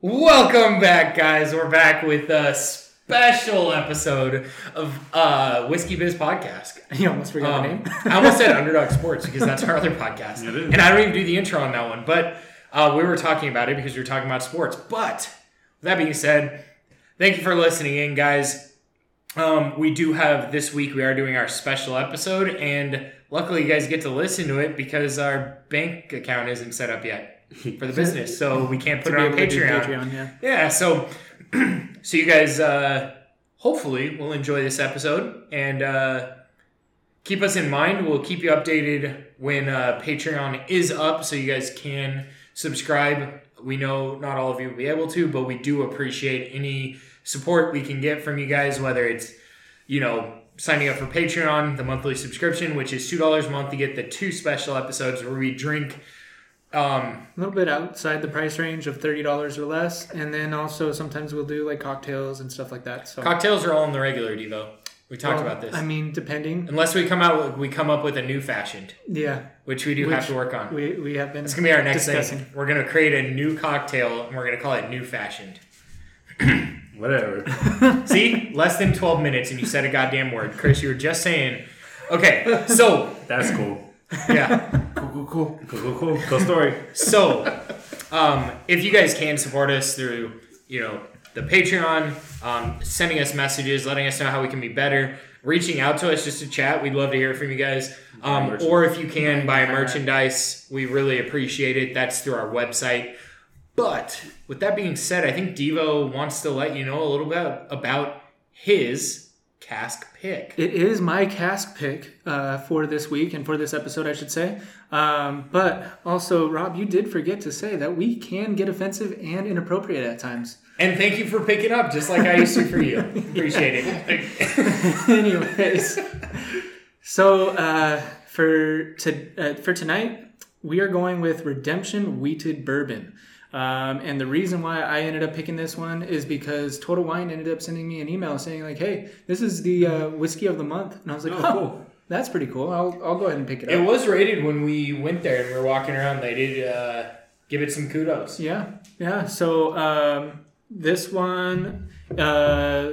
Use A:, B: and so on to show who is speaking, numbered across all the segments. A: Welcome back, guys. We're back with a special episode of uh, Whiskey Biz Podcast.
B: You almost forgot
A: Um,
B: the name.
A: I almost said Underdog Sports because that's our other podcast,
C: It is.
A: and I don't even do the intro on that one. But uh, we were talking about it because we were talking about sports. But with that being said, thank you for listening in, guys. Um, we do have this week. We are doing our special episode, and luckily, you guys get to listen to it because our bank account isn't set up yet for the business, so we can't put it
B: Be
A: on
B: able to do
A: Patreon.
B: Patreon, yeah.
A: Yeah, so so you guys uh, hopefully will enjoy this episode and uh, keep us in mind. We'll keep you updated when uh, Patreon is up, so you guys can subscribe. We know not all of you will be able to, but we do appreciate any support we can get from you guys, whether it's you know signing up for Patreon, the monthly subscription, which is two dollars a month to get the two special episodes where we drink. Um,
B: A little bit outside the price range of thirty dollars or less, and then also sometimes we'll do like cocktails and stuff like that. So
A: Cocktails are all in the regular Devo. We talked
B: Well,
A: about this.
B: I mean, depending.
A: Unless we come out, with- we come up with a new fashion,
B: Yeah,
A: which we do
B: Which
A: have to work on.
B: we we have been.
A: It's gonna be our next
B: discussing.
A: thing. We're gonna create a new cocktail, and we're gonna call it new fashioned.
C: Whatever.
A: See, less than twelve minutes, and you said a goddamn word, Chris. You were just saying. Okay, so
C: That's cool.
A: yeah.
C: Cool, cool, cool. Cool, cool, cool. Cool story.
A: so um, if you guys can support us through you know the patreon um, sending us messages letting us know how we can be better reaching out to us just to chat we'd love to hear from you guys um,
C: merchandise.
A: or if you can buy merchandise we really appreciate it that's through our website but with that being said i think devo wants to let you know a little bit about his cask pick
B: It is my cask pick uh, for this week and for this episode, I should say. Um, but also, Rob, you did forget to say that we can get offensive and inappropriate at times.
A: and thank you for picking up just like i used to for you appreciate it
B: Anyways, so uh, for to, uh, for tonight, we are going with Redemption Wheated Bourbon. Um, and the reason why I ended up picking this one is because Total Wine ended up sending me an email saying like, "Hey, this is the uh, whiskey of the month," and I was like, "Oh,
C: Oh, cool.
B: that's pretty cool. I'll, I'll go ahead and pick it up."
A: It was rated when we went there and we were walking around. They did uh, give it some kudos.
B: Yeah, yeah. So um, this one uh,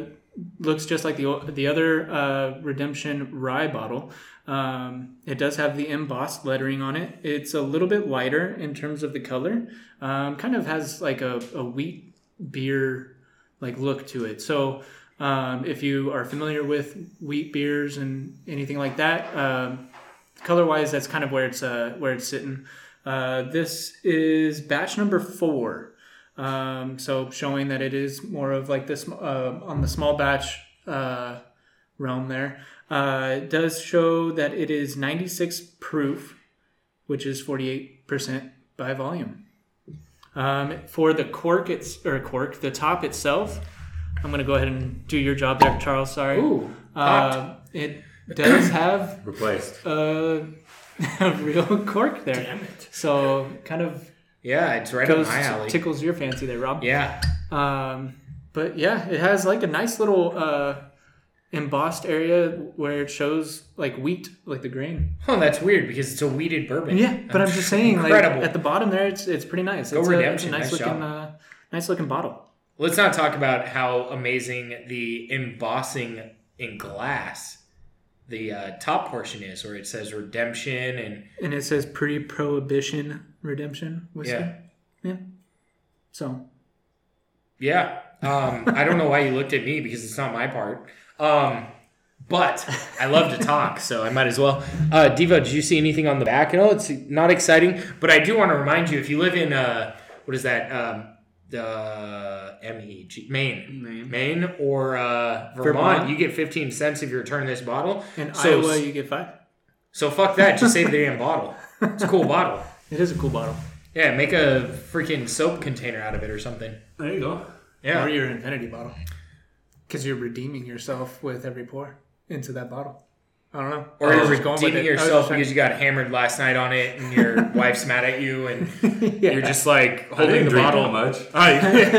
B: looks just like the o- the other uh, Redemption Rye bottle. Um, it does have the embossed lettering on it. It's a little bit lighter in terms of the color. Um, kind of has like a, a wheat beer like look to it. So um, if you are familiar with wheat beers and anything like that, um, color wise, that's kind of where it's uh, where it's sitting. Uh, this is batch number four, um, so showing that it is more of like this uh, on the small batch uh, realm. There uh, it does show that it is 96 proof, which is 48 percent by volume. Um, for the cork, it's or cork the top itself. I'm gonna go ahead and do your job there, Charles. Sorry.
A: Ooh,
B: uh, it does have
C: Replaced.
B: uh, a real cork there. So kind of
A: Yeah, it's right
B: goes
A: up my alley.
B: tickles your fancy there, Rob.
A: yeah,
B: Um, but yeah, it has like a nice little uh, embossed area where it shows like wheat, like the grain.
A: oh, that's weird because it's a weeded bourbon.
B: Yeah, but I'm just saying, like
A: Incredible.
B: at the bottom there, it's it's pretty nice.
A: Go
B: it's, a, it's a
A: Redemption,
B: nice,
A: nice
B: looking,
A: job.
B: uh, nice looking bottle.
A: Let's not talk about how amazing the embossing in glass the uh, top portion is, where it says redemption and
B: And it says pre-prohibition redemption whiskey.
A: yeah,
B: yeah. So
A: yeah. Um, I don't know why you looked at me because it's not my part. Um, but I love to talk, so I might as well. Uh, Devo, did you see anything on the back? No, it's not exciting, but I do want to remind you if you live in uh, what is that? Um, the M E G Maine,
B: Maine.
A: Maine or uh, Vermont,
B: Vermont.
A: you get fifteen cents if you return this bottle.
B: in
A: so,
B: Iowa, you get five.
A: so fuck that. Just save the damn bottle. It's a cool bottle.
B: It is a cool bottle.
A: Yeah, make a freaking soap container out of it or something.
C: There you go.
A: Yeah,
B: or your infinity bottle because you're redeeming yourself with every pour into that bottle i don't know
A: Or
B: I
A: you're
B: was just going with
A: redeeming
B: it. I was
A: Oh. yourself
B: just trying-
A: because you got hammered last night on it, and your wife's mad at you, and you're just like
C: I
A: holding
C: didn't
A: the
C: drink
A: bottle.
C: that much.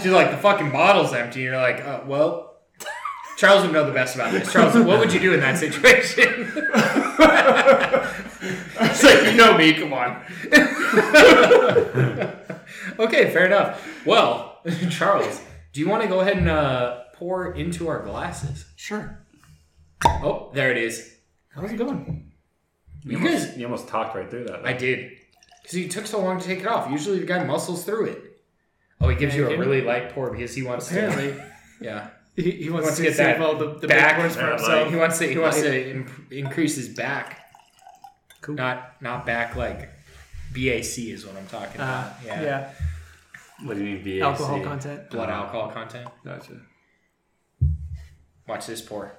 A: She's like, the fucking bottle's empty. And you're like, uh, well, Charles would know the best about this. Charles, what would you do in that situation? it's like, you know me, come on. okay, fair enough. Well, Charles, do you want to go ahead and uh, pour into our glasses?
B: Sure.
A: Oh, there it is.
B: How's it going?
A: You
C: almost,
A: guys,
C: you almost talked right through that.
A: I did, because you took so long to take it off. Usually, the guy muscles through it. Oh, he gives you a
B: Thank you.
A: really light pour because he wants
B: Apparently,
A: to. Yeah,
B: he, he wants
A: wants
B: to
A: to
B: get
A: get that
B: all the, the
A: back
B: big words for
C: there,
B: himself.
C: like-
A: he wants to. He wants to imp- increase his back.
B: Cool.
A: Not not back like BAC is what I'm talking about.
B: Uh,
A: yeah.
B: yeah.
C: What do you mean BAC?
B: Alcohol content.
A: Blood alcohol content.
C: Gotcha.
A: Watch this pour.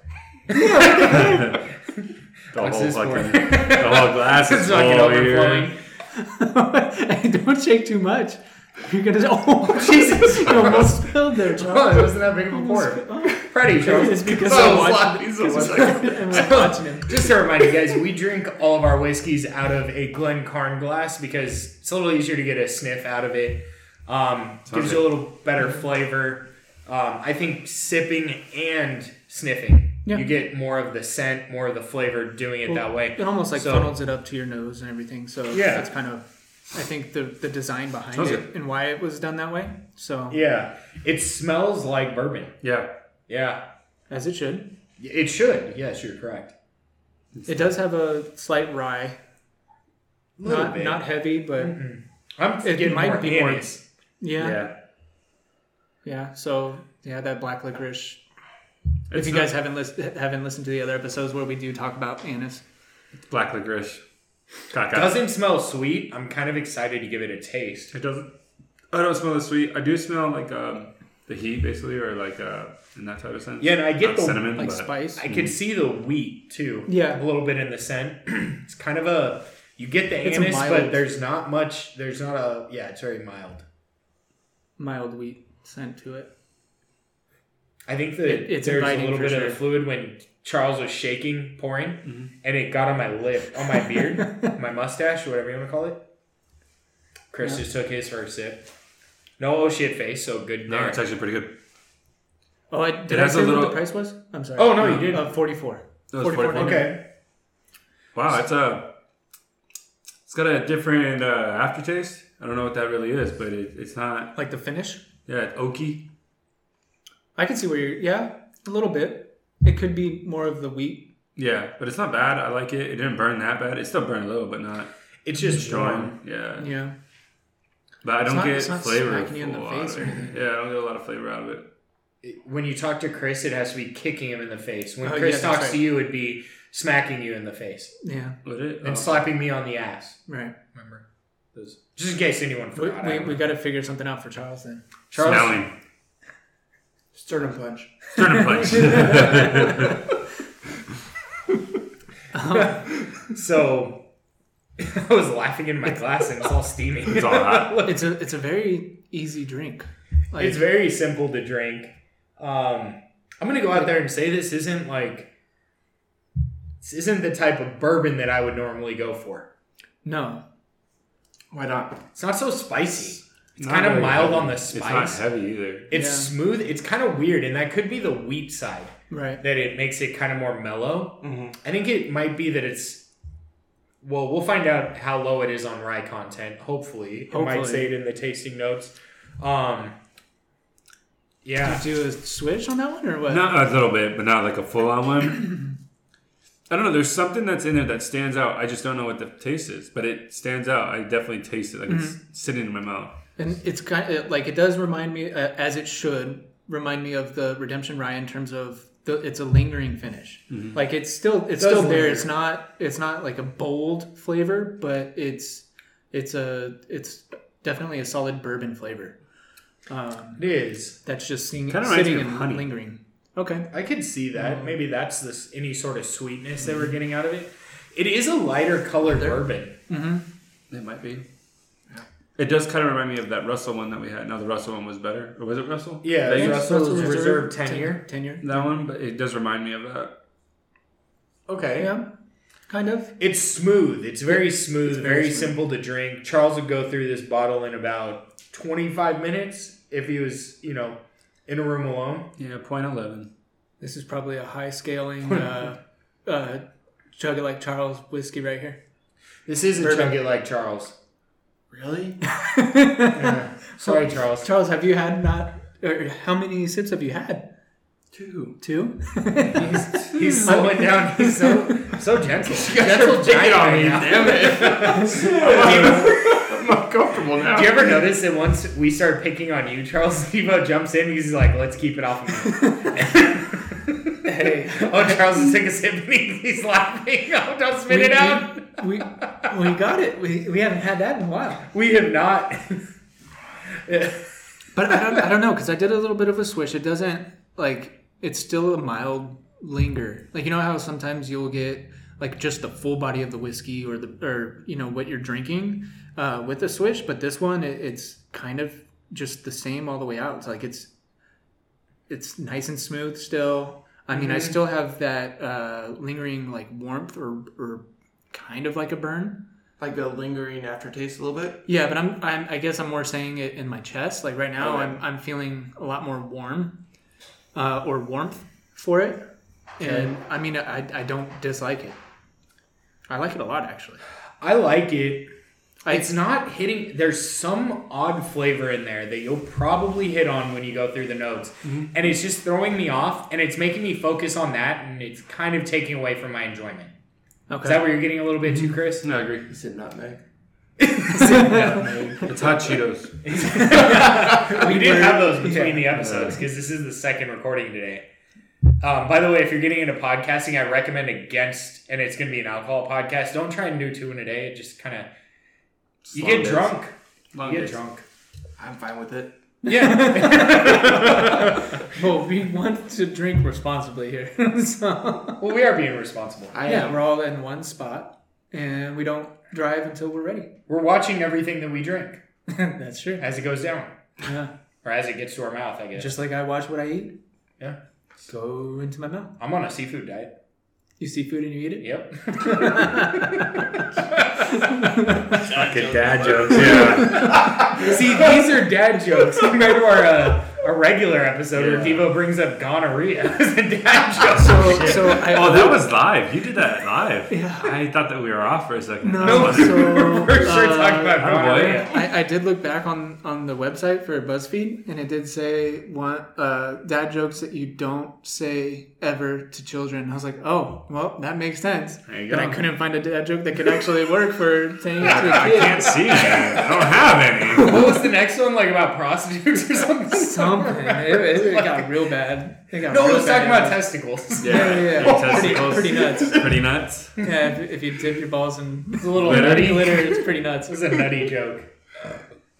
C: The
A: What's
C: whole
A: this for?
C: fucking, the whole glass
A: It's
C: is full
A: fucking
C: here.
A: overflowing.
B: Hey, Don't shake too much. You're gonna. Oh Jesus! You almost spilled there,
A: Well, it
B: Charles.
A: wasn't that big of a pour.
B: Oh,
A: Freddie, Charles.
B: It's because
A: So
B: I watched-
A: sloppy.
C: He's
B: because
C: the one-
B: I'm watching him.
A: Just to remind you guys, we drink all of our whiskeys out of a Glencairn glass because it's a little easier to get a sniff out of it. Um, gives you a little better flavor. Um, I think sipping and sniffing,
B: Yeah.
A: you get more of the scent, more of the flavor doing it that way.
B: It almost like
A: So-
B: funnels it up to your nose and everything. So
A: Yeah.
B: that's kind of, I think the the design behind
C: Smells
B: it and why it was done that way. So
A: Yeah, it smells like bourbon.
C: Yeah.
A: Yeah,
B: as it should.
A: it should. Yes, you're correct.
B: It does have a slight rye,
A: Little
B: not
A: bit.
B: not heavy, but
A: I'm
B: it
A: getting
B: might
A: more
B: be more-
A: anise.
B: yeah, yeah,
C: Yeah.
B: So yeah, that black licorice.
C: It's
B: if you
C: not-
B: guys haven't lis- haven't listened to the other episodes where we do talk about anise,
C: Black licorice. Cock out.
A: Doesn't smell sweet. I'm kind of excited to give it a taste.
C: It doesn't. I don't smell the sweet. I do smell like um, the heat, basically, or like uh, in that type of sense.
A: Yeah, and I get
C: Not
A: the-
C: cinnamon,
B: like
C: but
B: spice.
A: I could see the wheat too.
B: Hmm. Yeah.
A: a little bit in the scent. it's kind of a you get the
B: It's a
A: anise, but
B: mild-
A: there's not much. There's not a yeah. It's very mild.
B: mild wheat scent to it.
A: I think that
B: It- it's
A: there's a
B: inviting
A: little
B: for
A: bit of
B: sure. Mm-hmm.
A: the fluid when Charles was shaking, pouring, and it got on my lip, on my beard, my mustache, whatever you want to call it. Chris just took his first sip. No oh shit face, so good
C: No,
A: there.
C: it's actually pretty good.
B: Oh, I, did
C: It
B: I
C: has
B: say
C: a
B: what
C: little-
B: the price was? I'm sorry.
A: Oh, no, you did.
B: Uh, Forty-four.
C: That was 44.
A: okay.
C: Wow, it's a. It's got a different uh, aftertaste. I don't know what that really is, but it, it's not.
B: Like the finish.
C: Yeah, it's oaky.
B: I can see where you're. Yeah, a little bit. It could be more of the wheat.
C: Yeah, but it's not bad. I like it. It didn't burn that bad. It still burned a little, but not
A: It's just warm.
C: strong. Yeah.
B: Yeah.
C: But I don't
B: not-
C: get
B: it's not
C: flavor
B: smacking you in the
C: full
B: face
C: out of
B: or
C: it. Yeah, I don't get a lot of flavor out of it.
A: It- When you talk to Chris, it has to be kicking him in the face. When
B: Oh,
A: Chris
B: yeah, that's
A: talks to
B: right.
A: you, it'd be smacking you in the face.
B: Yeah.
C: Would it?
A: and
C: Oh.
A: slapping me on the ass.
B: Right.
A: Remember, Those- just in case anyone
B: We,
A: forgot.
B: we, we got to figure something out for Charles then.
A: Charles
C: Smelling.
A: sternum punch.
C: Sternum punch.
A: So I was laughing in my glass and it's all steaming.
C: It's all hot.
A: Look,
B: It's a it's a very easy drink. Like
A: it's very simple to drink. Um, I'm gonna go out there and say this isn't like this isn't the type of bourbon that I would normally go for.
B: no.
C: Why not?
A: It's not so spicy. It's kind of mild on the
C: It's
A: spice.
C: not heavy either.
A: It's
B: Yeah.
A: smooth. It's kind of weird, and that could be the wheat side
B: Right.
A: that it makes it kind of more mellow. I think it might be that it's. Well, we'll find out how low it is on rye content. Hopefully, it might
B: Hopefully.
A: say it in the tasting notes. Um, yeah,
B: Do you do a switch on that one or what?
C: Not a little bit, but not like a full on one. I don't know. There's something that's in there that stands out. I just don't know what the taste is, but it stands out. I definitely taste it. Like it's sitting in my mouth.
B: And it's kind of like it does remind me, uh, as it should, remind me of the Redemption Rye in terms of the, it's a lingering finish. Like it's still it's
A: does
B: still there.
A: linger.
B: It's not it's not like a bold flavor, but it's it's a it's definitely a solid bourbon flavor. Um,
A: it is.
B: that's just seeing,
C: Kinda reminds
B: sitting
C: me of
B: and
C: honey.
B: lingering. Okay.
A: I could see that. Maybe that's this any sort of sweetness they were getting out of it. It is a lighter colored bourbon.
C: It might be. It does kind of remind me of that Russell one that we had. Now the Russell one was better, or was it Russell?
A: Yeah,
C: Vegas?
A: Russell. Russell's Reserve 10 year.
B: Tenure.
C: That one, but it does remind me of that.
A: Okay,
B: Yeah. Kind of.
A: it's smooth. It's very smooth. very
B: very smooth.
A: simple to drink. Charles would go through this bottle in about 25 minutes if he was, you know, in a room alone.
C: Yeah, point eleven.
B: This is probably a high scaling uh, uh, chug it like Charles whiskey right here.
A: This is a
B: Bourbon.
A: chunk it like Charles.
C: Really?
A: Yeah. Sorry, Charles.
B: Charles, have you had not? Or how many sips have you had?
C: Two.
B: Two.
A: He's, he's slowing down. He's so so gentle. Gentle
C: Take it
A: giant
C: on
A: right
C: me,
A: now.
C: damn it. I'm uncomfortable now.
A: Do you ever notice that once we start picking on you, Charles Levo jumps in because he's like, "Let's keep it off of me."
B: hey,
A: oh, Charles is taking a sip and he- he's laughing. Oh, don't spit it out.
B: We, we got it. We, we haven't had that in a while.
A: We have not.
B: But I don't, I don't know because I did a little bit of a swish. It doesn't like it's still a mild linger. Like you know how sometimes you'll get like just the full body of the whiskey or the or you know what you're drinking uh, with a swish. But this one it, it's kind of just the same all the way out. It's like it's it's nice and smooth still. I mean, I still have that uh, lingering like warmth or or kind of like a burn.
D: Like a lingering aftertaste a little bit.
B: Yeah, but I'm, I'm I guess I'm more saying it in my chest. Like right now, I'm I'm feeling a lot more warm, uh, or warmth for it. And I mean, I I don't dislike it. I like it a lot actually.
A: I like it.
B: I-
A: it's not hitting. There's some odd flavor in there that you'll probably hit on when you go through the notes, and it's just throwing me off, and it's making me focus on that, and it's kind of taking away from my enjoyment.
B: Okay.
A: Is that where you're getting a little bit too, Chris?
C: No, I agree.
D: Is it nutmeg?
C: It's hot Cheetos.
A: we did have those between the episodes because this is the second recording today. Um, by the way, if you're getting into podcasting, I recommend against, and it's going to be an alcohol podcast. Don't try and do two in a day. It just kind of you
C: Long
A: get
C: days.
A: drunk.
C: Long
A: you get
C: days.
A: drunk.
D: I'm fine with it.
A: Yeah.
B: well, we want to drink responsibly here. so
A: well, we are being responsible.
D: I
B: yeah,
D: am.
B: we're all in one spot, and we don't drive until we're ready.
A: We're watching everything that we drink
B: That's true.
A: as it goes down,
B: Yeah.
A: or as it gets to our mouth. I guess.
B: Just like I watch what I eat
A: yeah.
B: go into my mouth.
A: I'm on a seafood diet.
B: You see food and you eat it.
A: Yep.
C: Fucking dad jokes. Yeah.
A: See, these are dad jokes compared to our uh, our regular episode where Devo brings up gonorrhea as a dad joke.
B: So so I
C: Oh, that was live. You did that live.
B: Yeah.
C: I thought that we were off for a second.
B: No, so, uh,
A: We're sure talking about
C: attaboy.
A: gonorrhea.
B: I, I did look back on, on the website for BuzzFeed, and it did say one uh, dad jokes that you don't say ever to children. I was like, oh, well, that makes sense.
C: There you
B: But I
C: go.
B: couldn't find a dad joke that could actually work for saying it to
C: I
B: a kid.
C: can't see. man. I don't have any.
A: What was the next one like about prostitutes or something?
B: Something. It, it, it got real bad. It got
A: No, it
B: real
A: was talking
B: bad.
A: about testicles.
B: Yeah, yeah, yeah.
C: Your testicles.
B: Pretty, pretty nuts.
C: Pretty nuts.
B: Yeah, if, if you dip your balls in
A: It's a little
C: Glitter.
A: nutty.
B: glitter,
A: It
B: it's pretty nuts.
A: was a nutty joke.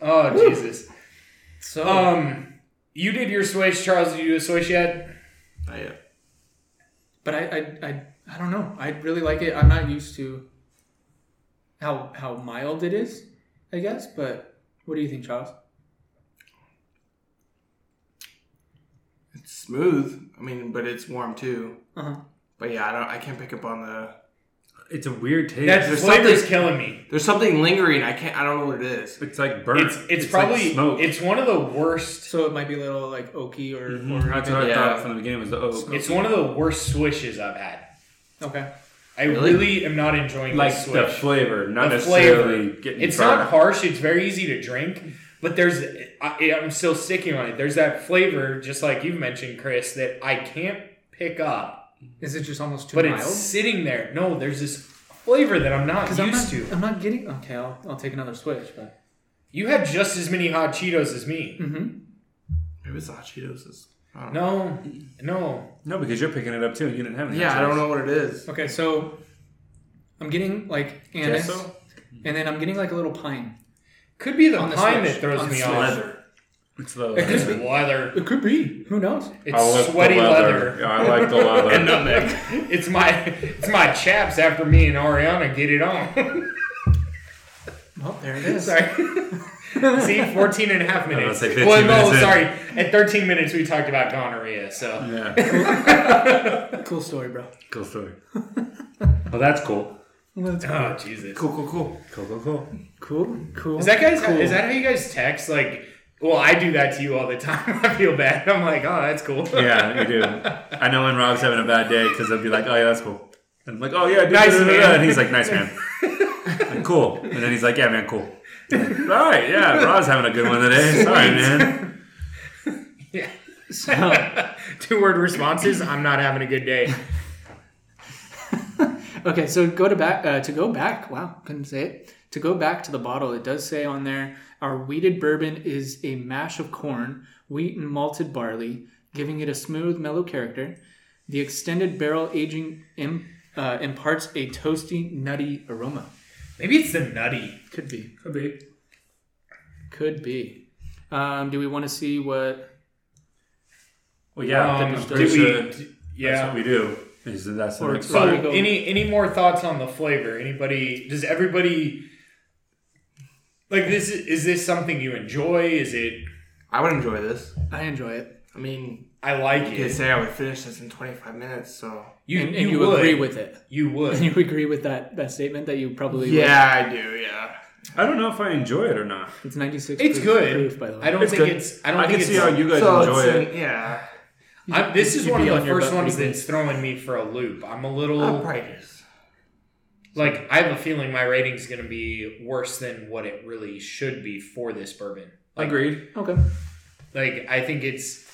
A: Oh Jesus.
B: So,
C: Oh,
A: Um, you did your swish, Charles. Did you do a swish yet?
D: I am.
B: but I, I, I, I don't know. I really like it. I'm not used to how how mild it is, I guess. But what do you think, Charles?
D: It's smooth. I mean, but it's warm too.
B: Uh-huh.
D: But yeah, I don't. I can't pick up on the.
C: It's a weird taste.
A: That
D: there's
A: flavor's
D: something-
A: killing me.
D: There's something lingering. I can't. I don't know what it is.
C: it's like burnt.
A: It's it's,
C: like
A: probably
C: smoke.
A: it's one of the worst.
B: So it might be a little like oaky or,
C: Mhm.
B: or
C: That's what I
D: Yeah.
C: thought from the beginning was oh, the oak.
A: It's one of the worst swishes I've had.
B: okay.
A: I really,
D: Really?
A: am not enjoying
C: like
A: this
C: the
A: swish.
C: flavor, not
A: The
C: necessarily
A: flavor.
C: getting
A: It's
C: burnt.
A: not harsh. It's very easy to drink, but there's I, I'm still sticking on it. There's that flavor, just like you mentioned, Chris, that I can't pick up,
B: Is it just almost too
A: but
B: mild?
A: it's sitting there. No, there's this flavor that I'm not used
B: I'm not,
A: to.
B: I'm not getting. Okay, I'll, I'll take another switch. But
A: You had just as many hot Cheetos as me.
B: Mm-hmm.
D: Maybe it's hot Cheetos. Is, I don't know.
A: No, no.
C: No, because you're picking it up too. and You didn't have any.
D: Yeah, I don't know what it is.
B: okay, so I'm getting like anise,
C: Gesso?
B: and then I'm getting like a little pine.
A: Could be the
B: On the
A: pine
B: switch.
A: that throws
B: On
A: me
B: switch.
A: off.
C: It's the
B: It
A: It's
B: could be.
A: leather.
B: It could be. Who knows?
A: It's sweaty leather.
C: Yeah, I like the leather.
A: And nutmeg. It's my it's my chaps after me and Ariana get it on.
B: Well, there it is.
A: sorry. See, 14 and a half minutes.
C: I was gonna say 15
A: well, no,
C: minutes in.
A: sorry. At 13 minutes, we talked about gonorrhea. So
C: yeah,
B: Cool story, bro.
C: cool story. Well, that's cool.
B: Let's-
A: oh Jesus.
D: Cool, cool, cool.
C: Cool, cool, cool.
B: Cool. Cool.
A: Is that guys?
B: Cool.
A: Is that how you guys text? Like, well, I do that to you all the time. I feel bad. I'm like, oh, that's cool.
C: Yeah, you do. I know when Rob's having a bad day because they'll be like, "Oh yeah, that's cool," and I'm like, "Oh yeah, dude,
A: Nice
C: nice
A: man.
C: and he's like, "Nice man." Like, cool, and then he's like, "Yeah, man, cool." All right, yeah, Ra's having a good one today. Sorry, man.
A: Yeah.
B: Oh.
A: Two word responses. I'm not having a good day.
B: Okay, so go to back uh, to go back. Wow, couldn't say it. To go back to the bottle, it does say on there, our wheated bourbon is a mash of corn, wheat, and malted barley, giving it a smooth, mellow character. The extended barrel aging im- uh, imparts a toasty, nutty aroma.
A: Maybe it's the nutty.
B: Could be.
C: Could be.
B: Could be. Um, do we want to see what?
C: Well, yeah,
A: Um,
C: I'm
A: did
C: pretty
A: we-
C: sure that's
A: Yeah.
C: what we do. Is that that's the
B: Or
C: next
B: it's-
C: part.
B: we
A: So
B: go-
A: any any more thoughts on the flavor? Anybody? Does everybody? Like this is, is this something you enjoy? Is it?
D: I would enjoy this.
B: I enjoy it,
D: I mean,
A: I like
D: you could
A: it.
D: say I would finish this in 25 minutes, so.
A: You
B: and, and
A: you,
B: you,
A: would.
B: agree with it.
A: you
B: And
A: would.
B: you agree with that that statement that you probably would.
D: Yeah, I do, yeah.
C: I don't know if I enjoy it or not.
B: It's ninety six.
A: It's good.
B: Proof, by the way.
A: I don't
C: It's
A: think
C: good.
A: it's. I don't
C: I
A: think
C: can
A: it's.
C: see how you guys
D: so
C: enjoy
D: it's
C: it.
D: an- yeah.
A: I'm, this is
B: You'd
A: one of
B: be
A: the
B: on your
A: first
B: butt
A: ones
B: pretty
A: that's throwing me for a loop. I'm a little
D: I'll probably just.
A: like I have a feeling my rating's going to be worse than what it really should be for this bourbon. Like,
C: Agreed.
B: Okay.
A: Like I think it's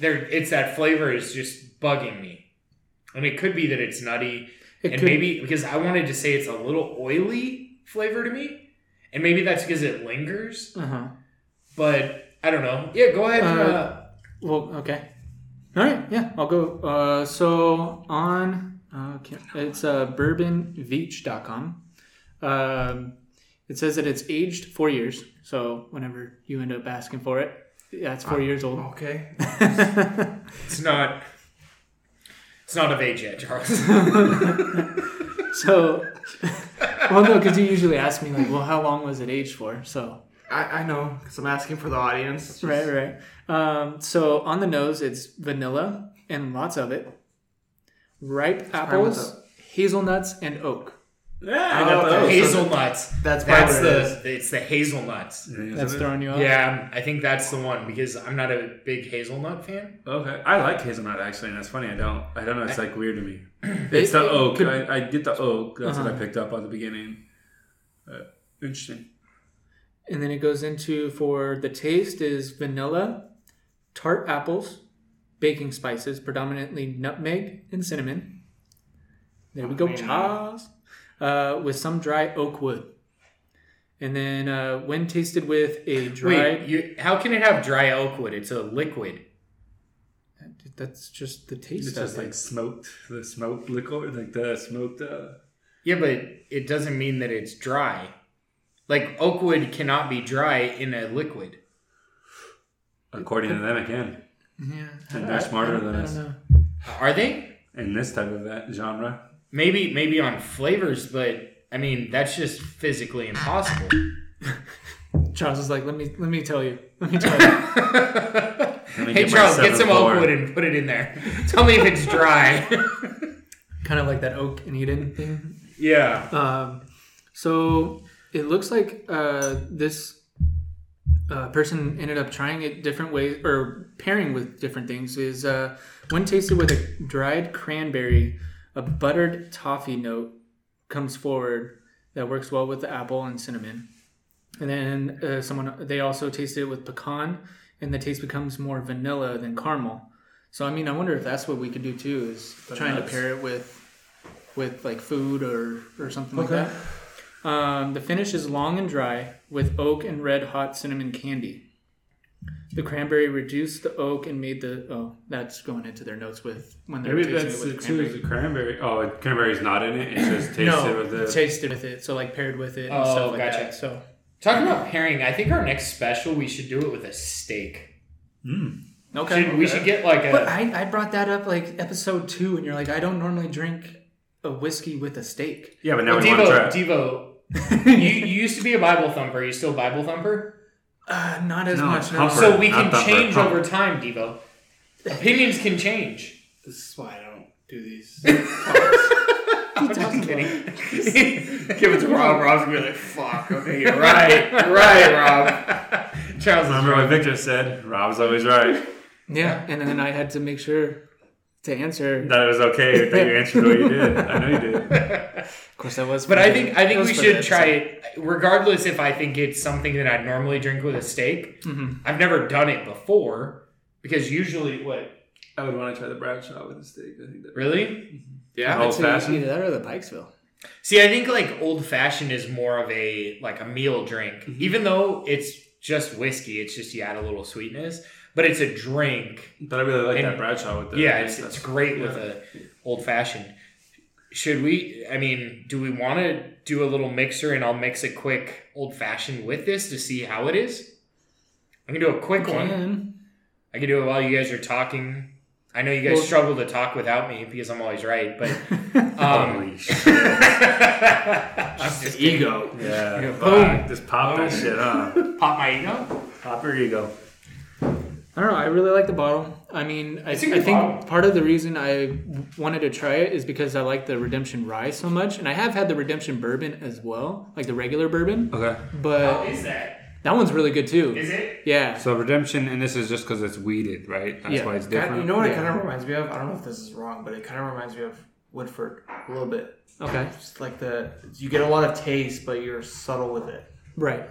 A: there. It's that flavor is just bugging me, and it could be that it's nutty,
B: It
A: and
B: could-
A: maybe because I wanted to say it's a little oily flavor to me, and maybe that's because it lingers.
B: Uh-huh.
A: But I don't know. Yeah, go ahead. and,
B: Uh,
A: uh,
B: Well, okay. All right, yeah, I'll go. Uh, so on, uh, can't- it's uh, bourbonveach.com. Um, it says that it's aged four years. So whenever you end up asking for it, yeah, it's four
A: Ah.
B: years old.
D: Okay.
A: it's not. It's not of age yet, Charles.
B: so, well, no, because you usually ask me like, well, how long was it aged for? So
D: I, I know, because I'm asking for the audience.
B: right, right. Um, so on the nose, it's vanilla and lots of it, ripe apples, hazelnuts, and oak.
C: Yeah, I
D: Oh,
C: got
D: okay.
C: those.
A: hazelnuts.
D: That's
A: That's
D: probably what it
A: the it's the hazelnuts.
C: Yeah,
B: That's
C: isn't it?
B: throwing you off.
A: Yeah, um, I think that's the one because I'm not a big hazelnut fan.
C: Okay, I like hazelnut actually, and that's funny. I don't. I don't know. It's like weird to me.
B: It-
C: It's the
B: it
C: oak.
B: could-
C: I, I get the oak. That's what I
B: Uh-huh.
C: picked up at the beginning. Uh, interesting.
B: And then it goes into for the taste is vanilla, tart apples, baking spices, predominantly nutmeg and cinnamon. There we go,
D: man.
B: Charles. Uh, with some dry oak wood. And then uh, when tasted with a dry.
A: Wait, you, how can it have dry oak wood? It's a liquid.
B: That's just the taste
C: It's
B: of
C: just
B: it.
C: like smoked, the smoked liquor, like the smoked. Uh,
A: Yeah, but it doesn't mean that it's dry. Like oak wood cannot be dry in a liquid.
C: according to them, I can.
B: yeah.
C: And they're smarter than us
B: know.
A: Are they?
C: in this type of that genre.
A: Maybe maybe on flavors, but I mean that's just physically impossible.
B: Charles is like, let me let me tell you. Let me tell you.
C: me
A: hey
C: get my
A: Charles, get
C: seven
A: some
C: floor.
A: oak wood and put it in there. Tell me if it's dry.
B: kind of like that oak and Eden thing
A: yeah.
B: Um, so it looks like uh, this uh, person ended up trying it different ways or pairing with different things. Is uh, when tasted with a dried cranberry, a buttered toffee note comes forward that works well with the apple and cinnamon. And then uh, someone they also tasted it with pecan, and the taste becomes more vanilla than caramel. So I mean, I wonder if that's what we could do too is trying to
C: nuts.
B: pair it with with like food or or something like that. Um, the finish is long and dry with oak and red hot cinnamon candy. The cranberry reduced the oak and made the oh that's going into their notes with when they're
C: Maybe
B: tasting
C: that's
B: it
C: the
B: with
C: two is
B: cranberry.
C: the cranberry. Oh, cranberry's not in it. It's just tasted
B: no,
C: with the.
B: tasted with it, so like paired with it and
A: Oh,
B: stuff like
A: gotcha.
B: that. So
A: Talking about pairing, I think our next special we should do it with a steak.
C: Mm.
B: okay,
A: Should- We should get like
B: But
A: a
B: I, I brought that up like episode two, and you're like, I don't normally drink a whiskey with a steak.
C: Yeah, but now
A: well,
C: we want to try.
A: Devo.
C: it.
A: Devo, you, you used to be a Bible thumper. Are you still Bible thumper?
B: Uh, not as
C: No,
B: much.
C: it's
B: No.
C: humper.
A: So we
C: not
A: can
C: thumper,
A: change
C: humper.
A: over time, Devo. Opinions can change.
D: This is why I don't do these.
A: I'm just kidding.
D: Give it to Rob. Rob's gonna be like, "Fuck." Okay, you're right. You're right, Rob.
A: Charles, is
C: Remember what
A: right.
C: Victor said? Rob's always right.
B: Yeah, and then I had to make sure to answer.
C: That it was okay that you answered what you did. I know you did.
B: Of course, that was.
A: But
B: for
A: I
B: the-
A: think I
B: that
A: think
B: was
A: we
B: for the
A: should try
B: episode.
A: it, regardless if I think it's something that I normally drink with a steak.
B: Mm-hmm.
A: I've never done it before because usually, what
C: I would want to try the Bradshaw with a steak. I think that
A: really?
D: Yeah.
C: old
B: So either,
C: fashioned.
B: that or the Pikesville.
A: See, I think like old fashioned is more of a like a meal drink,
B: Mm-hmm.
A: even though it's just whiskey. It's just you add a little sweetness, but it's a drink.
C: But I really like
A: And-
C: that Bradshaw with the
A: yeah, it's,
C: that's-
A: it's great with
C: yeah.
A: a old fashioned. Should we? I mean, do we want to do a little mixer and I'll mix a quick old fashioned with this to see how it is? I can do a quick one.
B: Can.
A: I can do it while you guys are talking. I know you guys
B: Well-
A: struggle to talk without me because I'm always right, but um,
C: Holy shit.
A: I'm just kidding.
D: Ego.
C: Yeah.
A: Yeah,
C: fuck.
A: boom.
C: Just pop that shit up.
A: pop my ego.
C: Pop your ego.
B: I don't know. I really like the bottle. I mean, I, I
A: It's a good
B: think
A: bottle.
B: part of the reason I w- wanted to try it is because I like the Redemption Rye so much, and I have had the Redemption Bourbon as well, like the regular bourbon.
C: Okay.
A: How
B: But
A: is that?
B: that one's really good too.
A: Is it?
B: Yeah.
C: So redemption, and this is just because it's weeded, right? That's
B: Yeah.
C: why it's different.
D: God, you know what it
B: Yeah.
D: kind of reminds me of? I don't know if this is wrong, but it kind of reminds me of Woodford a little bit.
B: okay.
D: Just like the you get a lot of taste, but you're subtle with it.
B: Right.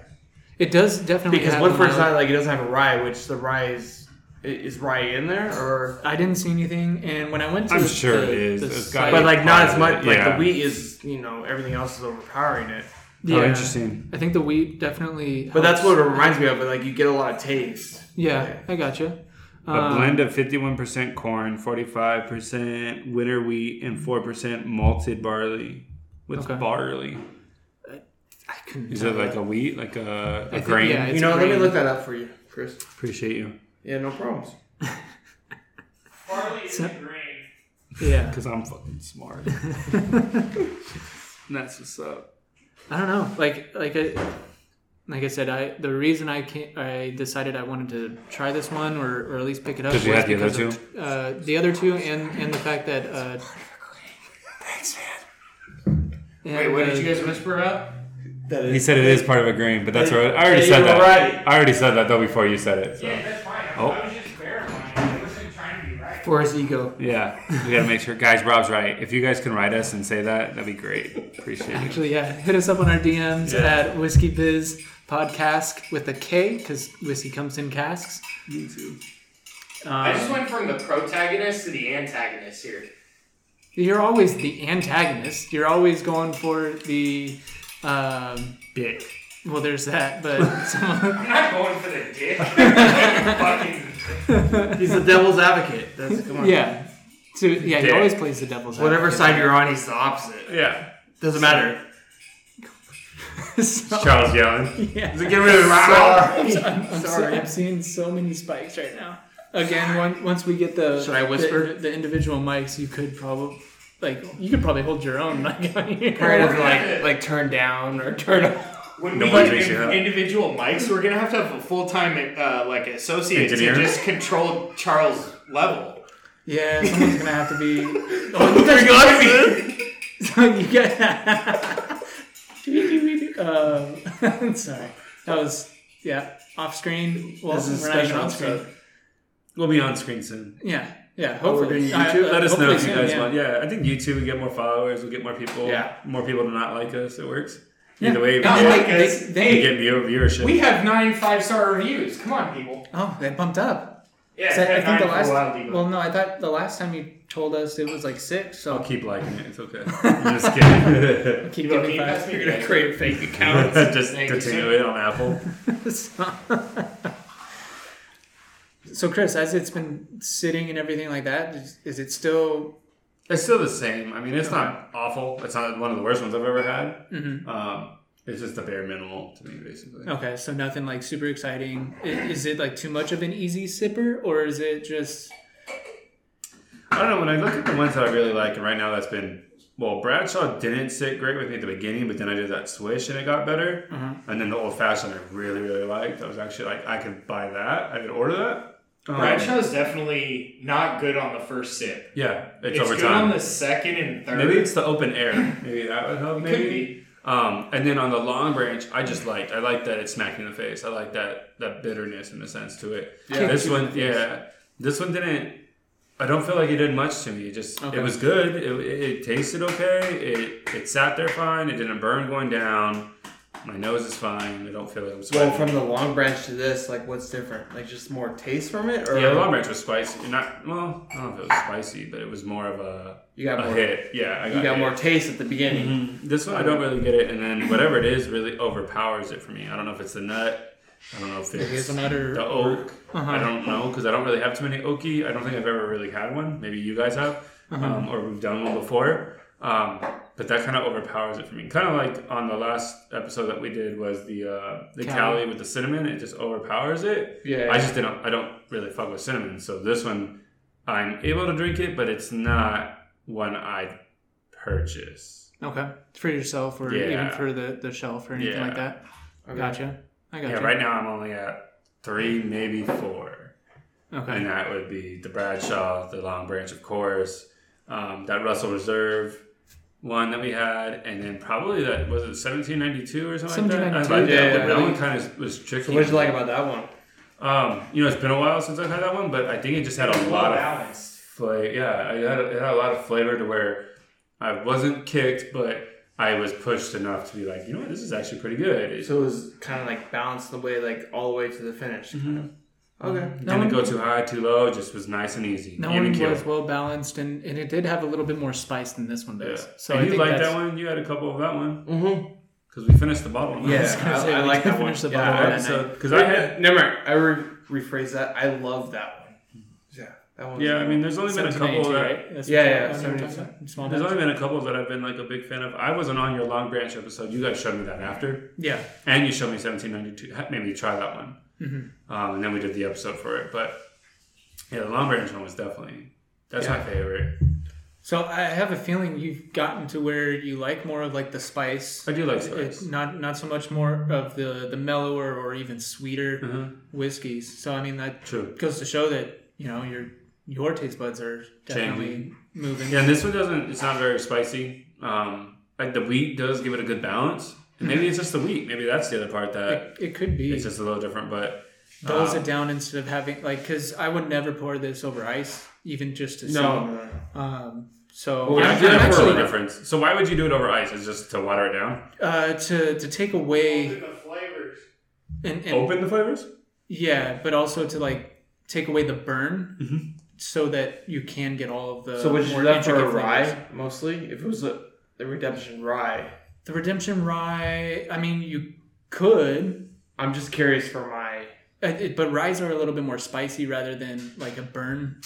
B: It does definitely
D: Because
B: have
D: Woodford's
B: mild-
D: not like it doesn't have a rye, which the rye is i- is rye in there or
B: I didn't see anything, and when I went to,
C: I'm sure
B: the-
C: it is.
B: the
C: It's
B: site-
C: gotta
D: but like not as
C: part
D: much.
C: of it,
D: Like
C: yeah.
D: the wheat is you know everything else is overpowering it.
B: yeah,
C: Oh, interesting.
B: I think the wheat definitely.
D: But that's
B: helps.
D: what it reminds me of. But like you get a lot of taste.
B: Yeah, I gotcha. Um,
C: A blend of 51% corn, 45% winter wheat, and 4% malted barley. What's
B: Okay.
C: barley?
B: I couldn't.
C: Is
B: tell
C: it like
B: that.
C: a wheat, like a, a
B: think-
C: grain?
B: yeah,
D: you
B: It's
D: know, let me
B: green.
D: look that up for you, Chris.
C: Appreciate you.
D: Yeah, no problems.
A: Barley is
B: a
A: grain.
B: Yeah,
C: Because I'm fucking smart. And that's what's up.
B: I don't know. Like like I like I said, I the reason I can't, I decided I wanted to try this one or, or at least pick it up.
C: 'Cause you
B: was
C: had the other
B: because of, Uh, the other two, and and the fact that. Uh,
A: Wait, what did
B: uh,
A: you guys whisper about?
D: That
C: He said it is part of a grain, but that's right. I already
D: Hey,
C: said
D: you
C: that.
D: were right.
C: I already said that though before you said it. So. Yeah.
A: that's fine.
C: Oh.
A: was just verifying. I wasn't trying to be right.
D: for his ego.
C: we gotta make sure, guys. Rob's right. If you guys can write us and say that, that'd be great. Appreciate it.
B: Actually, yeah. Hit us up on our DMs
C: Yeah.
B: at Whiskey Biz Podcast with a K because whiskey comes in casks.
C: Me too.
A: I just
B: Um,
A: went from the protagonist to the antagonist here.
B: you're always the antagonist. You're always going for the. Um,
C: Bit.
B: well, there's that, but someone,
A: I'm not going for the dick. Fucking.
D: He's the devil's advocate. That's come on.
B: yeah. So, yeah, he
C: Dick.
B: always plays the devil's
D: Whatever
B: advocate.
D: side you're on, he's the opposite.
C: Yeah.
D: Doesn't matter.
B: so,
C: Charles yelling.
B: yeah.
D: Does it get rid of rye?
B: I'm, so- I'm seeing so many spikes right now. Again, one, once we get the
D: Should I whisper?
B: the, the individual mics, you could probably like you could probably hold your own mic on here.
D: Probably have to like like turn down or turn up.
A: When
C: No
A: we
C: one
A: get
C: drinks
A: in-
C: it up.
A: individual mics, we're gonna have to have a full time uh, like associate
C: Engineer?
A: to just control Charles' level.
B: Yeah, someone's gonna have to be. Oh, you get. um, sorry, that was yeah off screen. Well,
D: This is a
B: we're not even
D: special
B: on screen.
D: episode.
C: We'll be on screen soon.
B: Yeah, yeah.
D: Oh, we're
B: Hopefully,
D: doing
B: I-
D: YouTube?
B: uh,
C: Let us know
B: hopefully
C: if you
B: soon,
C: guys
B: yeah.
C: want. Yeah, I think YouTube we get more followers, we get more people.
D: Yeah.
C: More people to not like us. It works.
B: Yeah.
C: Either way, we
A: Not
C: get,
A: like us.
B: they-
C: we
B: they-
C: get view, viewership.
A: We have nine five star reviews. Come on, people.
B: Oh, they bumped up.
A: Yeah,
B: So I-
A: we
B: I
A: had
B: think the
A: nine for a while,
B: last.
A: Debo.
B: Well, no, I thought the last time you told us it was like six. So
C: I'll keep liking it. It's okay. I'm just kidding.
B: keep
A: Debo, can
B: giving
A: you pass me
B: five.
A: your guys?
D: create fake accounts.
C: just
A: Thank you,
C: continue
A: sir.
C: it on Apple.
B: so, Chris, as it's been sitting and everything like that, is, is it still?
C: It's still the same. I mean, it's not awful. It's not one of the worst ones I've ever had. Um, it's just the bare minimal to me, basically.
B: Okay, so nothing like super exciting. I- Is it like too much of an easy sipper, or is it just
C: I don't know. When I look at the ones that I really like, and right now that's been well, Bradshaw didn't sit great with me at the beginning, but then I did that swish and it got better. And then the old fashioned I really really liked. I was actually like, I could buy that. I could order that. Um,
A: Bradshaw's definitely not good on the first sip.
C: Yeah, it's,
A: It's,
C: over
A: good
C: time.
A: on the second and third.
C: Maybe it's the open air. Maybe that would help. Maybe.
A: be.
C: Um, and then on the long branch, I just liked. I liked that it smacked me in the face. I like that that bitterness in a sense to it.
B: Yeah.
C: This
B: Kicked you in
C: one, yeah. This one didn't. I don't feel like it did much to me. It just
B: Okay.
C: it was good. It, it, it tasted okay. It it sat there fine. It didn't burn going down. My nose is fine. I don't feel like I'm sweating.
E: Well, from the long branch to this, like what's different? Like just more taste from it, or
C: yeah, the long branch was spicy. Not well. I don't know if it was spicy, but it was more of a,
E: you got
C: a
E: more.
C: hit. Yeah, I got
E: You got
C: hit.
E: more taste at the beginning.
D: Mm-hmm.
C: Mhm. This one I don't really get it, and then whatever it is really overpowers it for me. I don't know if it's the nut. I don't know if it's
B: hazelnut or
C: the oak. I don't know because I don't really have too many oaky. I don't think I've ever really had one. Maybe you guys have, um, or we've done one before. Um, but that kind of overpowers it for me. Kind of like on the last episode that we did was the uh, the
B: Cali.
C: Cali with the cinnamon. It just overpowers it.
E: Yeah.
C: I just didn't. I don't really fuck with cinnamon. So this one, I'm able to drink it, but it's not one I purchase.
B: Okay, for yourself or
C: Yeah.
B: even for the, the shelf or anything
C: Yeah.
B: like that.
E: Okay.
B: Gotcha. I gotcha.
C: Yeah, right now I'm only at three, maybe four.
B: Okay.
C: And that would be the Bradshaw, the Long Branch, of course, um, that Russell Reserve one that we had, and then probably that was it 1792 or something like that. I
B: 1792,
C: liked that,
E: yeah,
C: but
E: yeah.
C: that one kind of was tricky.
E: So what'd you like about that one?
C: Um, you know, it's been a while since I've had that one, but I think it just had a lot of
A: balanced.
C: flavor. Yeah, it had, it had a lot of flavor to where I wasn't kicked, but I was pushed enough to be like, you know what, this is actually pretty good. It-
E: So it was kind of like balanced the way, like all the way to the finish. kind
D: Mm-hmm.
E: of. Okay.
B: That
C: Didn't
B: one-
C: go too high, too low. it Just was nice and easy.
B: That
C: Even
B: one
C: keel.
B: was well balanced and, and it did have a little bit more spice than this one
C: Yeah.
B: does. So
C: and
B: I
C: you
B: think
C: liked
B: that's,
C: that one. You had a couple of that one
E: Mm-hmm.
C: because we finished the bottle.
E: Yeah,
B: was gonna
E: I,
B: say,
E: I
B: we
E: like
B: could
E: that one.
B: finish the
E: yeah,
B: bottle
E: I-
B: that night.
C: because I had.
E: Never mind. I re- rephrase that. I love that one. Yeah, that one.
C: Yeah, I mean, there's only been a couple
B: 1782,
C: that.
B: right? That's
E: Yeah,
B: what-
E: yeah,
B: I don't know what you're
E: 1782.
B: talking about. Small
C: There's
B: batch.
C: only been a couple that I've been like a big fan of. I wasn't on your Long Branch episode. You guys showed me that after,
B: Yeah.
C: and you showed me 1792. Ha- Maybe try that one,
B: Mm-hmm.
C: um, and then we did the episode for it. But yeah, the Long Branch one was definitely that's my favorite.
B: So I have a feeling you've gotten to where you like more of like the spice.
C: I do like
B: It's
C: spice.
B: not not so much more of the the mellower or even sweeter
C: Mhm.
B: whiskeys. So I mean that
C: True.
B: goes to show that you know your your taste buds are definitely moving.
C: Yeah, and this one doesn't. It's not very spicy. Um, like the wheat does give it a good balance. And maybe it's just the wheat. Maybe that's the other part that
B: It, it could be
C: it's just a little different. But
B: dulls
C: um,
B: it down instead of having like because I would never pour this over ice even just to
E: No, no, no.
B: see. Um, so
E: Well,
C: yeah,
B: I'm,
C: I feel
B: I'm
C: like for the
B: actually
C: difference. So why would you do it over ice? Is just to water it down?
B: uh, to to take
A: Open
B: away
A: the flavors.
B: and, and
C: Open the flavors?
B: Yeah, but also to like take away the burn, so that you can get all of the.
E: Mm-hmm. So would you
B: more
E: do that for a
B: intricate
E: rye
B: flavors.
E: mostly? If it was a, the redemption rye,
B: The redemption rye. I mean, you could,
E: I'm just curious for my.
B: uh, it- but ryes are a little bit more spicy rather than like a burn.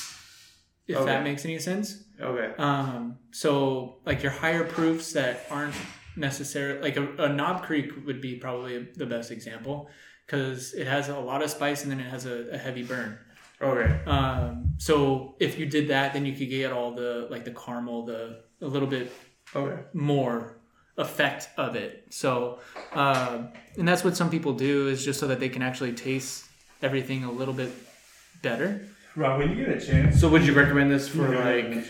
B: If
E: Okay.
B: that makes any sense.
E: Okay.
B: Um, so like your higher proofs that aren't necessarily like a, a Knob Creek would be probably the best example because it has a lot of spice and then it has a, a heavy burn.
E: Okay.
B: Um, so if you did that, then you could get all the like the caramel, the a little bit
E: Okay.
B: more effect of it. So, um, and that's what some people do is just so that they can actually taste everything a little bit better.
C: Rob, when you get a chance.
E: So would you recommend this for
C: Yeah.
E: like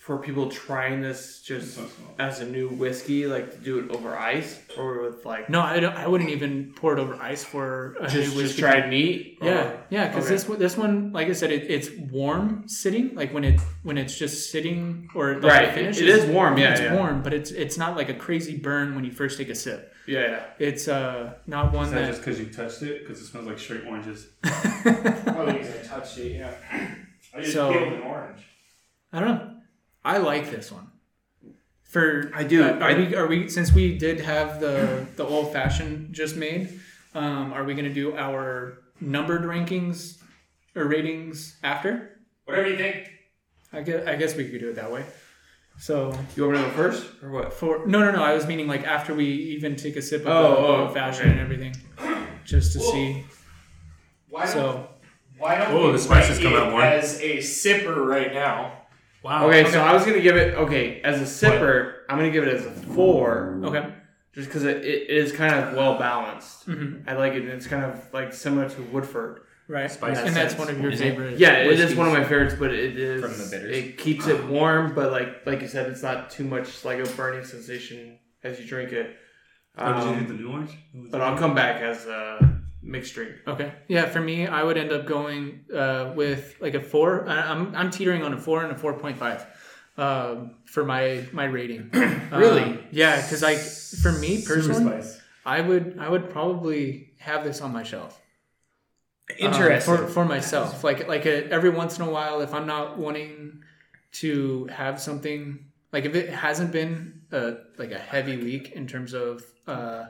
E: for people trying this just as a new whiskey, like to do it over ice or with like
B: No, I, don't, I wouldn't even pour it over ice for a
E: just,
B: new
E: just
B: whiskey.
E: try it neat? or-
B: Yeah, yeah, because
E: Oh, Okay.
B: this one, this one, like I said, it, it's warm sitting. Like when it when it's just sitting or like the
E: Right, it-
B: finish
E: it is warm, yeah,
B: it's
E: yeah.
B: warm, but it's it's not like a crazy burn when you first take a sip.
E: Yeah. yeah.
B: It's uh not one
C: Is
B: that
C: that just because you touched it? Because it smells like straight oranges.
A: Probably because I touched it. Yeah. I just
B: So-
A: peeled an orange.
B: I don't know. I like this one. For
E: I do.
B: Uh, are we are we since we did have the the old fashioned just made? Um, are we gonna do our numbered rankings or ratings after?
A: Whatever you think.
B: I guess I guess we could do it that way. So
E: You want me to go first or what?
B: for no no no, I was meaning like after we even take a sip of
E: Oh,
B: the
E: oh,
B: old fashioned and everything, just to see.
A: Why don't,
B: So
A: why don't
C: Oh,
A: we
C: the spices
A: rate
C: come
A: it
C: out more.
A: as a sipper right now?
C: Wow.
E: Oh, Okay, so I was gonna give it okay as a sipper. I'm gonna give it as a four,
B: okay,
E: just because it, it is kind of well balanced.
B: Mhm.
E: I like it. and It's kind of like similar to Woodford.
B: right,
C: Spice
B: and that's
E: sense.
B: one of your
F: Is it-
B: favorite.
E: Yeah, it is
B: whiskeys.
E: one of my favorites, but it is
F: From the bitters.
E: It keeps it warm, but like like you said, it's not too much like a burning sensation as you drink it.
C: Oh, did you do
E: Um,
C: the new orange?
E: but I'll come back as uh,
D: mixed drink.
B: Okay. Yeah, for me, I would end up going uh, with like a four. I- I'm I'm teetering on a four and a four point five um, for my my rating.
A: Really?
B: Um, yeah, because like for me personally,
E: spice.
B: I would I would probably have this on my shelf. um,
A: Uh, Interesting.
B: for, for myself. Like like a, every once in a while, if I'm not wanting to have something like if it hasn't been a, like a heavy week in terms of uh,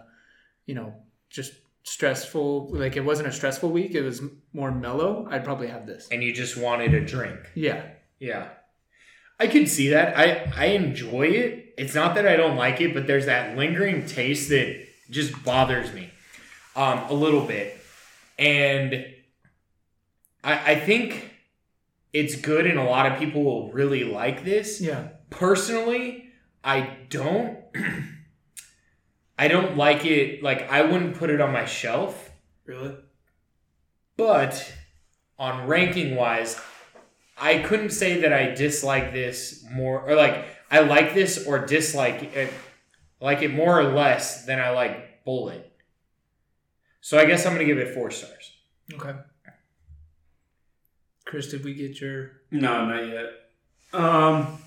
B: you know just stressful like it wasn't a stressful week it was more mellow i'd probably have this
A: and you just wanted a drink.
B: yeah
A: Yeah. I could see that. I I enjoy it. It's not that I don't like it, but there's that lingering taste that just bothers me um, a little bit. And I, I think it's good and a lot of people will really like this
B: yeah
A: personally i don't i don't like it like i wouldn't put it on my shelf
D: Really?
A: but on ranking wise i couldn't say that i dislike this more or like i like this or dislike it like it more or less than i like bullet so i guess i'm gonna give it four stars
B: okay chris did we get your
C: No, not yet. Um,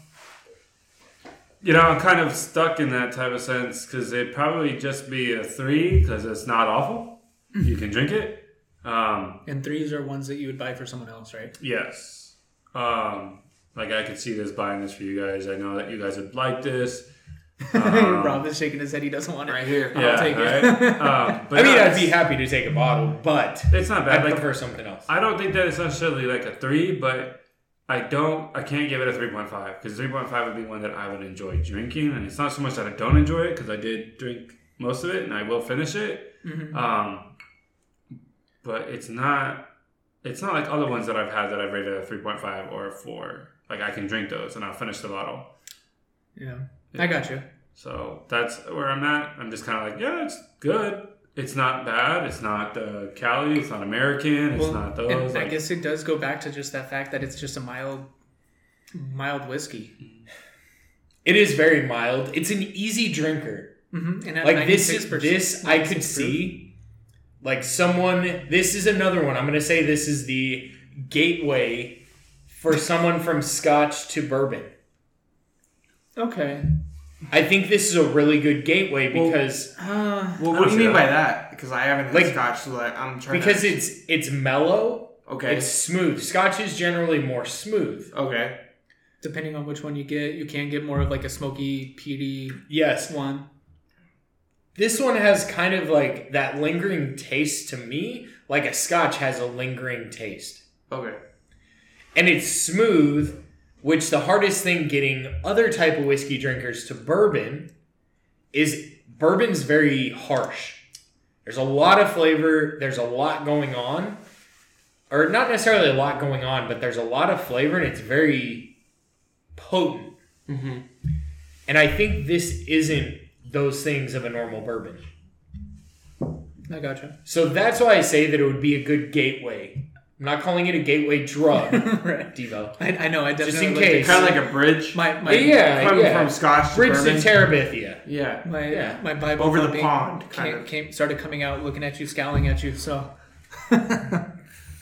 C: you know, I'm kind of stuck in that type of sense because it'd probably just be a three because it's not awful.
A: Mm-hmm.
C: You can drink it. Um,
B: and threes are ones that you would buy for someone else right
C: yes. Um, like I could see this buying this for you guys. I know that you guys would like this. Um,
B: rob is shaking his head he doesn't want it right here i'll
C: yeah,
B: take it
C: right? Um, but
A: i mean
C: no,
A: i'd be
C: it's-
A: happy to take a bottle but
C: It's not
A: i
C: bad. Like
A: prefer something else
C: I don't think that it's necessarily like a three, but I don't, I can't give it a 3.5 because 3.5 would be one that I would enjoy drinking. And it's not so much that I don't enjoy it because I did drink most of it and I will finish it.
B: Mhm.
C: Um, but it's not, it's not like other ones that I've had that I've rated a 3.5 or a four. Like I can drink those and I'll finish the bottle.
B: yeah i got you
C: So that's where I'm at. I'm just kind of like, yeah, it's good. It's not bad. It's not uh, Cali. It's not American. It's
B: Well, And
C: not those.
B: I
C: Like,
B: guess it does go back to just that fact that it's just a mild, mild whiskey,
A: it is very mild it's an easy drinker
B: hmm and at
A: like this is
B: 96%
A: this I could
B: 96 proof.
A: see like someone this is another one I'm gonna say this is the gateway for someone from scotch to bourbon
B: Okay.
A: I think this is a really good gateway because
B: Uh,
E: Well, what do you
C: Yeah.
E: mean by that? Because I haven't had
A: Like-
E: scotch, so like, I'm trying
A: because
E: to.
A: it's it's mellow
E: okay.
A: it's smooth scotch is generally more smooth
E: okay.
B: depending on which one you get, you can get more of like a smoky, peaty
A: yes
B: one.
A: this one has kind of like that lingering taste to me like a scotch has a lingering taste
E: Okay.
A: and it's smooth, which the hardest thing getting other type of whiskey drinkers to bourbon is bourbon's very harsh. There's a lot of flavor, there's a lot going on. Or not necessarily a lot going on, but there's a lot of flavor and it's very potent.
D: Mm-hmm.
A: And I think this isn't those things of a normal bourbon.
B: I gotcha.
A: So that's why I say that it would be a good gateway. I'm not calling it a gateway drug,
B: right.
A: Devo.
B: I, I know. I definitely
A: Just in
B: looked at-
A: case.
E: Kind of like a bridge.
B: my my
A: yeah,
E: from,
A: yeah.
E: from scotch to
A: Bridge to
E: bourbon.
A: Terabithia.
E: yeah.
B: my
A: Yeah.
B: my Bible
E: Over the
B: thumping
E: pond, kind
B: came,
E: of.
B: came started coming out, looking at you, scowling at you. So.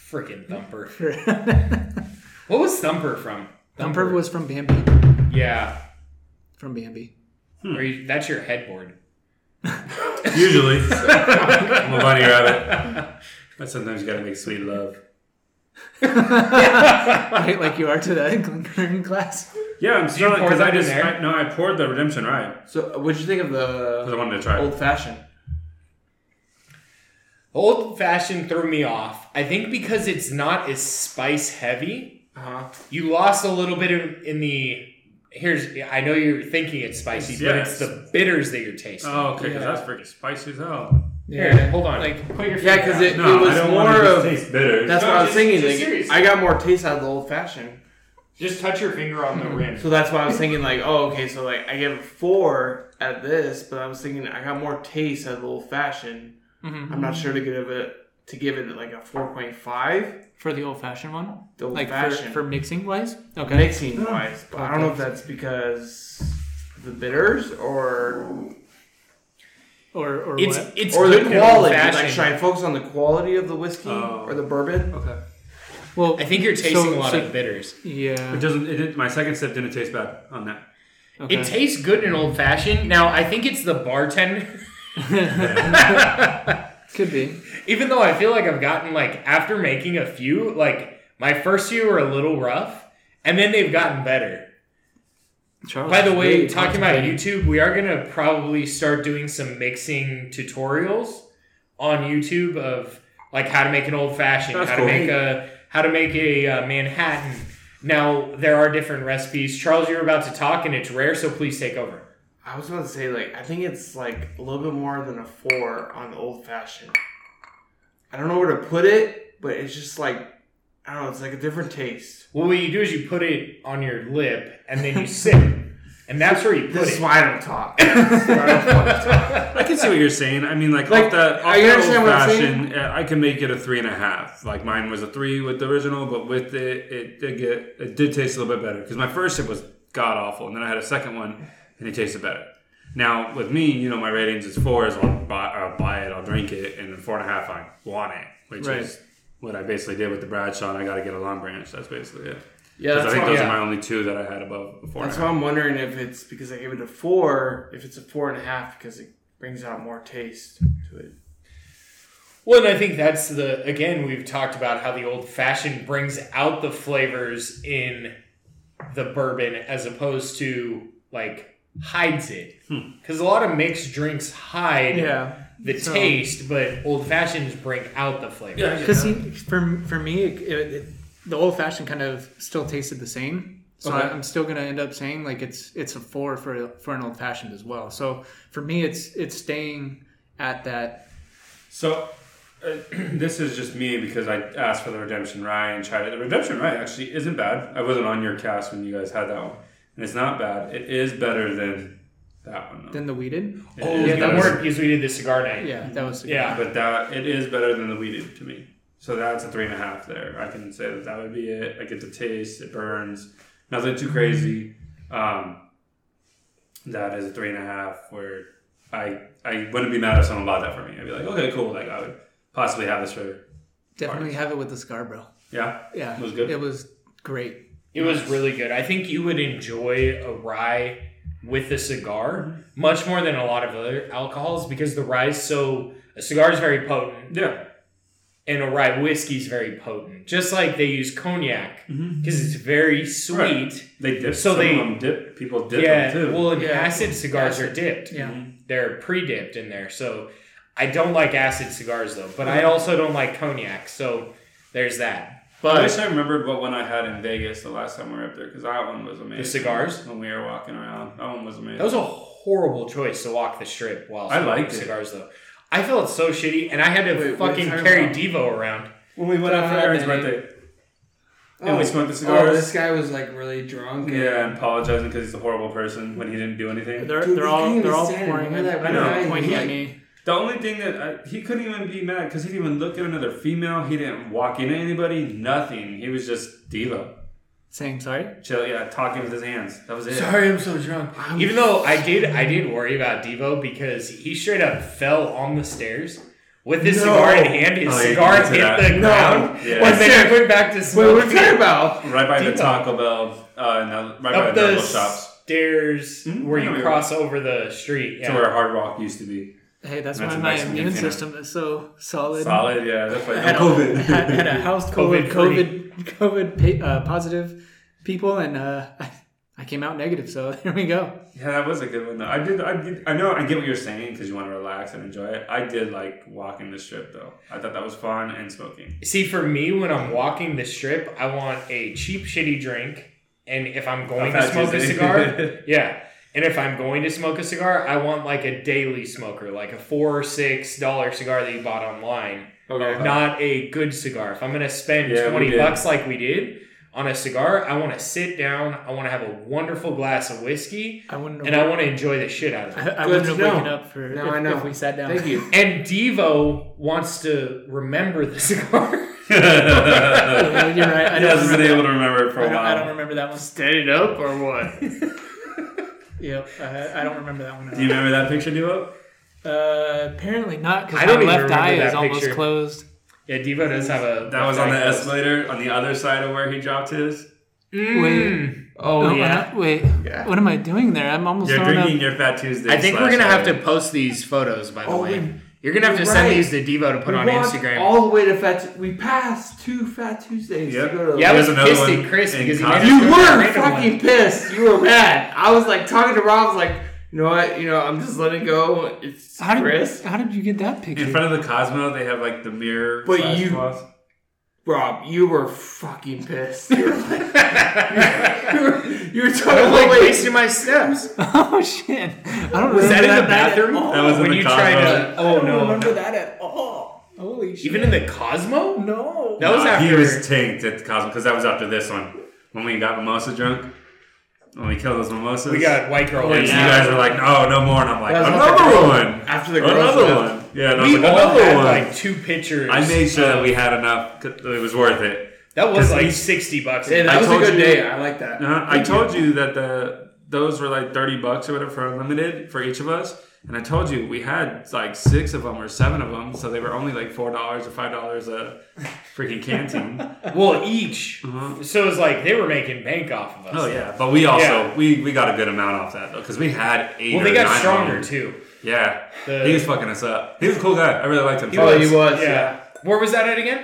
A: Freaking Thumper.
B: Thumper
A: What was Thumper from?
B: was from Bambi.
A: Yeah.
B: From Bambi.
A: Or you, that's your headboard.
C: Usually. I'm a bunny rabbit. But sometimes you gotta make sweet love.
B: Right, like you are to that Glencairn glass.
C: Yeah, I'm still
A: pour
C: because
A: that
C: I
A: in
C: just
A: there?
C: I, no, I poured the redemption right
E: So, what'd you think of
C: because I
E: the
C: wanted to try. it.
E: old fashioned?
A: Old fashioned threw me off. I think because it's not as spice heavy,
E: Uh huh.
A: you lost a little bit of, in the. Here's, I know you're thinking it's spicy, but it's
C: Yes.
A: the bitters that you're tasting.
C: Oh, okay, because
B: Yeah.
C: that's freaking spicy as hell.
A: Here, hold on.
B: Like
E: Yeah, because it,
C: No,
E: it
C: I
E: was
C: don't want
E: more
C: to
E: of.
C: taste bitter.
E: That's
C: That's
E: what I was
A: No, just-
E: thinking.
A: just
E: like,
A: serious.
E: I got more taste out of the old fashioned,
A: Just touch your finger on the rim.
E: so that's why I was thinking like, oh, okay, so like I give a four at this, but I was thinking I got more taste out of the old fashioned.
A: Mm-hmm.
E: I'm not sure to give it to give it like a four point five.
B: for the old fashioned one.
E: The old
B: like for,
E: fashioned
B: for mixing wise okay
E: mixing wise, but I don't know if that's because the bitters or
B: or or
A: It's
B: what?
A: it's
E: or the
A: good
E: quality.
A: Fashion.
E: Like, should I focus on the quality of the whiskey
C: Oh.
E: or the bourbon?
C: Okay.
B: Well,
A: I think you're tasting
B: So-
A: a lot
B: so-
A: of bitters.
C: It
B: yeah.
C: doesn't. It didn't, my second sip didn't taste bad on that.
B: Okay.
A: It tastes good in old fashioned. Now I think it's the bartender.
B: Could be.
A: Even though I feel like I've gotten like after making a few, like my first few were a little rough, and then they've gotten better.
B: Charles.
A: By the way,
B: really
A: talking about
B: constipated.
A: YouTube, we are gonna probably start doing some mixing tutorials on YouTube of like how to make an old fashioned,
C: That's
A: how
C: cool.
A: to make a how to make a uh, Manhattan. Now there are different recipes. Charles, you're about to talk, and it's rare, so please take over.
E: I was about to say like I think it's like a little bit more than a four on the old fashioned. I don't know where to put it, but it's just like I don't know. It's like a different taste.
A: Well, what you do is you put it on your lip and then you sip, and that's where you put
E: This
A: it.
E: is why I don't talk. This is why I don't want to talk.
C: I can see what you're saying. I mean, like,
E: Like,
C: off that, off
E: I
C: that
E: understand
C: old
E: what I'm
C: fashioned, uh, I can make it a three and a half. Like mine was a three with the original, but with it, it did get it did taste a little bit better because my first sip was god awful, and then I had a second one and it tasted better. Now with me, you know, my ratings is fours. I'll buy, I'll buy it, I'll drink it, and then four and a half, I want it, which
B: Right.
C: is what I basically did with the Bradshaw. And I got to get a long branch. That's basically it.
E: Yeah,
C: 'Cause I
E: that's,
C: think
E: why,
C: those
A: yeah.
C: are my only two that I had above the four and a
E: that's
C: half.
E: why I'm wondering if it's because I gave it a four. If it's a four and a half because it brings out more taste to it.
A: Well, and I think that's the again we've talked about how the old fashioned brings out the flavors in the bourbon as opposed to like hides it because a lot of mixed drinks hide
B: Yeah.
A: the
B: So-
A: taste, but old fashions bring out the flavor.
C: Yeah,
B: Because for for me, it, it, it, the old fashioned kind of still tasted the same. So
A: Okay.
B: I, I'm still gonna end up saying like it's it's a four for for an old fashioned as well. So for me, it's it's staying at that.
C: So, uh, this is just me because I asked for the Redemption Rye and tried it. The Redemption Rye actually isn't bad. I wasn't on your cast when you guys had that one, and it's not bad. It is better than that one. Though.
B: Then the weeded.
C: It
A: Oh,
C: is
A: yeah, that
C: better.
A: worked because we did the cigar night.
B: Yeah, that was
A: Yeah.
C: But that it is better than the weeded to me. So that's a three and a half there. I can say that that would be it. I get the taste. It burns. Nothing too crazy. Um, that is a three and a half. Where I I wouldn't be mad if someone bought that for me. I'd be like, okay, cool. Like I would possibly have this for
B: Definitely have it with the Scarborough.
C: yeah.
B: Yeah,
C: It was good?
B: It was great.
A: It was really good. I think you would enjoy a rye with a cigar much more than a lot of other alcohols because the rye is so a cigar is very potent
C: Yeah.
A: and a rye whiskey is very potent. Just like they use cognac because
C: Mhm.
A: it's very sweet.
C: They dip.
A: So
C: some
A: they-
C: of them dip. People dip
A: Yeah,
C: them too.
A: well, and
B: Yeah.
A: acid cigars are dipped.
B: Yeah.
A: They're pre-dipped in there, so I don't like acid cigars though. But I also don't like cognac, so there's that.
C: I wish
A: But
C: I remembered what one I had in Vegas the last time we were up there because that one was amazing.
A: cigars?
C: when we were walking around, that one was amazing.
A: that was a horrible choice to walk the strip while
C: I liked it.
A: cigars though. I felt so shitty, and I had to
E: Wait, what are you
A: fucking
E: talking
A: carry
E: about?
A: Devo around.
C: when we went out for
D: Uh,
C: Aaron's
D: Benny.
C: birthday. And we smoked the
E: Oh, this
C: cigars.
E: guy was like really drunk. and-
C: yeah, and apologizing because he's a horrible person when he didn't do anything.
B: They're
E: Dude,
B: they're
E: we
B: all
E: can't
B: they're all
E: understand it.
B: pouring.
E: Remember
B: at-
E: that
C: one
B: they're
E: guy?
B: pointing
E: He's
B: at
E: like-
B: me.
C: The only thing that I, he couldn't even be mad because he didn't even look at another female. He didn't walk into anybody. Nothing. He was just diva,
B: Saying sorry.
C: chill, yeah, talking with his hands. That was it.
A: I'm so drunk. Even though I did, I did worry about Devo because he straight up fell on the stairs with his
E: No.
A: cigar in hand. His
C: Oh, yeah,
A: cigar
C: you can
A: hit
C: see that.
A: the
C: No.
A: ground,
C: Yeah.
A: and then he went back to
E: Wait, what are
A: smoking.
E: you talking about?
C: Right by
A: Devo.
C: the Taco Bell, uh, no, right by
A: up
C: the
A: the
C: Noble shops.
A: stairs
C: Mhm.
E: Hmm?
A: where
C: Yeah,
A: you
C: we
A: cross over the street.
C: to
A: Yeah.
C: where Hard Rock used to be.
B: Hey, that's,
C: That's
B: why
C: a
B: my
C: nice
B: immune
C: container.
B: system is so solid.
C: Solid, yeah. That's why
B: had, A, had, had a house full of
A: COVID-free.
B: COVID COVID pa- uh, positive people, and uh, I, I came out negative. So there we go.
C: yeah, that was a good one. Though. I did. I did. I know. I get what you're saying because you want to relax and enjoy it. I did like walking the strip though. I thought that was fun and smoking.
A: See, for me, when I'm walking the strip, I want a cheap, shitty drink, and if I'm going to
C: Fat
A: smoke a
C: Tuesday.
A: cigar, yeah. And if I'm going to smoke a cigar, I want like a daily smoker, like a four or six dollar cigar that you bought online.
E: Okay.
A: not a good cigar. If I'm gonna spend
C: Uh-huh. Yeah, we
A: twenty
C: did.
A: bucks like we did on a cigar, I want to sit down. I want to have a wonderful glass of whiskey,
B: I wouldn't. Have,
A: and I want to enjoy the shit out of it.
B: I, I
E: Good
B: wouldn't
E: to
B: have
E: know.
B: woken up for
E: Now
B: if,
E: I know.
B: if we sat down.
E: Thank you.
A: And Devo wants to remember the cigar.
C: yeah,
B: Yeah, You're right. I
C: I
B: don't,
C: wasn't
B: remember,
C: able to remember it for
B: I
C: a
B: don't,
C: while.
B: I don't remember that one.
E: Stand it up or what?
B: Yep, I, I don't remember that one.
C: Do you remember that picture, Duo?
B: Uh, apparently not
A: I
B: because
A: don't
B: my
A: even
B: left
A: remember
B: eye is
A: that
B: almost
A: picture.
B: closed.
A: Yeah, Devo does have a.
C: That was on the escalator on the other side of where he dropped his.
A: Mm. Oh,
B: I'm
A: yeah.
B: not- wait,
E: Yeah.
B: what am I doing there? I'm almost
C: You're
B: throwing up.
C: drinking your Fat Tuesday.
A: I think we're
C: slash
A: gonna have
C: lager.
A: to post these photos. By the
D: Oh,
A: way,
D: we-
A: you're gonna have to
D: you're
A: send
D: right.
A: these to Devo to put
D: we
A: on
D: walked
A: Instagram.
D: all the way to Fat. We passed two Fat Tuesdays
C: Yep.
D: to go to.
A: yeah, I was
C: There's another
A: pissed
C: one
A: at Chris
C: in
A: because he made
C: Costco.
A: us
D: You
A: go to a
D: were
A: random one.
D: fucking pissed. You were mad. I was like talking to Rob. I was like, you know what? You know, I'm just letting go. It's
B: How did,
D: Chris.
B: how did you get that picture?
C: in front of the Cosmo. They have like the mirror.
D: But
C: slash
D: you-
C: glass.
D: Rob, you were fucking pissed. You were, you were, you were talking
A: like
D: like
A: wasting my steps.
B: oh shit! I don't
A: Was
B: remember
A: that in the
B: that.
A: bathroom?
C: That was in
A: when
C: the
A: you tried
C: Cosmo.
A: to. Oh
D: I don't
A: no,
D: remember
A: no.
D: that at all. Holy shit.
A: even in the Cosmo.
D: no.
A: That was
C: Nah,
A: after.
C: he was tanked at the Cosmo because that was after this one when we got mimosa drunk. When we killed those mimosas,
A: we got white girl.
C: And
A: Ladies.
C: you guys are like, "Oh, no, no more. And I'm like,
D: That was
C: another one,
D: After the girls
C: another
D: left.
C: one. Yeah, and I was
A: We
C: like,
A: all had
C: another one.
A: like two pictures.
C: I made sure that we had enough. 'cause It was worth it.
A: that was
C: 'cause
A: like
C: we-
A: sixty bucks.
D: Yeah, that
C: I
D: was a
C: told
D: good
C: you-
D: day. I like that.
C: Uh, I told you that the those were like thirty bucks or whatever for unlimited for each of us. And I told you we had like six of them or seven of them, so they were only like four dollars or five dollars a freaking canteen.
A: well, each.
C: Uh-huh.
A: So it was like they were making bank off of us.
C: oh yeah, but we also
A: Yeah.
C: we, we got a good amount off that though because we had eight.
A: Well, they
C: or
A: got
C: nine
A: stronger
C: of them.
A: too.
C: Yeah,
A: The-
C: he was fucking us up. He was a cool guy. I really liked him.
D: Oh, he was. Yeah.
A: Yeah. Where was that at again?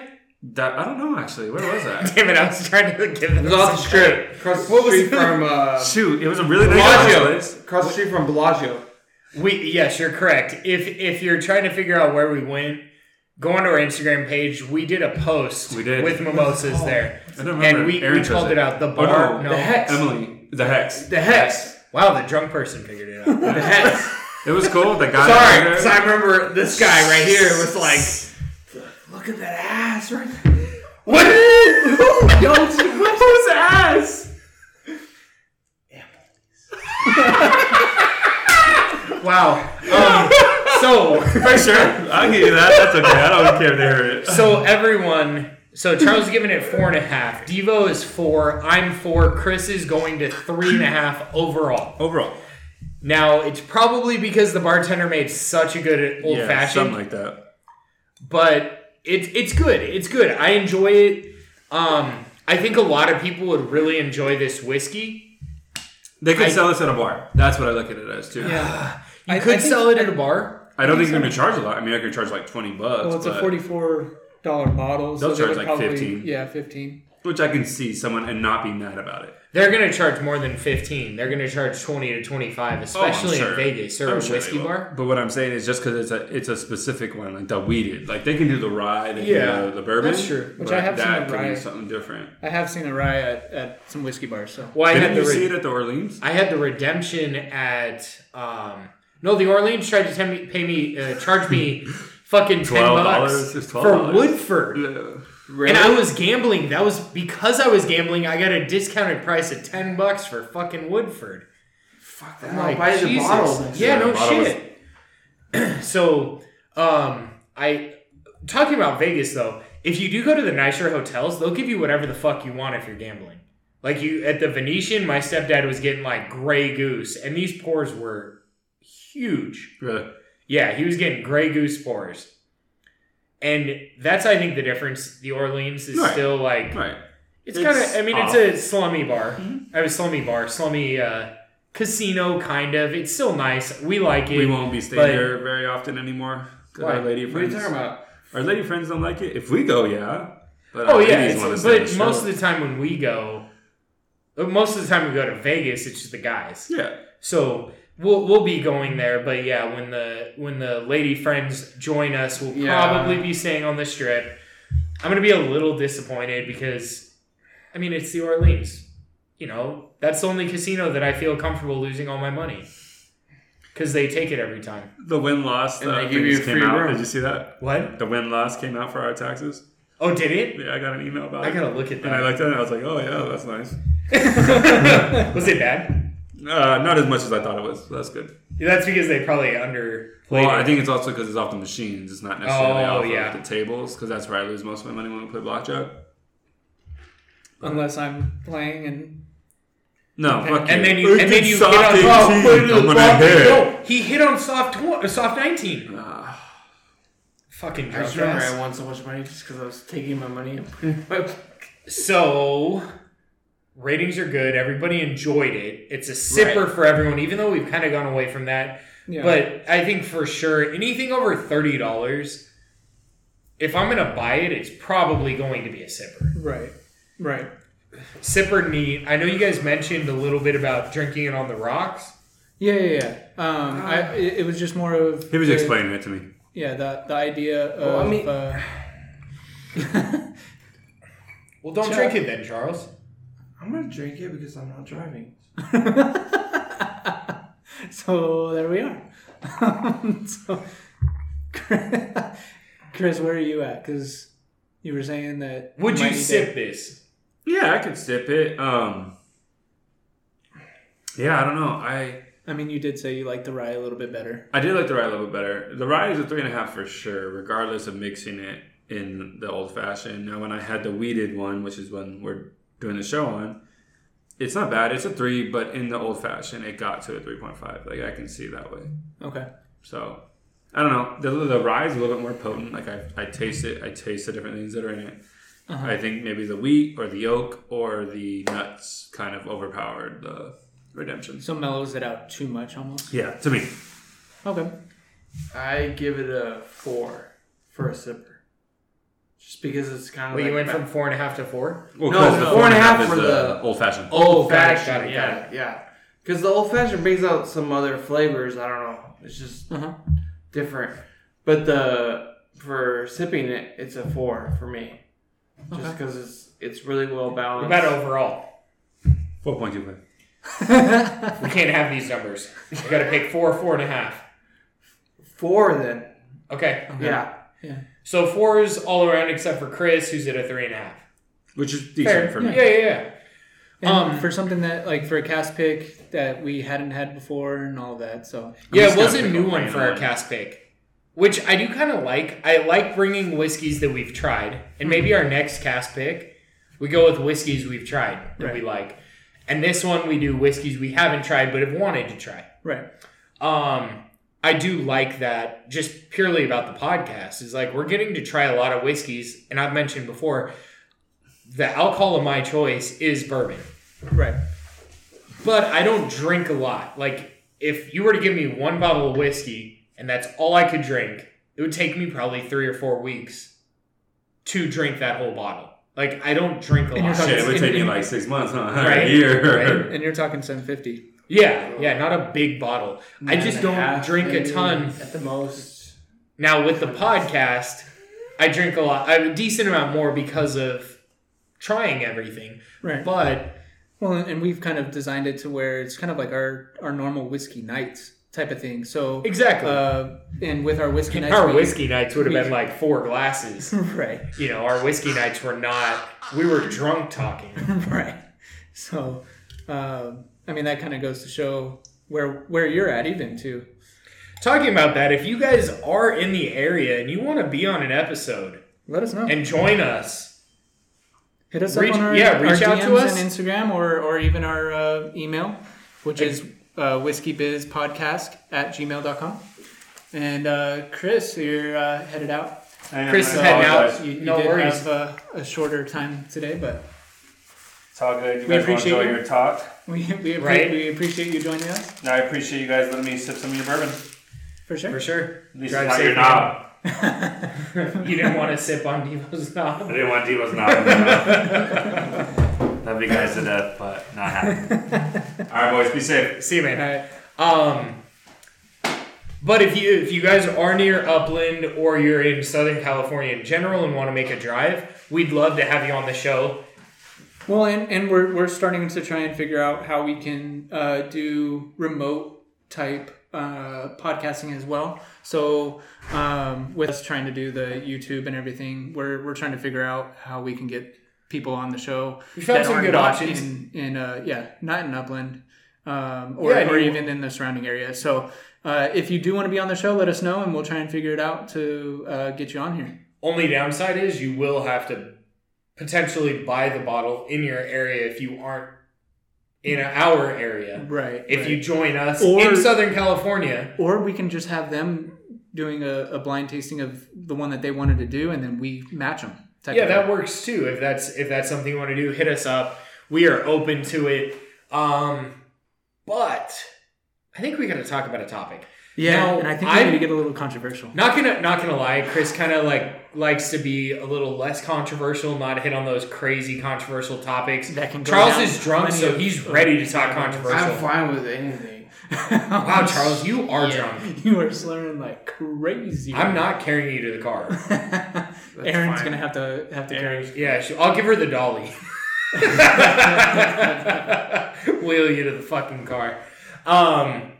C: That- I don't know actually. Where was that?
A: Damn it! I was trying to give them.
D: It was off the
A: some
D: strip. Across the
A: What was
D: street
A: it?
D: from uh,
C: Shoot, it was a really nice
D: Bellagio.
C: place.
D: Across the street from Bellagio.
A: We yes, you're correct. If if you're trying to figure out where we went, go onto our Instagram page. We did Oh. a post
C: We did.
A: with mimosas there,
C: I don't remember.
A: and we,
C: Aaron
A: we
C: chose
A: called it. out. The
C: Oh,
A: bar, no,
D: The Hex.
C: Emily, the hex.
D: The Hex.
A: Wow, the drunk person figured it out.
D: The Hex.
C: It was cool. The guy.
D: Sorry,
C: there-
D: because I remember this guy right here was like, "Look at that ass right there."
A: what?
D: Yo, dude, what?
C: Whose ass?
A: Wow. Um, so
C: For sure. I'll give you that. That's okay. I don't care if they heard it.
A: so everyone. So Charles is giving it four and a half. Devo is four. I'm four. Chris is going to three and a half overall.
C: Overall.
A: Now it's probably because the bartender made such a good old fashioned.
C: Something like that.
A: but it's it's good. It's good. I enjoy it. Um, I think a lot of people would really enjoy this whiskey.
C: They could
A: I-
C: sell this at a bar. That's what I look at it as, too.
B: Yeah,
A: You
B: I-
A: could
B: I think-
A: sell it at a bar.
C: I don't think they're going to charge a lot. I mean, I could charge like 20 bucks.
B: well, it's a
C: but-
B: forty-four dollar bottle. So
C: They'll
B: they
C: charge
B: would
C: like
B: probably,
C: 15.
B: Yeah, fifteen.
C: Which I can see someone and not be mad about it.
A: They're gonna charge more than fifteen. They're gonna charge twenty to twenty five, especially
C: Oh, sure.
A: in Vegas or
C: I'm
A: a
C: sure they
A: whiskey
C: will.
A: bar.
C: But what I'm saying is just because it's a it's a specific one, like the weeded. Like they can do the rye, they
A: Yeah,
C: can do the, the bourbon.
B: that's true. Which
C: but
B: I have seen
C: that
B: the
C: could
B: rye.
C: be something different.
B: I have seen a rye at, at some whiskey bars. So
A: Well, I
C: Didn't
A: had
C: you
A: the
C: see
A: re-
C: it at the Orleans?
A: I had the redemption at um, no, the Orleans tried to tem- pay me uh, charge me fucking ten
C: $12?
A: bucks
C: It's
A: for
C: $12.
A: Woodford.
D: Really?
A: And I was gambling. That was because I was gambling. I got a discounted price of ten bucks for fucking Woodford.
D: Fuck
A: I'm
D: that.
A: like,
D: buy the
A: Jesus.
D: bottle.
A: Yeah,
C: The
A: no
C: bottle was-
A: shit. so, um, I talking about Vegas though. If you do go to the nicer hotels, they'll give you whatever the fuck you want if you're gambling. Like you at the Venetian, my stepdad was getting like Grey Goose, and these pours were huge.
C: Really?
A: Yeah, he was getting Grey Goose pours, and that's I think the difference. The Orleans is
C: Right.
A: still like
C: Right.
A: it's,
C: It's
A: kind of. I mean,
C: off.
A: it's a slummy bar. I was slummy bar, slummy uh, casino kind of. It's still nice. We like it.
C: We won't be staying
A: but-
C: there very often anymore. 'cause
A: Why?
C: Our lady
D: What are you
C: friends.
D: talking about?
C: Our lady friends don't like it. If we go, yeah. But
A: Oh
C: our
A: yeah,
C: ladies
A: it's-
C: wanna stay in
A: but
C: the
A: most
C: show.
A: of the time when we go, uh, most of the time we go to Vegas, it's just the guys.
C: yeah,
A: So we'll we'll be going there. But yeah, when the when the lady friends join us, we'll
D: Yeah.
A: probably be staying on the strip. I'm gonna be a little disappointed because, I mean, it's the Orleans. You know, that's the only casino that I feel comfortable losing all my money. Because they take it every time.
C: the win loss.
D: And
C: uh,
D: they give
C: thing
D: you
C: just
D: a
C: came
D: free
C: out.
D: room.
C: Did you see that?
A: What?
C: The win loss came out for our taxes.
A: Oh, did it?
C: Yeah, I got an email about
A: I
C: it.
A: gotta look at
C: and I
A: that.
C: looked at it. and I was like, oh yeah, that's nice.
A: Was it bad?
C: Uh, not as much as I thought it was. So that's good.
A: That's because they probably underplayed.
C: Well,
A: it.
C: I think it's also because it's off the machines. It's not necessarily
A: Oh,
C: off of
A: yeah.
C: the tables because that's where I lose most of my money when we play blackjack.
B: unless I'm playing and
C: No, fuck
A: And
C: you.
A: then you, and then you hit on
C: soft
A: oh,
C: 18.
A: wait, no,
C: I'm gonna hit.
A: no, he hit on soft tw- soft nineteen. Fucking
E: I just
A: drunk
E: remember
A: ass.
E: I won so much money just because I was taking my money and putting it in my
A: So ratings are good. Everybody enjoyed it. It's a sipper for everyone, even though we've kind of gone away from that.
B: Yeah.
A: But I think for sure anything over thirty dollars, if I'm gonna buy it, it's probably going to be a sipper.
B: Right. Right.
A: Sipper neat. I know you guys mentioned a little bit about drinking it on the rocks.
B: Yeah, yeah, yeah. Um,
A: Ah.
B: I, it, it was just more of
C: he was
B: the-
C: explaining it to me.
B: Yeah, the the idea of.
E: I mean-
B: uh,
A: Well, don't
B: Chuck.
A: drink it then, Charles.
E: I'm gonna drink it because I'm not driving.
B: uh, so there we are. so, Chris, where are you at? Because you were saying that.
A: Would you
B: might need to-
A: sip this?
C: Yeah, I could sip it. Um, yeah, I don't know. I
B: I mean, you did say you liked the rye a little bit better.
C: I did like the rye a little bit better. The rye is a three and a half for sure, regardless of mixing it in the old fashioned. Now, when I had the weeded one, which is when we're doing the show on, it's not bad. It's a three, but in the old fashioned, it got to a three point five. Like I can see that way.
B: Okay.
C: So I don't know. The, the rye is a little bit more potent. Like I, I taste it. I taste the different things that are in it.
B: Uh-huh.
C: I think maybe the wheat or the oak or the nuts kind of overpowered the redemption.
B: So mellows it out too much almost.
C: Yeah, to me.
B: Okay.
E: I give it a four for a sipper, just because it's kind of.
A: Well, you
E: like
A: went from four and a half to four. Oh,
C: Well,
E: No,
C: close
E: no,
C: to
E: four and a half
C: is
E: for the-
C: old fashioned.
B: Oh,
A: Got
E: old
A: it, got it,
E: fashioned.
A: got
E: Yeah, yeah. Because the old fashioned brings out some other flavors. I don't know. It's just
B: Uh-huh.
E: different. But the for sipping it, it's a four for me, just because it's it's really well
A: What
E: balanced.
A: about overall?
C: Four point two five.
A: We can't have these numbers. You got to pick four, four and a half.
E: four then.
A: Okay.
E: Yeah.
A: So four is all around except for Chris, who's at a three and a half.
C: Which is
A: Fair.
C: decent for
A: Yeah,
C: me.
A: yeah, yeah.
B: And
A: Um,
B: for something that like for a cast pick that we hadn't had before and all that. So
A: Yeah,
C: just
A: it was
C: gonna
A: a
C: pick
A: new
C: a
A: one for our
C: random.
A: cast pick, which I do kind of like. I like bringing whiskeys that we've tried, and maybe our next cast pick, we go with whiskeys we've tried that we like, and this one we do whiskeys we haven't tried but have wanted to try.
B: right.
A: um I do like that just purely about the podcast is like we're getting to try a lot of whiskeys and I've mentioned before the alcohol of my choice is bourbon.
B: Right.
A: But I don't drink a lot. Like if you were to give me one bottle of whiskey and that's all I could drink, it would take me probably 3 or 4 weeks to drink that whole bottle. Like I don't drink a
B: And you're
A: lot.
C: Shit, it would
B: And-
C: take me
B: and-
C: like six months, huh?
A: Right,
C: a year.
A: right.
B: And you're talking 750.
A: Yeah, yeah, not a big bottle. I
E: Nine
A: just
E: and a
A: don't
E: half,
A: drink a
E: maybe,
A: ton
E: at the most.
A: Now with the podcast, I drink a lot. I have a decent amount more because of trying everything.
B: Right.
A: But
B: Well, and and we've kind of designed it to where it's kind of like our our normal whiskey nights type of thing. So
A: exactly.
B: Uh, and with our whiskey nights,
A: our
B: we-
A: whiskey nights would have been
B: we-
A: like four glasses.
B: right,
A: You know, our whiskey nights were not. We were drunk talking.
B: right. So, um, I mean, that kind of goes to show where where you're at, even too.
A: Talking about that, if you guys are in the area and you want to be on an episode
B: Let us know.
A: and join us,
B: Hit us
A: reach-
B: up on our,
A: yeah,
B: our
A: reach out
B: DMs
A: to us.
B: on Instagram or or even our uh, email, which is uh, whiskeybizpodcast at gmail.com. And uh, Chris, you're uh, headed out.
A: Chris is heading out. You,
B: You
A: no
B: did
A: worries.
B: have uh, a shorter time today, but
C: It's all good. You
B: We guys wanna appreciate enjoy you.
C: your talk.
B: we, we, appre-
A: Right.
B: we appreciate you joining us
C: I appreciate you guys letting me sip some of your bourbon.
B: for sure.
A: for sure.
C: At least
A: Drive
C: it's not your
A: safe,
C: knob.
A: You didn't want to sip on Devo's
C: I
A: knob.
C: didn't want Devo's knob. in there. Love you guys to death, but not happening. All right, boys, be safe.
A: See you, man.
B: All right.
A: Um, but if you if you guys are near Upland or you're in Southern California in general and want to make a drive, we'd love to have you on the show.
B: Well, and, and we're, we're starting to try and figure out how we can uh, do remote type uh, podcasting as well. So, um, with us trying to do the YouTube and everything, we're, we're trying to figure out how we can get people on the show.
A: We found
B: that
A: some
B: are
A: good
B: not
A: options.
B: In, in uh, yeah, not in Upland. Um, or,
A: Yeah, and
B: or
A: you-
B: even in the surrounding area. So, uh, if you do want to be on the show, let us know and we'll try and figure it out to uh, get you on here.
A: Only downside is you will have to potentially buy the bottle in your area if you aren't in our area.
B: Right.
A: If
B: right.
A: you join us
B: Or-
A: in Southern California,
B: or we can just have them doing a, a blind tasting of the one that they wanted to do, and then we match them.
A: yeah, that works too. If that's if that's something you want to do, hit us up. We are open to it. Um, but I think we got to talk about a topic.
B: yeah.
A: Now,
B: and I think we
A: I'm-
B: need to get a little controversial.
A: Not gonna not gonna lie, Chris kind of like likes to be a little less controversial, not hit on those crazy controversial topics.
B: That can go
A: Charles
B: down
A: is drunk,
B: plenty
A: so
B: of-
A: he's ready to talk
E: I'm
A: controversial.
E: fine with anything.
A: Wow, Charles, you are drunk.
B: you are slurring like crazy.
A: I'm not carrying you to the car.
B: Aaron's
E: fine.
B: gonna have to have to carry.
A: Yeah, she, I'll give her the dolly. Wheel you to the fucking car. Um,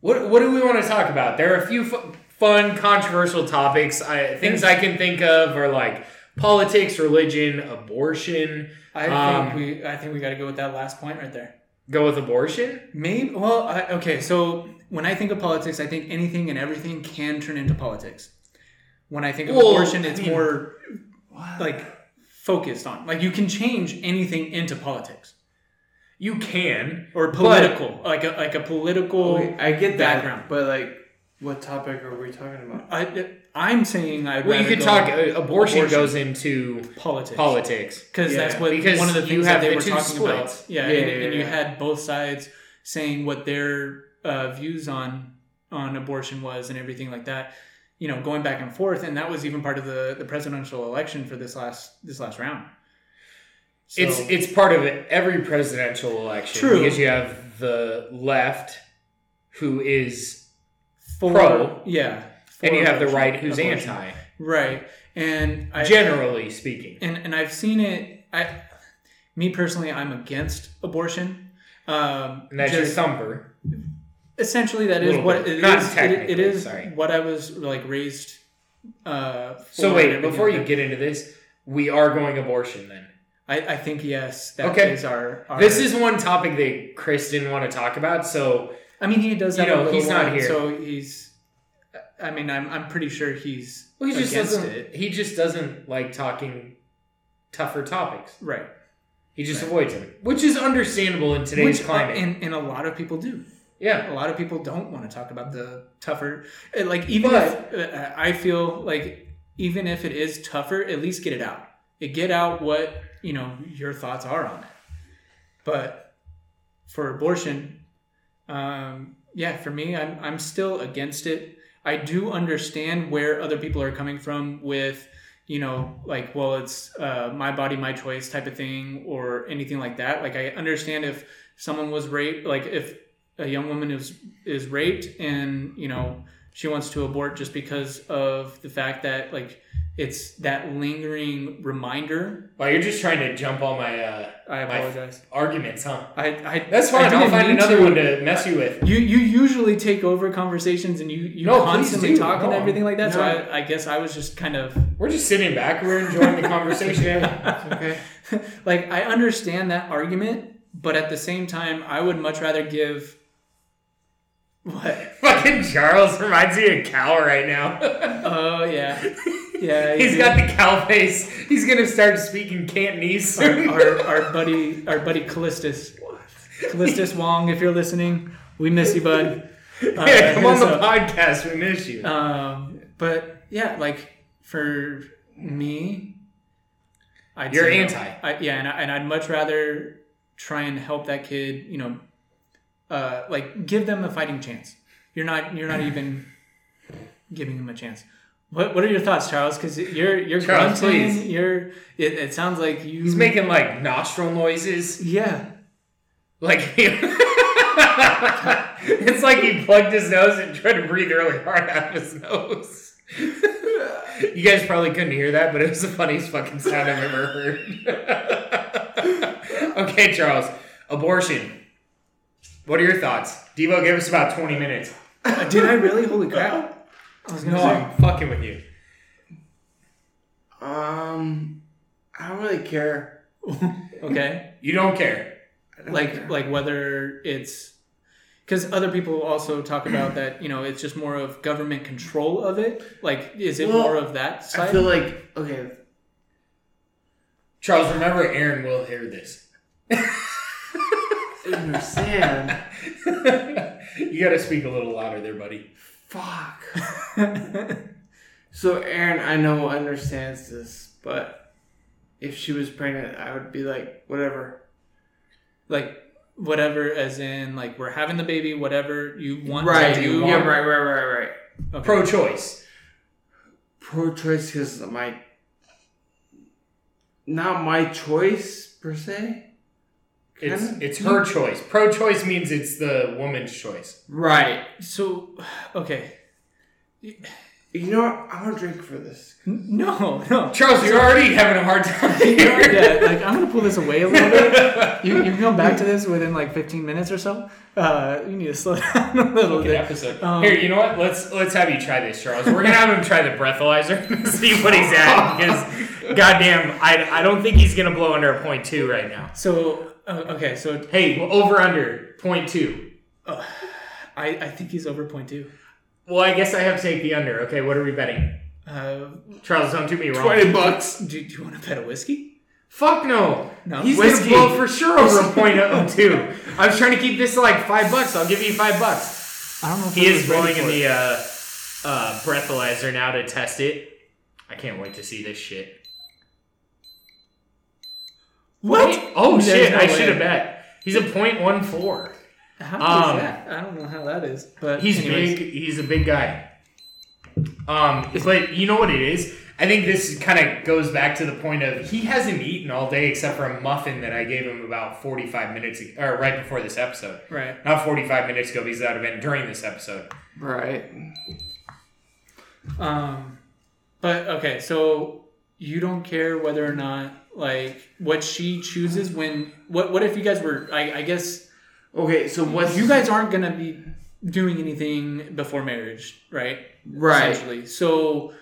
A: what what do we want to talk about? There are a few fu- fun, controversial topics. I, things I can think of are like politics, religion, abortion.
B: I think
A: Um,
B: we I think we got to go with that last point right there.
A: Go with abortion.
B: Maybe. Well, I, okay. So when I think of politics, I think anything and everything can turn into politics. When I think of
A: Well,
B: abortion,
A: I
B: it's
A: mean-
B: more like focused on. Like you can change anything into politics
A: You can.
B: or political, like a like a
A: Oh,
B: political.
E: Okay, I get that,
B: Background.
E: but like, what topic are we talking about?
B: I, I'm saying I.
A: Well, you could talk. uh, Abortion,
B: abortion.
A: goes into
B: politics.
A: politics.
B: because
E: Yeah,
B: that's what
A: because
B: one of the
A: you
B: things that
A: have
B: they
A: the
B: were
A: two
B: talking about.
A: splits.
B: Yeah,
E: Yeah,
B: and,
E: yeah,
B: and you
E: yeah.
B: had both sides saying what their uh, views on on abortion was and everything like that. You know, going back and forth, and that was even part of the, the presidential election for this last this last round. So,
A: It's it's part of every presidential election
B: True.
A: because you have the left, who is
B: for,
A: pro,
B: yeah,
A: and
B: for
A: you have the
B: abortion-
A: right who's
B: abortion.
A: anti.
B: right, and I,
A: Generally speaking,
B: and and I've seen it. I, me personally, I'm against abortion. Um,
A: and that's
B: just-
A: your thumper.
B: essentially that is
A: Little
B: what
A: bit.
B: it
A: Not
B: is. It, it
A: technically,
B: is
A: sorry.
B: what I was like raised. Uh, for
A: So
B: and
A: wait,
B: everything
A: before
B: like
A: you
B: that.
A: get into this, we are going abortion. Then
B: I, I think yes, that is
A: Okay.
B: our, our.
A: this is one topic that Chris didn't want to talk about. So
B: I mean, he does
A: you
B: have
A: know,
B: a little
A: he's not
B: one,
A: here.
B: so he's. I mean, I'm I'm pretty sure he's
A: he just
B: against
A: doesn't.
B: it.
A: He just doesn't like talking tougher topics.
B: Right.
A: He just
B: Right.
A: avoids them, which is understandable in today's
B: Which- uh,
A: climate.
B: and and a lot of people do.
A: yeah.
B: a lot of people don't want to talk about the tougher and, like even
A: But-
B: if uh, i feel like even if it is tougher at least get it out it get out what you know your thoughts are on it but for abortion um, yeah for me I'm, I'm still against it i do understand where other people are coming from with you know like well it's uh, my body my choice type of thing or anything like that like i understand if someone was raped like if a young woman is is raped and you know she wants to abort just because of the fact that like it's that lingering reminder
A: Well, you're just trying to jump all my uh,
B: i apologize
A: arguments, huh?
B: i, I
A: That's
B: I
A: fine.
B: didn't
A: I'll find
B: mean
A: another
B: to.
A: one to mess you with.
B: you you usually take over conversations and you you
A: No, please
B: constantly
A: do.
B: talk and
A: No.
B: everything like that so
E: No.
B: I, I guess i was just kind of
A: We're just sitting back. We're enjoying the conversation.
E: Okay.
B: like I understand that argument, but at the same time, I would much rather give what?
A: Fucking Charles reminds me of Cal right now.
B: Oh yeah, yeah.
A: He's
B: you-
A: got the Cal face. He's gonna start speaking Cantonese soon.
B: our, our buddy our buddy Callistus. Callistus Wong, if you're listening, we miss you, bud. Uh,
A: yeah, come on
B: hit us
A: the
B: up.
A: podcast. We miss you.
B: Um, but yeah, like for me, I'd
A: You're
B: say no.
A: anti.
B: I, yeah, and, I, and I'd much rather try and help that kid. You know, uh, like give them a fighting chance. You're not. You're not even giving them a chance. What What are your thoughts, Charles? Because you're you're
A: Charles,
B: grunting.
A: please.
B: You're. It, it sounds like you.
A: He's making like nostril noises.
B: Yeah.
A: Like he- it's like he plugged his nose and tried to breathe really hard out of his nose. you guys probably couldn't hear that, but it was the funniest fucking sound I've ever heard. okay, Charles, abortion. What are your thoughts? Devo, give us about twenty minutes.
B: Did I really? Holy crap! I was gonna
A: No,
B: say.
A: I'm fucking with you.
E: Um, I don't really care.
B: Okay.
A: You don't care.
E: I don't
B: Like
E: care.
B: like whether it's because other people also talk about that you know it's just more of government control of it. Like, is it
E: Well,
B: more of that side?
E: I feel like okay.
A: Charles, remember Aaron will hear this.
E: understand.
A: you got to speak a little louder there, buddy.
E: Fuck. So Aaron, I know understands this, but if she was pregnant, I would be like, whatever.
B: like whatever, as in like we're having the baby, whatever you want to
E: Right.
B: do.
E: Yeah. Right. Right. Right. Right.
B: Okay.
A: Pro-choice.
E: Pro-choice because my, not my choice per se.
A: It's
E: Kinda.
A: it's her choice. Pro-choice means it's the woman's choice.
E: Right.
B: So, okay.
E: You know what? I'm gonna drink for this.
B: N- No, no.
A: Charles, you're already having a hard time. here.
B: yeah, like I'm gonna pull this away a little bit. You, you can come back to this within like 15 minutes or so. Uh, you need to slow down a little
A: Good
B: bit.
A: episode.
B: Um,
A: Here, you know what? Let's let's have you try this, Charles. We're gonna have him try the breathalyzer and see what he's at because, goddamn, I, I don't think he's gonna blow under a point two right now.
B: So, uh, okay, so
A: Hey, well, over under point two.
B: I, I think he's over point two.
A: Well, I guess I have to take the under. Okay, what are we betting?
B: Uh,
A: Charles, don't do me wrong.
E: bucks.
B: do, do you want to bet a whiskey?
A: Fuck no.
B: No.
A: He's
B: Whiskey.
A: gonna blow for sure over a point oh two. I was trying to keep this to like five bucks. I'll give you five bucks.
B: I don't know. If
A: He is blowing
B: in
A: in the uh, uh, breathalyzer now to test it. I can't wait to see this shit.
B: what?
A: Oh
B: There's
A: shit!
B: no
A: I
B: way.
A: should have bet. He's a point one four.
B: How is
A: Um,
B: that? I don't know how that is, but
A: He's
B: anyways.
A: big. He's a big guy. Um, but you know what it is. I think this kind of goes back to the point of he hasn't eaten all day except for a muffin that I gave him about forty five minutes ag- or right before this episode.
B: Right.
A: Not forty five minutes ago because that would have been during this episode.
E: Right.
B: Um, but okay, so you don't care whether or not like what she chooses when what what if you guys were I, I guess
E: Okay. So what's
B: you guys aren't gonna be doing anything before marriage, right?
E: right?
B: Essentially. So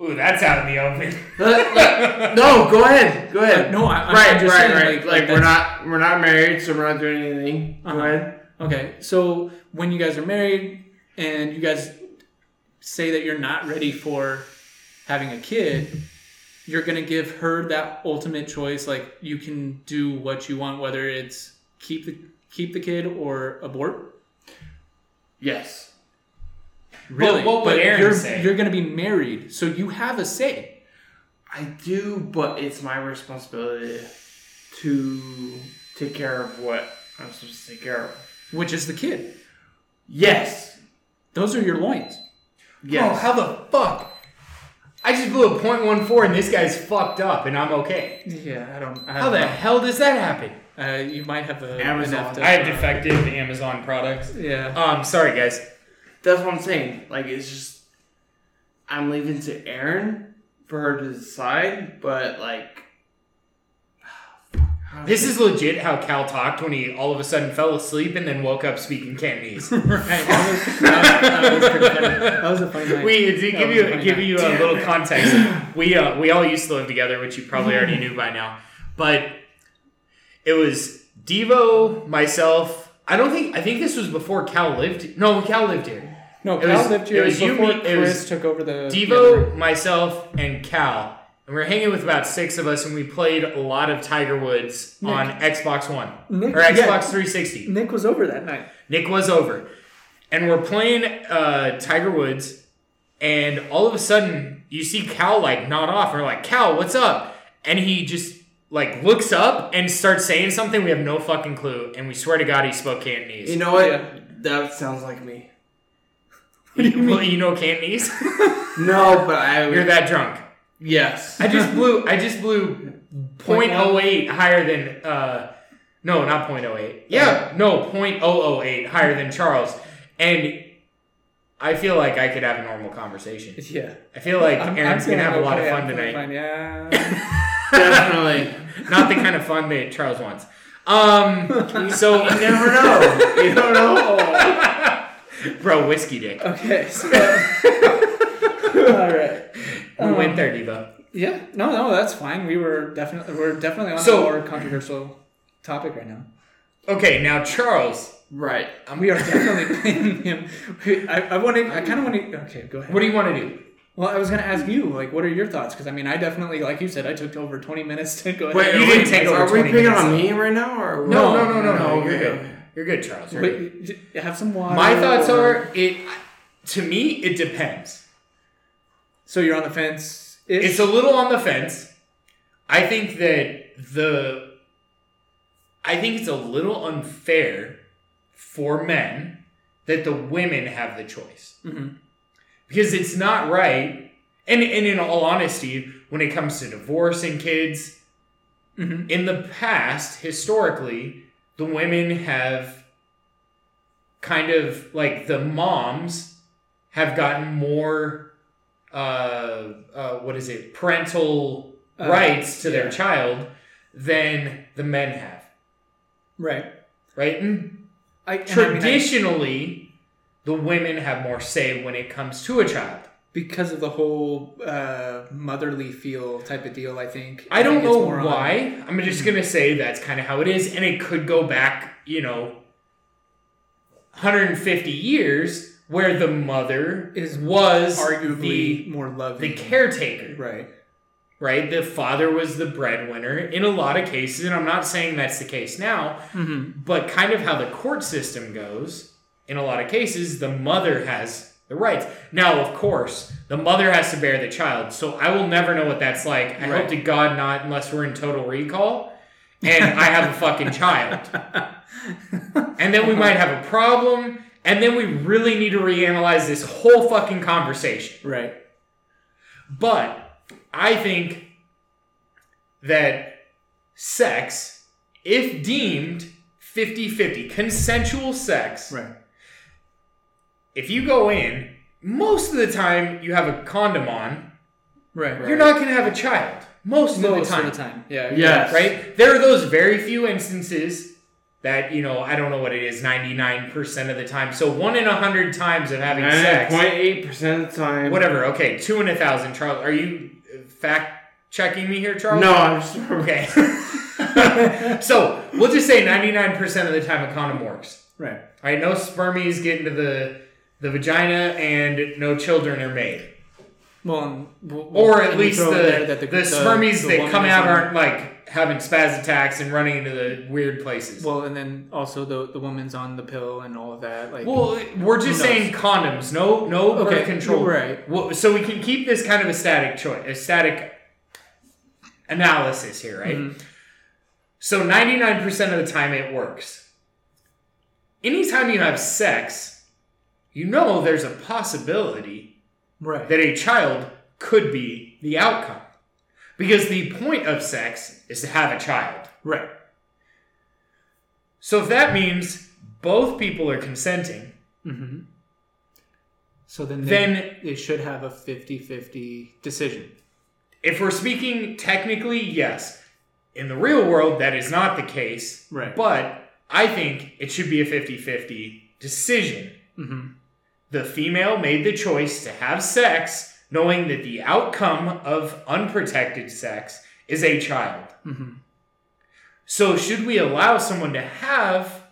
A: Ooh, that's out in the open.
E: no, go ahead. Go ahead.
B: Uh, no, I- I'm-
E: right,
B: I'm just
E: right,
B: saying,
E: right.
B: like-
E: Like,
B: like
E: we're
B: that's-
E: not we're not married, so we're not doing anything.
B: Uh-huh.
E: Go ahead.
B: okay, so when you guys are married and you guys say that you're not ready for having a kid, you're gonna give her that ultimate choice. Like you can do what you want, whether it's keep the keep the kid or abort.
E: Yes.
B: Really?
A: But what would Aaron
B: you're,
A: say?
B: You're going to be married, so you have a say.
E: I do, but it's my responsibility to take care of what I'm supposed to take care of.
B: Which is the kid.
E: Yes.
B: Oh, Those are your loins.
A: Oh,
E: Yes.
A: how the fuck? I just blew a point one four, and this guy's fucked up, and I'm okay.
B: Yeah, I don't. I
A: How the hell does that happen?
B: Uh, you might have a
E: Amazon.
B: enough to-
A: I have defective Amazon products.
B: Yeah.
A: Um, sorry guys.
E: That's what I'm saying. Like it's just I'm leaving to Aaron for her to decide, but like
A: This is legit how Cal talked when he all of a sudden fell asleep and then woke up speaking Cantonese. we
B: right. That was, that, was pretty funny. That was a funny night.
A: to
B: That
A: give
B: was
A: you
B: a funny
A: give
B: night.
A: you a little context. We uh, we all used to live together, which you probably already knew by now. But it was Devo, myself. I don't think I think this was before Cal lived. No, Cal lived here.
B: No,
A: it
B: Cal
A: was-
B: lived here
A: it was you,
B: before
A: me- it
B: Chris
A: was
B: took over the
A: Devo, myself, and Cal. And we were hanging with about six of us, and we played a lot of Tiger Woods on Xbox One
B: Nick,
A: or
B: yeah.
A: Xbox 360.
B: Nick was over that night.
A: Nick was over, and we're playing uh, Tiger Woods, and all of a sudden you see Cal like nod off, and we're like, "Cal, what's up?" And he just like looks up and starts saying something. We have no fucking clue, and we swear to God he spoke Cantonese.
E: you know what?
B: Yeah.
E: That sounds like me.
A: Well, you, know Cantonese?
E: No, but I
A: You're that drunk.
E: Yes.
A: I just blew. I just blew
B: Point oh one?
A: 0.08 higher than. Uh, no, not 0.08. Yeah, no 0.008 higher than Charles, and I feel like I could have a normal conversation.
B: Yeah.
A: I feel like
B: I'm-
A: Aaron's
B: I'm
A: gonna
B: feeling
A: have a lot of
B: okay.
A: fun
B: I'm feeling
A: tonight.
B: fine, Yeah.
E: Definitely.
A: Not the kind of fun that Charles wants. Um, so you never
E: no. You don't know.
A: bro. Whiskey dick.
B: Oh, okay. So, all right.
A: We went there, Diva.
B: Yeah, no, no, that's fine. We were definitely we're definitely on
A: So-
B: a more controversial topic right now.
A: Okay, now Charles,
E: Right.
B: Um, we are definitely blaming him. We- I, I want to. I kind of want to. Okay, go ahead.
A: what do you want to do?
B: Well, I was going to ask you, like, what are your thoughts? Because I mean, I definitely, like you said, I took over twenty minutes to go. ahead
A: Wait,
B: and-
A: you didn't take over
E: Are we
A: 20
E: picking
A: minutes.
E: on me right now, or
A: No, no, no, no, no.
E: okay.
A: You're good. You're good, Charles. You're good.
B: But j- have some water.
A: My thoughts
B: or-
A: are it. To me, it depends.
B: So you're on the fence.
A: It's a little on the fence. I think that the. I think it's a little unfair for men that the women have the choice.
B: Mhm.
A: Because it's not right. And, and in all honesty, when it comes to divorce and kids,
B: Mhm.
A: in the past, historically, the women have kind of like the moms have gotten more, uh, uh, what is it, parental
B: Uh,
A: rights to
B: yeah.
A: their child than the men have,
B: right.
A: right? And
B: I, and I mean, I-
A: traditionally the women have more say when it comes to a child
B: because of the whole uh, motherly feel type of deal. I think.
A: i don't
B: think it's
A: know
B: more on-
A: why i'm just gonna say that's kind of how it is and it could go back you know 150 years where the mother
B: Is
A: was
B: arguably
A: the,
B: more loving.
A: the caretaker
B: Right.
A: right the father was the breadwinner in a lot of cases and i'm not saying that's the case now
B: Mm-hmm.
A: but kind of how the court system goes in a lot of cases the mother has the rights now of course the mother has to bear the child so i will never know what that's like i hope
B: Right.
A: to god not unless we're in total recall and i have a fucking child and then we might have a problem and then we really need to reanalyze this whole fucking conversation
B: Right.
A: but I think that sex, if deemed 50 50, consensual sex,
B: Right.
A: if you go in, most of the time you have a condom on,
B: Right.
A: you're not going to have a child. Most,
B: most
A: of the time.
B: of the time. Yeah.
E: Yes.
A: Right? There are those very few instances that, you know, I don't know what it is, 99% of the time. So one in a hundred times of having
E: Eh,
A: sex.
E: 0.8% of the time.
A: Whatever. Okay. Two in a thousand, Charles. Are you fact checking me here, Charles?
E: No, I'm sorry.
A: Okay. so we'll just say 99% of the time a condom works.
B: Right.
A: All right, no spermies get into the the vagina and no children are made.
B: Well, and w-
A: Or at
B: and you
A: least the,
B: throw in there
A: the,
B: that
A: spermies
B: the
A: that
B: woman
A: come
B: is
A: out
B: on-
A: aren't like having spaz attacks and running into the weird places. Well,
B: Well, and then also the the woman's on the pill and all of that. Like,
A: we're just
B: Who knows?
A: saying condoms, no no birth
B: Okay,
A: control.
B: you're right.
A: Well, so we can keep this kind of a static choice, a static analysis here, right?
B: Mm-hmm.
A: So 99% of the time it works. Anytime you have sex, you know there's a possibility
B: right.
A: that a child could be the outcome. Because the point of sex is to have a child.
B: right.
A: So if that means both people are consenting,
B: Mm-hmm. So then, they,
A: Then-
B: they should have a 50-50 decision.
A: if we're speaking technically, yes. In the real world, that is not the case.
B: Right.
A: But I think it should be a 50 50 decision.
B: Mm-hmm.
A: The female made the choice to have sex, knowing that the outcome of unprotected sex is a child.
B: Mm-hmm.
A: So, should we allow someone to have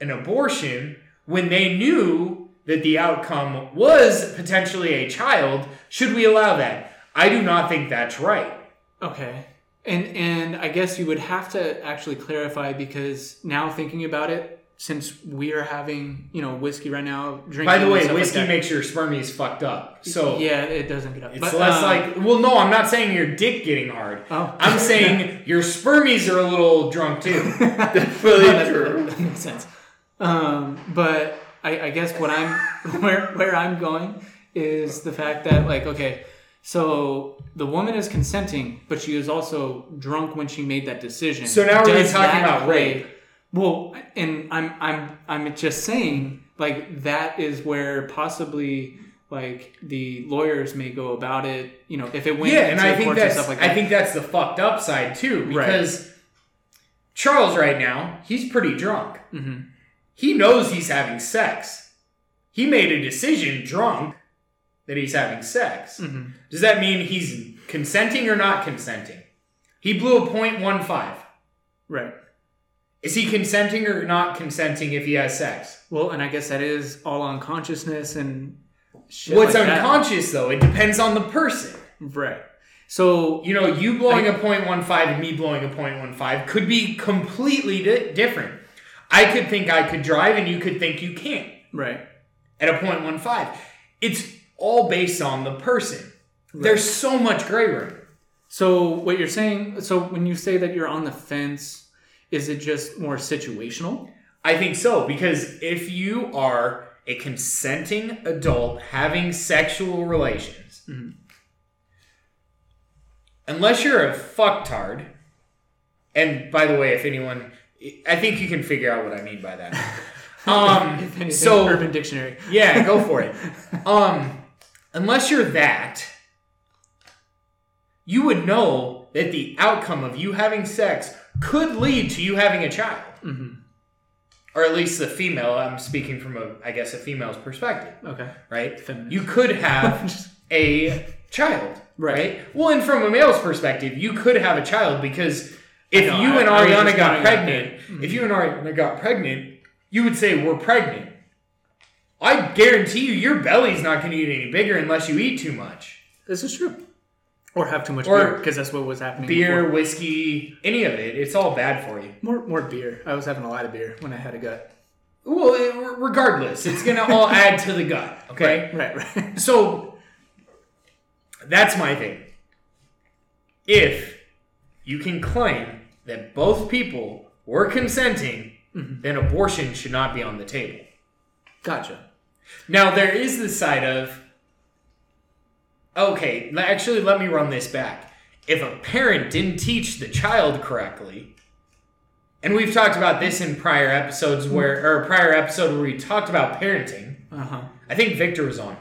A: an abortion when they knew that the outcome was potentially a child? Should we allow that? I do not think that's right.
B: Okay. And and I guess you would have to actually clarify because now thinking about it, since we are having you know whiskey right now, drinking.
A: By the
B: and
A: way,
B: stuff like
A: whiskey
B: that,
A: makes your spermies fucked up. So,
B: yeah, it doesn't get up.
A: It's
B: But,
A: less
B: um,
A: like, well, no, I'm not saying your dick getting hard.
B: Oh.
A: I'm saying your spermies are a little drunk too.
B: No, that- that makes sense. Um, but I, I guess what I'm where where I'm going is the fact that like okay, so the woman is consenting, but she is also drunk when she made that decision.
A: So now we're
B: Does
A: talking
B: that
A: about
B: play-
A: rape.
B: Well, and I'm I'm I'm just saying like that is where possibly like the lawyers may go about it. You know, if it went
A: yeah, and
B: into
A: I
B: the
A: think
B: courts and
A: that's
B: stuff like that.
A: I think that's the fucked up side too because Charles right now he's pretty drunk.
B: Mhm.
A: He knows he's having sex. He made a decision drunk that he's having sex.
B: Mhm.
A: Does that mean he's consenting or not consenting? He blew a point one five.
B: right.
A: Is he consenting or not consenting if he has sex?
B: Well, and I guess that is all on consciousness and shit
A: What's
B: like that.
A: unconscious though? It depends on the person.
B: Right. So
A: You know, you blowing a .15 and me blowing a .15 could be completely di- different. I could think I could drive, and you could think you can't
B: right.
A: at a .15. It's all based on the person. There's so much gray room.
B: So what you're saying? So when you say that you're on the fence, is it just more situational?
A: I think so because if you are a consenting adult having sexual relations,
B: Mm-hmm.
A: unless you're a fucktard, and by the way, if anyone, I think you can figure out what I mean by that. Um,
B: If anything,
A: so
B: Urban Dictionary.
A: yeah, go for it. Um, unless you're that, you would know that the outcome of you having sex could lead to you having a child. Or at least the female, I'm speaking from a, I guess, a female's perspective,
B: Okay.
A: right?
B: Feminist.
A: You could have a child,
B: Right.
A: right? Well, and from a male's perspective, you could have a child because if
B: know,
A: you
B: I-
A: and
B: I was
A: Ariana
B: just
A: got
B: wondering about Mm-hmm.
A: pregnant, if you and Ariana got pregnant, you would say, We're pregnant. I guarantee you, your belly's not going to get any bigger unless you eat too much.
B: This is true. Or have too much
A: Or
B: beer because that's what was happening.
A: Beer,
B: before.
A: whiskey, any of it, it's all bad for you.
B: More more beer. I was having a lot of beer when I had a gut.
A: Well, it- regardless, it's going to all add to the gut, okay?
B: Right. Right.
A: So that's my thing. If you can claim that both people were consenting, then abortion should not be on the table.
B: gotcha.
A: Now there is the side of okay, le- actually let me run this back. If a parent didn't teach the child correctly, and we've talked about this in prior episodes where or a prior episode where we talked about parenting.
B: Uh huh.
A: I think Victor was on.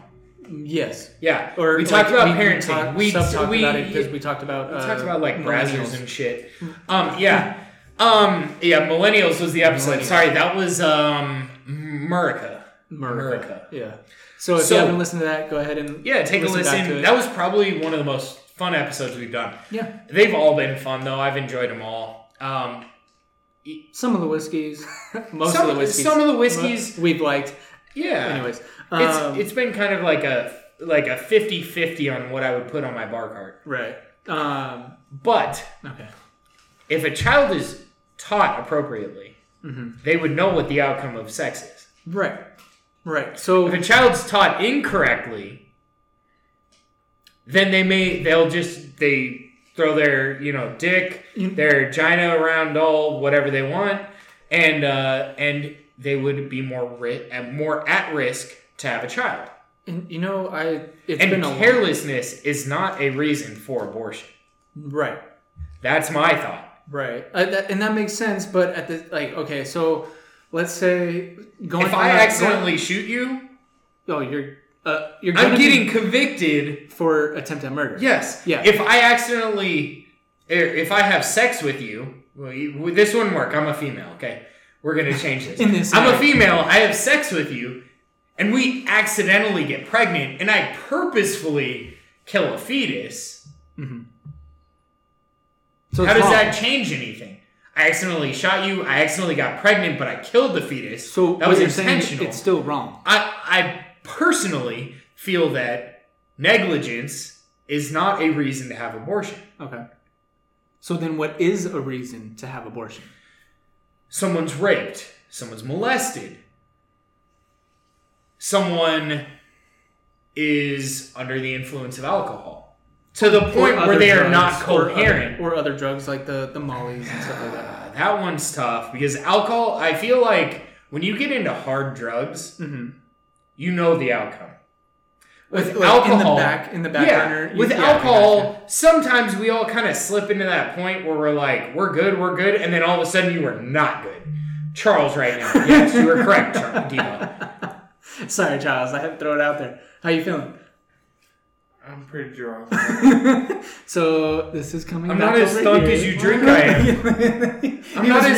B: Yes.
A: Yeah,
B: Or
A: we talked
B: like,
A: about parenting.
B: We
A: we
B: talked sub-talked
A: we,
B: about it because we talked about
A: we
B: uh,
A: talked about like browsers
B: millennials.
A: and shit. Um, yeah, um, yeah. Millennials was the episode. Sorry, that was um, America.
B: America.
A: America.
B: Yeah. So if
A: So-
B: you haven't listened to that, go ahead and
A: Yeah, take a
B: back to
A: listen.
B: it.
A: That was probably one of the most fun episodes we've done.
B: yeah.
A: They've all been fun though. I've enjoyed them all. Um,
B: Some of the whiskeys, most
A: Some-
B: of the whiskeys,
A: some of the whiskeys-
B: mo- we've liked.
A: yeah.
B: Anyways,
A: it's
B: um,
A: it's been kind of like a like a 50-50 on what I would put on my bar cart.
B: right. Um,
A: But
B: okay.
A: if a child is taught appropriately,
B: Mm-hmm.
A: they would know what the outcome of sex is.
B: Right. Right. So
A: If a child's taught incorrectly, then they may they'll just they throw their you know dick their vagina around all whatever they want, and uh, and they would be more ri- uh, more at risk to have a child.
B: and, you know, I it's
A: And
B: been a long,
A: carelessness is not a reason for abortion.
B: right.
A: That's my thought.
B: Right. Uh, that, and that makes sense, but at the like, okay, so let's say going.
A: If
B: on
A: I
B: a-
A: accidentally shoot you,
B: going- oh, you're uh, you're gonna
A: I'm
B: be
A: getting convicted
B: for attempted murder.
A: Yes.
B: Yeah.
A: If I accidentally, er, if I have sex with you, well, you this wouldn't work. I'm a female. Okay, we're gonna change this.
B: In this
A: I'm a
B: scenario.
A: female. I have sex with you, and we accidentally get pregnant, and I purposefully kill a fetus.
B: Mm-hmm. So
A: How
B: it's
A: does
B: wrong.
A: that change anything? I accidentally shot you. I accidentally got pregnant, but I killed the fetus.
B: So
A: that
B: what
A: was
B: you're saying,
A: intentional.
B: It's still wrong.
A: I I personally feel that negligence is not a reason to have abortion.
B: Okay. So then, what is a reason to have abortion?
A: someone's raped, someone's molested, someone is under the influence of alcohol to the point where
B: other
A: they are
B: drugs,
A: not
B: or other-
A: coherent.
B: or other, drugs like the the mollies and stuff like that.
A: Uh, that one's tough because alcohol, I feel like when you get into hard drugs,
B: Mhm.
A: you know the outcome. Mm-hmm. With
B: Like, like, in the
A: alcohol,
B: back, in the back
A: yeah,
B: burner. you-
A: with
B: yeah, I
A: alcohol,
B: gotcha.
A: sometimes we all kind of slip into that point where we're like, we're good, we're good, and then all of a sudden you are not good. Charles, right now. Yes, you are correct, Char- Dino.
B: Sorry, Charles, I had to throw it out there. How you feeling?
E: I'm pretty drunk.
B: so this is coming.
A: I'm
B: back
A: not as
B: over
A: thunk
B: here.
A: as you drink I am. I'm
B: He
A: not
B: was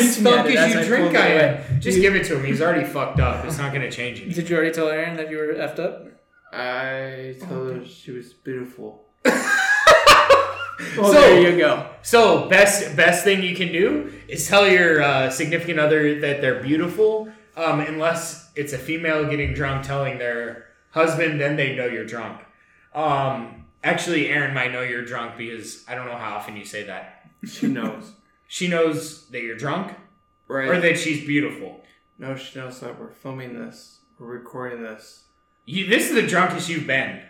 A: as
B: reaching at
A: spunk
B: it
A: as you
B: I
A: drink
B: pulled
A: I
B: it away.
A: am. Just give it to him. He's already fucked up. It's not going to change anything.
B: Did you already tell Aaron that you were effed up?
E: I told her she was beautiful.
B: Well,
A: So-
B: there you go.
A: So best best thing you can do is tell your uh, significant other that they're beautiful, um, unless it's a female getting drunk telling their husband, then they know you're drunk. Um, actually, Aaron might know you're drunk because I don't know how often you say that.
E: She knows.
A: She knows that you're drunk
E: Right.
A: or that she's beautiful.
E: no, she knows that we're filming this. We're recording this.
A: You, this is the drunkest you've been.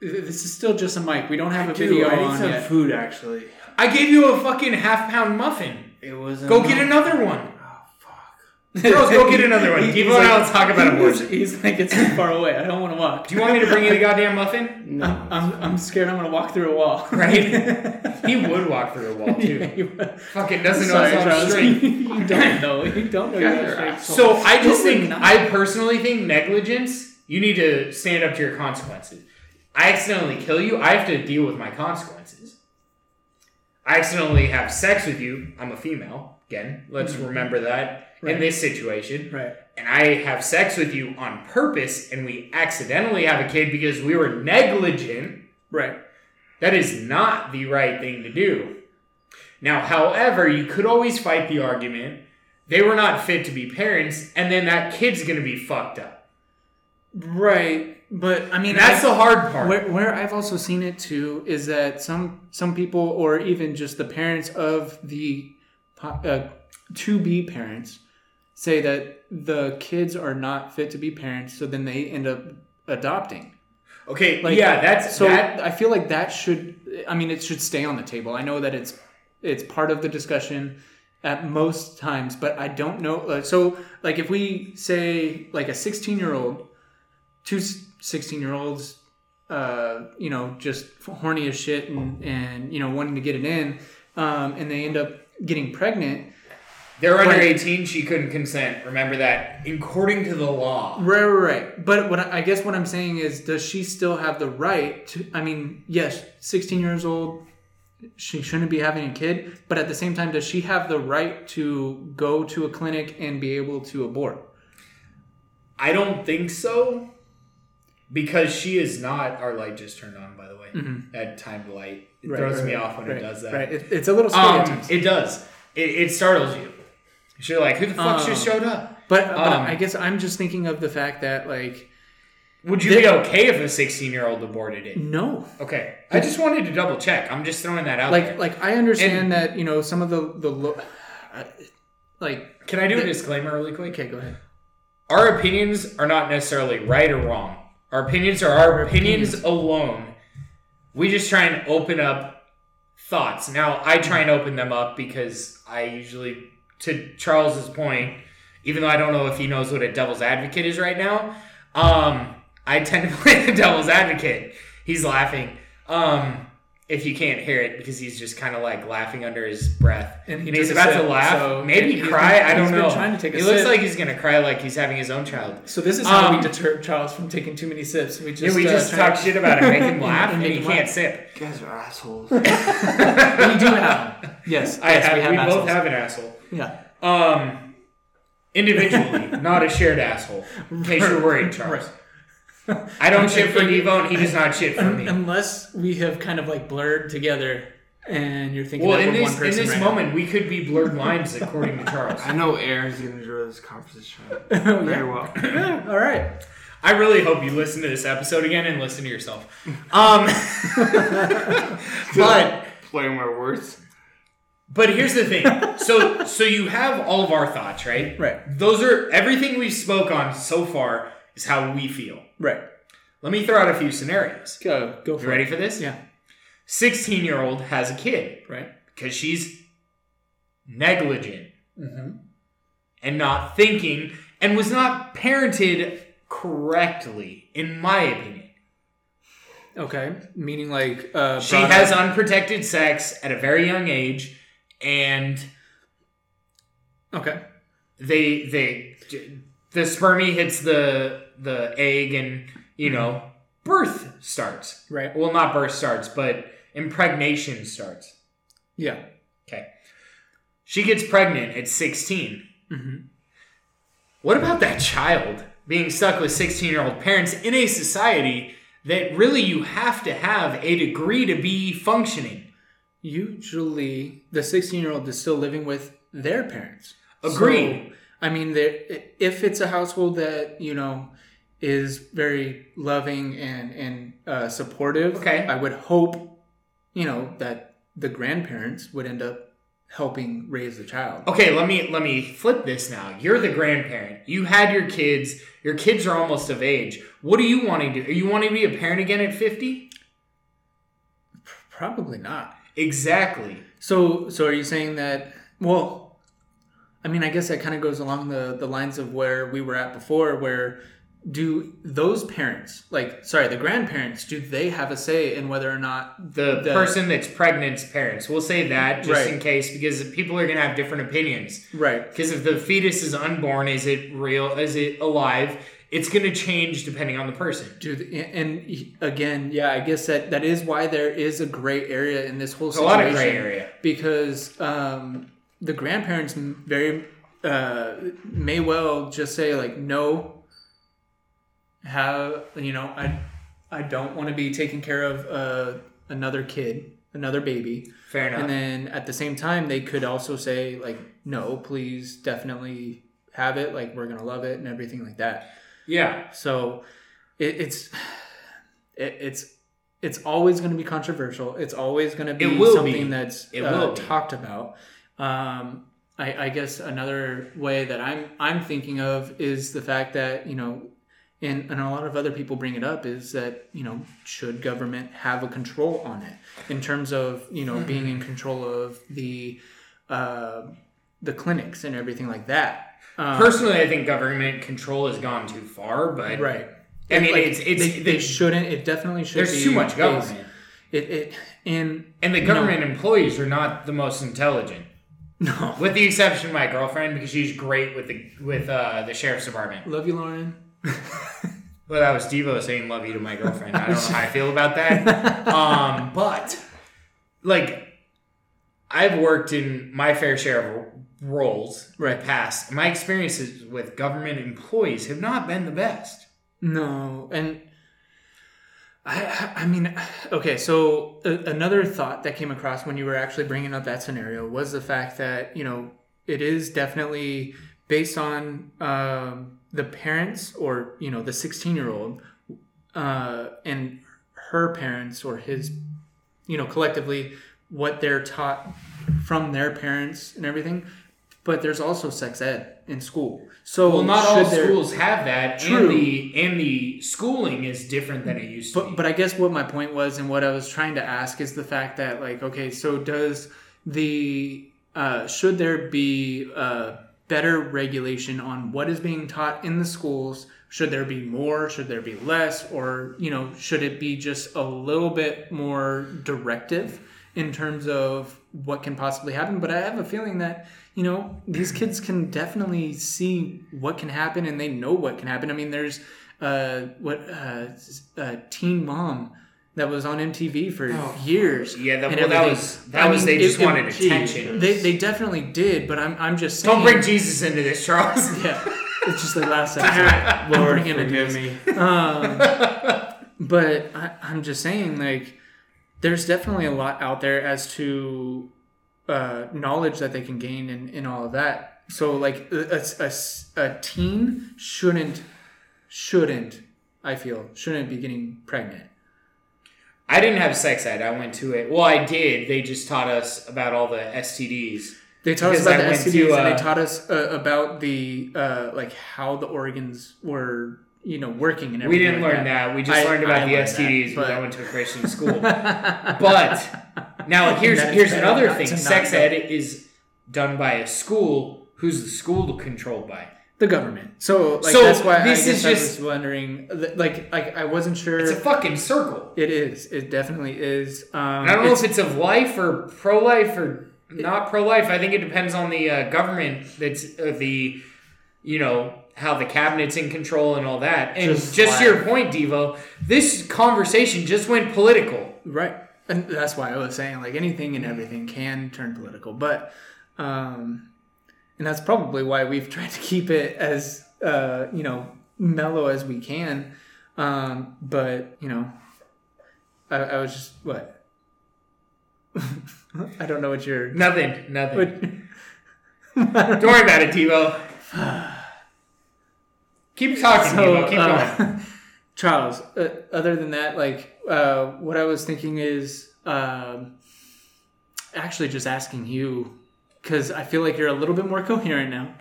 B: This is still just a mic. We don't have a
E: Dude,
B: video
E: I need
B: on
E: some
B: yet.
E: food actually.
A: I gave you a fucking half pound muffin.
E: It was
A: Go get another one.
E: Oh fuck.
A: Girls, go get another one.
B: He-
A: Keep
B: he's
A: going
B: like-
A: out and talk about
B: He's,
A: abortion.
B: he's like, it's too far away. I don't want to walk.
A: Do you want me to bring you the goddamn muffin?
E: No.
B: I'm, I'm, I'm scared I'm going to walk through a wall.
A: Right? He would walk through a wall too.
B: You-
A: Fucking doesn't know
B: Sorry,
A: it's on
B: Travis.
A: straight.
B: you don't know. You don't know
E: Yeah,
B: your
E: you're
B: shape.
E: right.
A: So I just think
B: Totally not.
A: I personally think negligence. You need to stand up to your consequences. I accidentally kill you. I have to deal with my consequences. I accidentally have sex with you. I'm a female. Again, let's remember that in
B: Mm-hmm. Right.
A: this situation.
B: Right.
A: And I have sex with you on purpose, and we accidentally have a kid because we were negligent.
B: Right.
A: That is not the right thing to do. Now, however, you could always fight the argument they were not fit to be parents, and then that kid's gonna be fucked up.
B: Right. But I mean,
A: And that's
B: I-
A: the hard part.
B: Where, where I've also seen it too is that some some people, or even just the parents of the po- uh, to be parents, say that the kids are not fit to be parents, so then they end up adopting.
A: okay,
B: Like,
A: yeah, that's
B: so.
A: that.
B: I feel like that should. I mean, it should stay on the table. I know that it's it's part of the discussion at most times, but I don't know. Like, so, like, if we say like a sixteen year old, two 16 year olds, uh, you know, just horny as shit and and you know wanting to get it in, um, and they end up getting pregnant.
A: They're under
B: Wait.
A: 18, she couldn't consent. Remember that, according to the law.
B: Right, right, right. But what I I guess what I'm saying is, does she still have the right to? I mean, yes, 16 years old, she shouldn't be having a kid. But at the same time, does she have the right to go to a clinic and be able to abort?
A: I don't think so, because she is not. Our light just turned on, by the way. That timed light it throws me off when it does that.
B: Mm-hmm. Right. It, it's a little scary. at
A: Um,
B: times.
A: it does. It, it startles you. You're like, who the fuck just
B: Um,
A: showed up?
B: but, but
A: um,
B: I guess I'm just thinking of the fact that like
A: Would you
B: They-
A: be okay if a 16 year old aborted it?
B: no,
A: Okay. I just wanted to double check. I'm just throwing that out
B: like
A: there.
B: like I understand that you know some of the the lo- I- like
A: Can I do a disclaimer really quick?
B: okay, go ahead.
A: Our opinions are not necessarily right or wrong. Our opinions are our opinions alone. We just try and open up thoughts. Now, I try and open them up because I usually, to Charles's point, even though I don't know if he knows what a devil's advocate is right now, um, I tend to play the devil's advocate. He's laughing. Um, if you can't hear it, because he's just kind of like laughing under his breath,
B: And
A: and,
B: he
A: he's
B: took a
A: about
B: sip,
A: to laugh,
B: so-
A: maybe
B: He's
A: cry.
B: been-
A: I don't
B: he's been
A: know.
B: trying to take a
A: he looks
B: sip.
A: like he's gonna cry like he's having his own child.
B: So this is how
A: Um,
B: we deter Charles from taking too many sips. We just
A: Yeah, we
B: uh,
A: just
B: try
A: talk shit about it, make him
B: And-
A: laugh, and,
B: make
A: he
B: him
A: can't
B: laugh.
A: sip.
E: You guys are assholes.
B: we do have. them. Yes,
A: I
B: yes,
A: have, we, both
B: assholes.
A: have an asshole.
B: Yeah,
A: Um, individually, not a shared asshole. In case you're worried, Charles. I don't shit for Devo, and he does not shit for me.
B: unless we have kind of like blurred together, and you're thinking
A: Well,
B: that
A: in
B: we're
A: this
B: one
A: in
B: person
A: this
B: right
A: moment, we could be blurred lines, according to Charles.
E: I know Aaron's gonna enjoy this conversation
B: now. Oh,
E: very
B: yeah.
E: well.
B: Yeah, All right.
A: I really hope you listen to this episode again and listen to yourself. Um, but
E: Playing my words.
A: but here's the thing. So so you have all of our thoughts, right?
B: Right.
A: Those are everything we've spoke on so far is how we feel.
B: Right.
A: Let me throw out a few scenarios.
B: Go. Go for
A: You ready for this?
B: Yeah.
A: 16 year old has a kid
B: it. Right.
A: because she's negligent Mm-hmm.
B: Mhm.
A: and not thinking and was not parented correctly, in my opinion.
B: Okay. Meaning like uh,
A: She
B: brought
A: has
B: up-
A: unprotected sex at a very young age, and
B: okay.
A: they they the spermie hits the the egg, and you know birth starts.
B: Right.
A: Well, not birth starts, but impregnation starts.
B: Yeah.
A: Okay. She gets pregnant at 16.
B: Mhm.
A: What about that child being stuck with 16 year old parents in a society that really you have to have a degree to be functioning?
B: Usually, the 16 year old is still living with their parents.
A: Agreed.
B: So, I mean, there- if it's a household that you know is very loving and and uh, supportive.
A: Okay.
B: I would hope, you know, that the grandparents would end up helping raise the child.
A: Okay, let me let me flip this now. You're the grandparent. You had your kids. Your kids are almost of age. What do you want to do? Are you wanting to be a parent again at 50?
B: Probably not.
A: Exactly.
B: So so are you saying that? Well, I mean, I guess that kind of goes along the the lines of where we were at before, where do those parents like sorry the grandparents do they have a say in whether or not
A: The,
B: The-
A: person that's pregnant's parents. We'll say that just
B: Right.
A: in case because people are going to have different opinions.
B: right
A: Because if the fetus is unborn, is it real? Is it alive? It's going to change depending on the person.
B: Dude, and and again, yeah, I guess that that is why there is a gray area in this whole
A: There's a
B: situation.
A: lot of gray area.
B: because um, the grandparents m- very uh, may well just say like, no, have you know, I I don't want to be taking care of uh, another kid, another baby,
A: Fair enough.
B: and then at the same time they could also say like, no, please, definitely have it, like we're gonna love it and everything like that.
A: yeah.
B: So it, it's it, it's it's always going to be controversial. It's always going to be
A: It will
B: something
A: be.
B: that's
A: It
B: uh,
A: will be.
B: talked about. Um, I, I guess another way that I'm I'm thinking of is the fact that you know, and, and a lot of other people bring it up is that you know should government have a control on it in terms of you know being in control of the uh, the clinics and everything like that. Um,
A: Personally, I think government control has gone too far, but
B: right.
A: I mean,
B: Like,
A: it's it's
B: they, they shouldn't. It definitely should.
A: there's
B: be
A: too much
B: is-
A: government.
B: It, it and
A: And the government employees are not the most intelligent,
B: no.
A: with the exception of my girlfriend because she's great with the with uh, the sheriff's department.
B: Love you, Lauren.
A: Well, that was Devo saying "love you" to my girlfriend. I don't know how I feel about that. Um, but like, I've worked in my fair share of roles in
B: Right.
A: the past. My experiences with government employees have not been the best.
B: No, and I, I- I mean, okay. So a, another thought that came across when you were actually bringing up that scenario was the fact that you know it is definitely based on um, the parents or you know the sixteen-year-old uh, and her parents or his, you know, collectively what they're taught from their parents and everything. But there's also sex ed in school. So
A: Well, not all
B: should there-
A: schools have that,
B: True.
A: and the and the schooling is different than it used to. be.
B: But but I guess what my point was and what I was trying to ask is the fact that like okay, so does the uh, should there be uh, better regulation on what is being taught in the schools? Should there be more? Should there be less? Or you know, should it be just a little bit more directive in terms of what can possibly happen? But I have a feeling that you know these kids can definitely see what can happen and they know what can happen. I mean, there's uh, what uh, s- uh, Teen Mom that was on MTV
E: Oh,
B: for years.
A: Yeah, that,
B: and
A: well, that
B: everything.
A: was that
B: I
A: was
B: mean,
A: they
B: it-
A: just
B: it-
A: wanted
B: gee,
A: attention.
B: They, they definitely did, but I'm I'm just saying,
A: Don't bring Jesus into this, Charles.
B: Yeah, it's just like last episode. Don't bring him into
E: forgive
B: this.
E: me.
B: But I, I'm just saying, like, there's definitely a lot out there as to uh, knowledge that they can gain and, and all of that. So, like, a, a- a s- a teen shouldn't, shouldn't, I feel, shouldn't be getting pregnant.
A: I didn't have sex ed. I went to it. Well, I did. They just taught us about all the STDs.
B: They taught
A: Because
B: us about
A: I
B: the
A: went
B: STDs
A: to,
B: and
A: uh,
B: they taught us uh, about the uh, like how the organs were you know working and
A: We
B: everything.
A: didn't
B: like
A: learn that. We just
B: I-
A: learned about
B: I
A: the
B: learned
A: STDs
B: that,
A: because I
B: but-
A: went to a Christian school. but now here's
B: That is
A: here's
B: better
A: another
B: not
A: thing.
B: to not
A: Sex
B: know.
A: ed is done by a school. Who's the school controlled by?
B: The government. So like
A: So
B: that's why
A: this
B: I guess
A: is
B: I
A: just-
B: was wondering. th- Like like I wasn't sure.
A: It's a fucking circle.
B: it is. It definitely is. Um,
A: And I don't know
B: it's-
A: if it's of life or pro life or not pro life. I think it depends on the uh, government that's uh, the, you know, how the cabinet's in control and all that. And just,
D: Just
A: to your point, Devo, this conversation just went political.
B: right. And that's why I was saying like anything and everything can turn political, but um, and that's probably why we've tried to keep it as uh, you know mellow as we can. Um, but you know, I, I was just what I don't know what you're.
A: Nothing, nothing.
B: What,
A: Don't worry about it, Devo. Keep talking.
B: So,
A: Devo, keep
B: uh,
A: going.
B: Charles, uh, other than that, like, uh, what I was thinking is um, actually just asking you because I feel like you're a little bit more coherent now.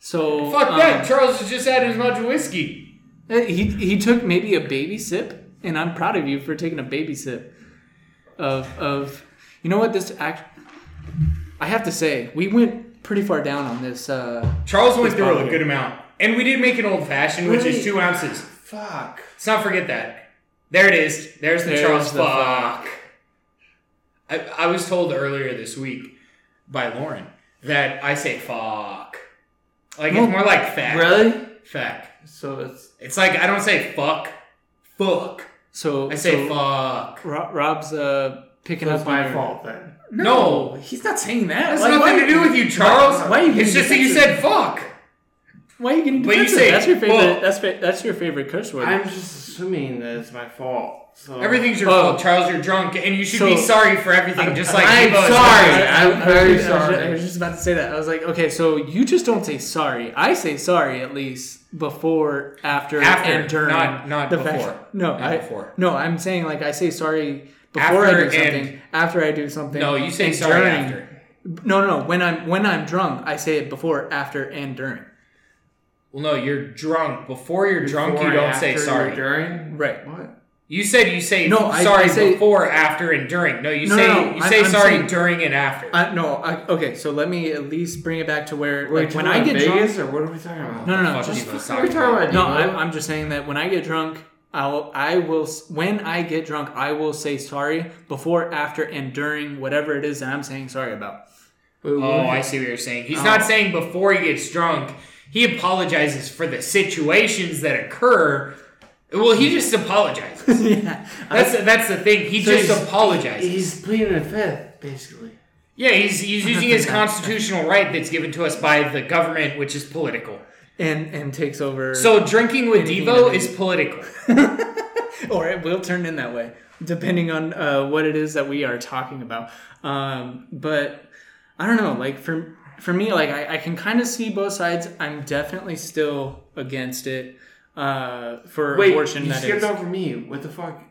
B: So
A: Fuck
B: um,
A: that. Charles has just had as much whiskey.
B: uh, He he took maybe a baby sip, and I'm proud of you for taking a baby sip of of. You know what? This act, I have to say, we went pretty far down on this. Uh,
A: Charles went through a
B: probably-
A: good amount. And we did make an old fashioned, which is
B: Right.
A: two ounces.
E: Fuck.
A: Let's not forget that. There it is. There's the
B: There's
A: Charles
B: the
A: fuck. I, I was told earlier this week by Lauren that I say fuck. Like
B: Well,
A: it's more like fact.
D: Really?
A: Fact.
D: So it's
A: It's like I don't say fuck. Fuck.
B: so
A: I say
B: so
A: fuck.
B: Ro- Rob's uh, picking
E: That's
B: up on
E: my
B: your-
E: fault then.
A: No.
B: he's not saying that.
A: That's
B: Like,
A: nothing
B: why-
A: to do with you, Charles.
B: why are you
A: It's
B: getting
A: just that you
B: defensive?
A: said fuck.
B: Why are you getting
A: But you
B: defensive?
A: say,
B: that's your favorite.
A: well-
B: that's fa- that's your favorite curse word.
E: I'm just assuming that it's my fault. So
A: Everything's your
B: Oh.
A: fault, Charles. You're drunk, and you should be
B: So-
A: sorry for everything. Just like
E: I'm
A: Devo is
E: sorry. I'm
B: was
E: very
B: just- I was ju-
E: sorry.
B: I was just about to say that. I was like, okay, so you just don't say sorry. I say sorry at least before, after,
A: After,
B: and during.
A: not- not
B: the fact-
A: before.
B: No,
A: Not
B: I,
A: before.
B: No, I'm saying like I say sorry before I
A: After
B: do something, after I do something.
A: No, you say
B: and
A: sorry
B: during.
A: after.
B: No, no, when I'm when I'm drunk, I say it before, after, and during.
A: Well, no, you're drunk. Before you're drunk, you
E: Before,
A: don't say
E: after,
A: sorry.
E: During
B: Right.
E: what?
A: You said you say
B: No, I-
A: sorry
B: I say-
A: before, after, and during. No, you
B: No,
A: say
B: no, no,
A: you
B: I'm-
A: say
B: I'm
A: sorry
B: saying-
A: during and after.
B: I, no, I, okay, so let me at least bring it back to where
E: Wait,
B: like, when I get drunk.
E: Vegas or what are we talking about?
B: No, no, no.
A: Fuck
B: Just
A: Devo,
E: What are
A: sorry.
E: we talking about?
B: No,
E: Devo?
B: I'm, I'm just saying that when I get drunk, I'll I will s- when I get drunk, I will say sorry before, after, and during whatever it is that I'm saying sorry about.
E: Wait, what?
A: Oh, I see what you're saying. He's
B: Uh-huh.
A: not saying before he gets drunk. He apologizes for the situations that occur. Well, he just apologizes.
B: yeah,
A: That's that's the thing. He just
E: he's-
A: apologizes.
E: He's pleading a fifth, basically.
A: yeah, he's he's using his constitutional right that's given to us by the government, which is political.
B: and and takes over.
A: So drinking with
B: Anything
A: Devo
B: that
A: is
B: is-
A: political.
B: or it will turn in that way, depending on uh, what it is that we are talking about. Um, but I don't know. Like for for me, like I, I can kind of see both sides. I'm definitely still against it uh, for
E: Wait,
B: abortion.
E: you
B: that
E: skipped
B: is.
E: over me. What the fuck?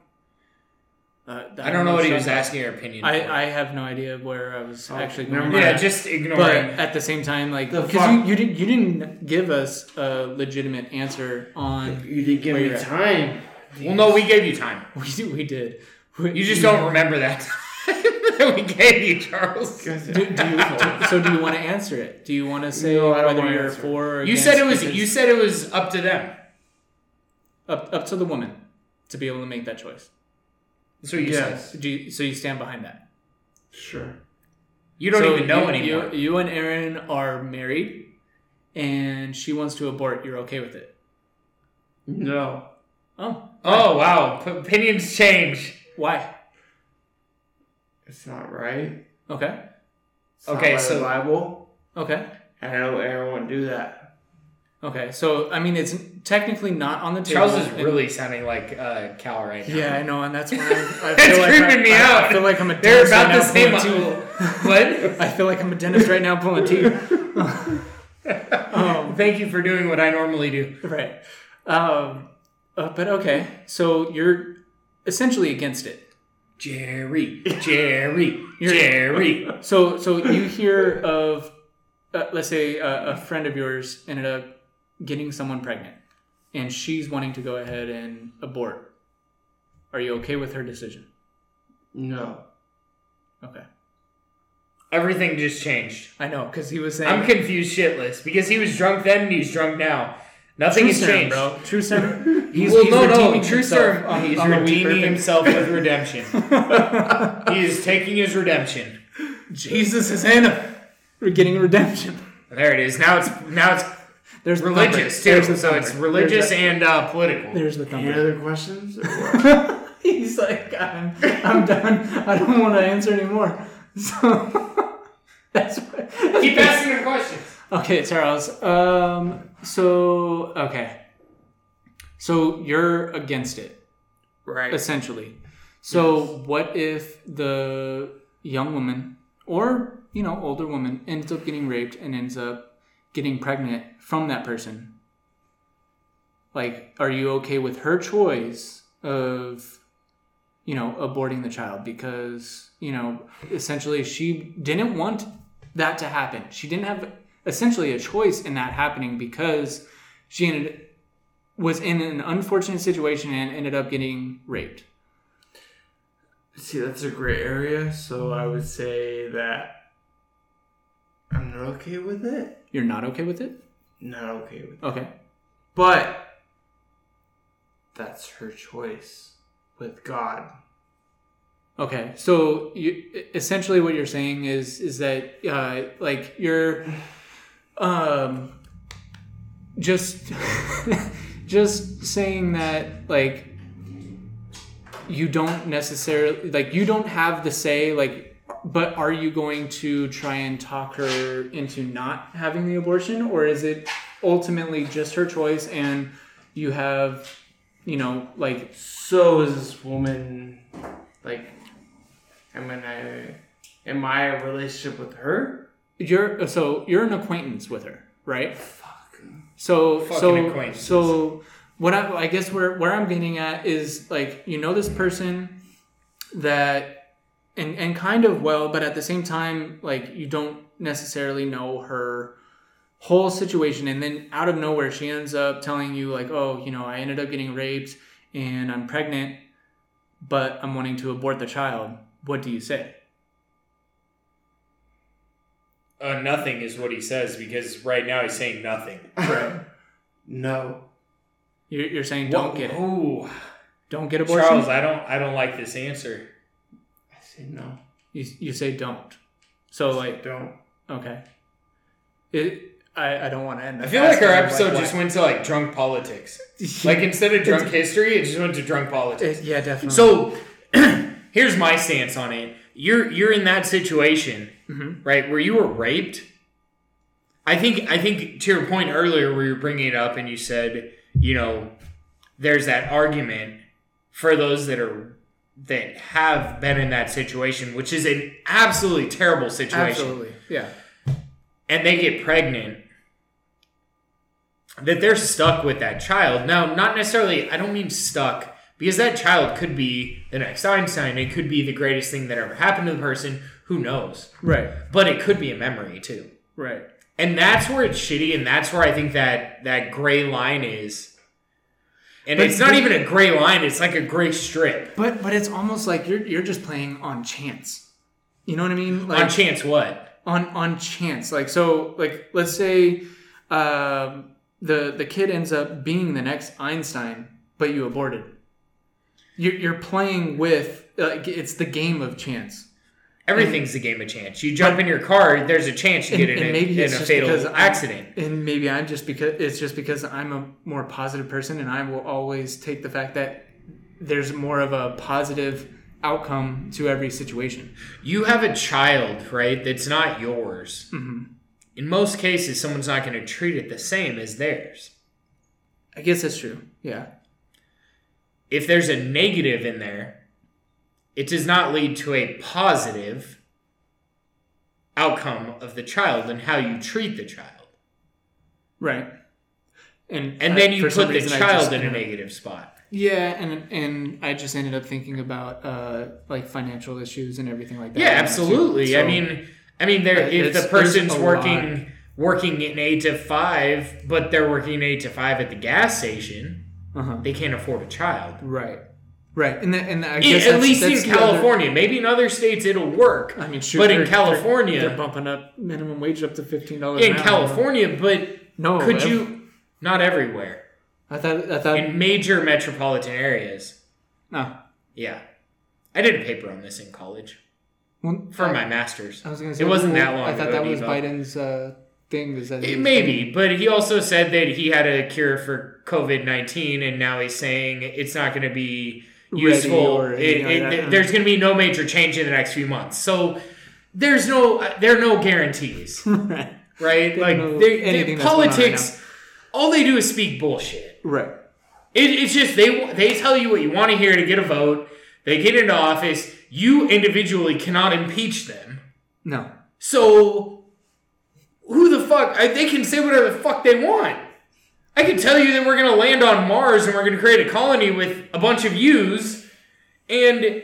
B: Uh,
A: I don't know what he was
B: asking.
A: asking your opinion. for.
B: I, I have no idea where I was actually
E: never
B: going.
E: mind.
A: yeah, just ignore
B: But
A: him.
B: at the same time, like
E: The
B: because
E: fuck-
B: you, you didn't you didn't give us a legitimate answer on
E: You didn't give
B: Where
E: me
B: you're at.
E: time.
A: Well, no, we gave you time.
B: we did- we did. We-
A: You just don't remember that that we gave you, Charles.
B: Do, do you, do- so do you want to answer it? Do you want to say
E: No, I don't
B: whether
E: wanna
B: you're
E: answer it.
B: for or
A: You said it
B: against
A: was.
B: because
A: You said it was up to them.
B: up up to the woman to be able to make that choice.
A: That's what you said.
E: Yes.
B: Do you, so you stand behind that?
E: Sure.
A: You don't
B: So
A: even know
B: you- you-
A: anymore.
B: You, and Aaron are married, and she wants to abort. You're okay with it?
E: No.
B: Oh,
A: oh wow, P- opinions change.
B: why?
E: It's not right.
B: Okay,
E: It's not
A: Okay,
E: by
A: so-
E: the Bible.
B: okay.
E: And I know Aaron wouldn't do that.
B: Okay, so I mean, it's technically not on the table.
A: Charles is
B: and-
A: really sounding like uh, Cal right now.
B: Yeah, I know, and that's when I'm, I
A: It's
B: feel like
A: creeping
B: I,
A: me
B: I-
A: out.
B: I feel like I'm a
A: They're
B: dentist
A: about the
B: right now
A: same.
B: pulling
A: what?
B: teeth. I feel like I'm a dentist right now pulling teeth. um,
A: Thank you for doing what I normally do.
B: right, um, uh, but okay, so you're essentially against it.
A: Jerry, Jerry,
B: You're-
A: Jerry.
B: So, so you hear of, uh, let's say, a, a friend of yours ended up getting someone pregnant, and she's wanting to go ahead and abort. Are you okay with her decision?
E: No.
B: Okay.
A: Everything just changed.
B: I know, because he was saying
A: I'm confused shitless because he was drunk then and he's drunk now. Nothing has
B: serum,
A: changed.
B: bro. True serum. He's,
A: well,
B: he's
A: no, no.
B: redeeming
A: True
B: himself
A: serum. um,
B: on-
A: he's
B: on the wheat
A: redeeming
B: bourbon.
A: himself with redemption. he is taking his redemption.
B: Jesus is in him. We're getting redemption.
A: There it is. Now it's now it's
B: There's the
A: religious
B: thumper.
A: too.
B: There's the
A: So it's
B: thumper.
A: religious and uh, political.
B: There's the,
E: Any
B: there's the
E: other questions? Or what?
B: thumper. he's like, I'm, I'm done. I don't want to answer anymore. So that's what.
A: Keep asking the questions.
B: Okay, Charles. Um. So okay. So you're against it.
D: right.
B: essentially. So what if the young woman or you know older woman ends up getting raped and ends up getting pregnant from that person? Like, are you okay with her choice of, you know, aborting the child? Because, you know, essentially she didn't want that to happen. She didn't have essentially a choice in that happening because she ended, was in an unfortunate situation and ended up getting raped.
E: See, that's a gray area, so I would say that I'm not okay with it.
B: You're not okay with it?
E: Not okay with it.
B: Okay.
E: But that's her choice with God.
B: Okay, so you, essentially what you're saying is is that uh, like you're um, just just saying that like you don't necessarily like you don't have the say like but are you going to try and talk her into not having the abortion or is it ultimately just her choice and you have you know like
E: So is this woman like am I am I a relationship with her?
B: you're so you're an acquaintance with her, right? So so
A: acquaintance.
B: so what I, I guess where where I'm getting at is like you know this person that and and kind of well, but at the same time like you don't necessarily know her whole situation and then out of nowhere she ends up telling you like oh you know I ended up getting raped and I'm pregnant but I'm wanting to abort the child what do you say
A: Uh, nothing is what he says because right now he's saying nothing.
E: No.
B: you're, you're saying don't
A: Whoa,
B: get it
A: whoa.
B: don't get abortion
A: Charles, I don't, I don't like this answer.
E: I say no.
B: You, you say don't. So like
E: Don't.
B: okay. It I, I don't want to end.
A: I
B: up
A: feel like
B: asking
A: our
B: him,
A: episode
B: what-
A: just went to like drunk politics. Like instead of drunk history, it just went to drunk politics.
B: It- yeah definitely.
A: So here's my stance on it. You're you're in that situation,
B: Mm-hmm.
A: right, where you were raped. I think I think to your point earlier, where you're bringing it up and you said, you know, there's that argument for those that are that have been in that situation, which is an absolutely terrible situation
B: absolutely yeah
A: and they get pregnant that they're stuck with that child now not necessarily i don't mean stuck because that child could be the next einstein it could be the greatest thing that ever happened to the person who knows
B: right
A: but it could be a memory too
B: right
A: and that's where it's shitty and that's where i think that that gray line is and
B: But-
A: it's not
B: but-
A: even a gray line it's like a gray strip
B: but but it's almost like you're you're just playing on chance. You know what I mean? Like
A: on chance what
B: on on chance like so like let's say um, the the kid ends up being the next einstein but you aborted you're, you're playing with like it's the game of chance
A: everything's a game of chance you jump in your car there's a chance you
B: and-
A: get in,
B: and
A: a-
B: maybe
A: in
B: it's
A: a
B: just because
A: fatal
B: I'm-
A: accident
B: and maybe i'm just because it's just because i'm a more positive person and i will always take the fact that there's more of a positive outcome to every situation
A: you have a child, right, that's not yours.
B: Mm-hmm.
A: In most cases, someone's not going to treat it the same as theirs.
B: i guess that's true yeah
A: If there's a negative in there, it does not lead to a positive outcome of the child and how you treat the child.
B: right and
A: And
B: I-
A: then you
B: for some
A: put the
B: reason, I just
A: child in a
B: ended up-
A: negative spot.
B: Yeah, and and I just ended up thinking about uh like financial issues and everything like that.
A: Yeah, absolutely.
B: So-
A: I mean, I mean, there
B: Uh,
A: if
B: it's-
A: the person's
B: there's a
A: working working an eight to five, but they're working eight to five at the gas station,
B: Uh-huh.
A: they can't afford a child.
B: right, right, and that, and I
A: Yeah,
B: guess
A: E, at
B: that's-
A: least
B: that's
A: in
B: the other-
A: California. Maybe in other states it'll work.
B: I mean, shoot,
A: but in
B: they're- they're-
A: California,
B: they're, bumping up minimum wage up to fifteen dollars.
A: in California, but
B: no,
A: could
B: Oh, ev-
A: you? Not everywhere.
B: I thought I thought
A: In major metropolitan areas,
B: no.
A: yeah. I did a paper on this in college
B: Well,
A: for my master's.
B: I was gonna say
A: it wasn't that
B: well,
A: long.
B: I thought
A: ago,
B: that was
A: Devo.
B: Biden's uh, thing. Is that he
A: It
B: was
A: may be, Eh, but he also said that he had a cure for COVID nineteen, and now he's saying it's not going to be
B: Ready
A: useful.
B: or
A: It- it-
B: anything like that, huh?
A: there's going to be no major change in the next few months. So there's no there are no guarantees,
B: gonna-
A: right? like
B: know
A: they, they-
B: anything that's going on right
A: politics, all they do is speak bullshit.
B: right?
A: It, it's just they they tell you what you want to hear to get a vote. They get into office. You individually cannot impeach them.
B: No,
A: So who the fuck? I- They can say whatever the fuck they want. I could tell you that we're gonna land on Mars and we're gonna create a colony with a bunch of yous, and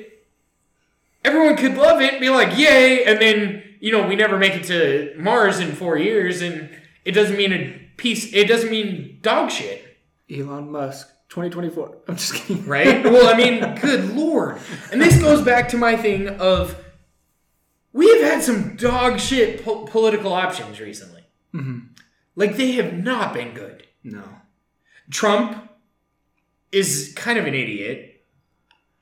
A: everyone could love it, and be like, yay, and then you know we never make it to Mars in four years, and it doesn't mean a piece. It doesn't mean dog shit.
B: Elon Musk, 2024. I'm just kidding.
A: Right? Well, I mean, good lord. And this goes back to my thing of we have had some dog shit po- political options recently.
B: Mm-hmm.
A: Like, they have not been good.
B: No.
A: Trump is kind of an idiot.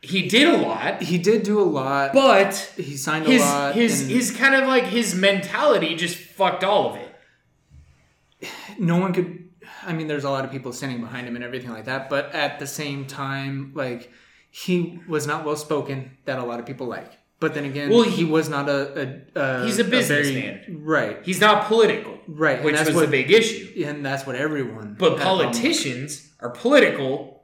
A: He did a lot,
B: He did do a lot.
A: but
B: he signed a
A: his,
B: lot.
A: his,
B: and
A: his kind of like his mentality just fucked all of it.
B: no one could. I mean, there's a lot of people standing behind him and everything like that. But at the same time, like he was not well spoken. That a lot of people like. But then again,
A: Well,
B: well,
A: he-
B: he, was not a. a, a
A: He's a
B: very-
A: businessman.
B: right?
A: He's not political,
B: Right, and
A: Which
B: that's
A: was the
B: what-
A: big issue.
B: and that's what everyone.
A: But
B: had a problem with.
A: politicians are political,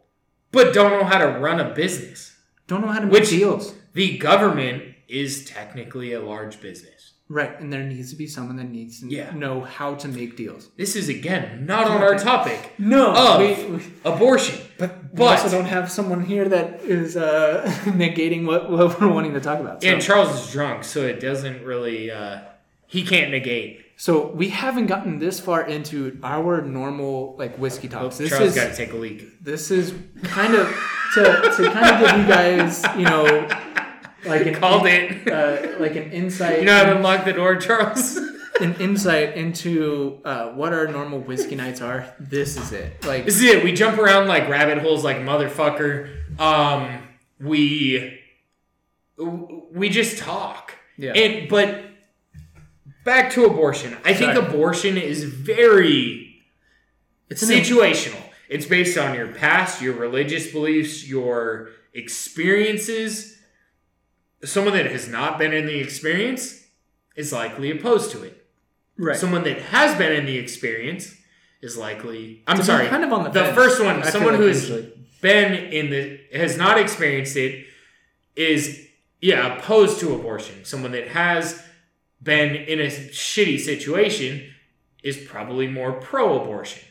A: but don't know how to run a business.
B: don't know how to make
A: Which-
B: deals.
A: The government is technically a large business.
B: Right, and there needs to be someone that needs to
A: Yeah.
B: know how to make deals.
A: This is again not on our topic
B: No,
A: of
B: we- we-
A: abortion.
B: But, we
A: But-
B: also don't have someone here that is uh, negating what, what we're wanting to talk about. So,
A: And Charles is drunk, so it doesn't really. Uh, he can't negate.
B: so we haven't gotten this far into our normal like whiskey talks. This
A: Oh, Charles
B: is
A: got to take a leak.
B: this is kind of to, to kind of give you guys you know like an
A: Called it.
B: uh, like an insight.
A: You know how to unlock the door, Charles.
B: an insight into uh, what our normal whiskey nights are. This is it. Like
A: this is it. We jump around like rabbit holes, like motherfucker. Um, we we just talk.
B: Yeah.
A: And but back to abortion. I think
B: Sorry.
A: abortion is very
B: it's an
A: situational. It's based on your past, your religious beliefs, your experiences. Someone that has not been in the experience is likely opposed to it.
B: right.
A: Someone that has been in the experience is likely. I'm
B: So
A: sorry.
B: we're kind of on the fence,
A: first one.
B: I feel
A: someone
B: like,
A: who has
B: usually.
A: been in the has not experienced it is yeah opposed to abortion. Someone that has been in a shitty situation is probably more pro-abortion.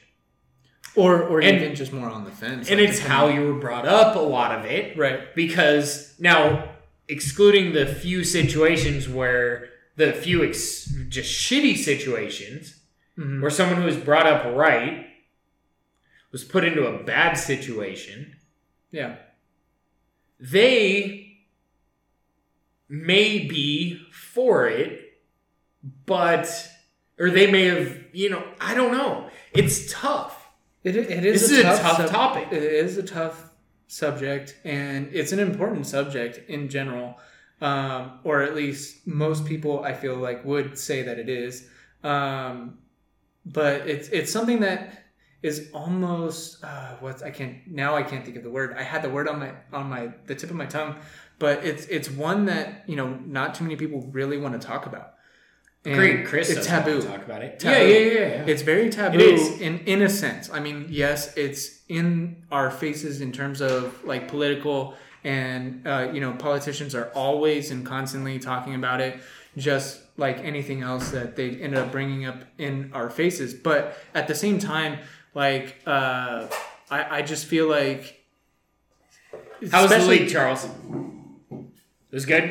B: or or
A: and-
B: even just more on the fence.
A: And
B: like,
A: it's
B: depending-
A: how you were brought up. A lot of it,
B: right.
A: because now excluding the few situations where the few ex- just shitty situations
B: Mm-hmm.
A: where someone who was brought up right was put into a bad situation
B: Yeah.
A: they may be for it but or they may have you know i don't know it's tough
B: It, it is
A: This
B: a
A: is a
B: tough,
A: tough
B: sub-
A: topic.
B: It is a tough subject, and it's an important subject in general, um, or at least most people I feel like would say that it is. Um, but it's it's something that is almost uh, what's I can't now I can't think of the word. I had the word on my on my the tip of my tongue, but it's it's one that you know not too many people really want to talk about. And
A: great chris
B: it's
A: doesn't wanna
B: taboo.
A: talk about it
B: Taboo.
A: yeah yeah yeah, yeah.
B: It's very taboo
A: It is.
B: in in a sense. I mean, yes, it's in our faces in terms of like political and uh, you know politicians are always and constantly talking about it, just like anything else that they ended up bringing up in our faces. But at the same time, like uh, I, I just feel like
A: How was the
B: especially-
A: league, Charles? It was good.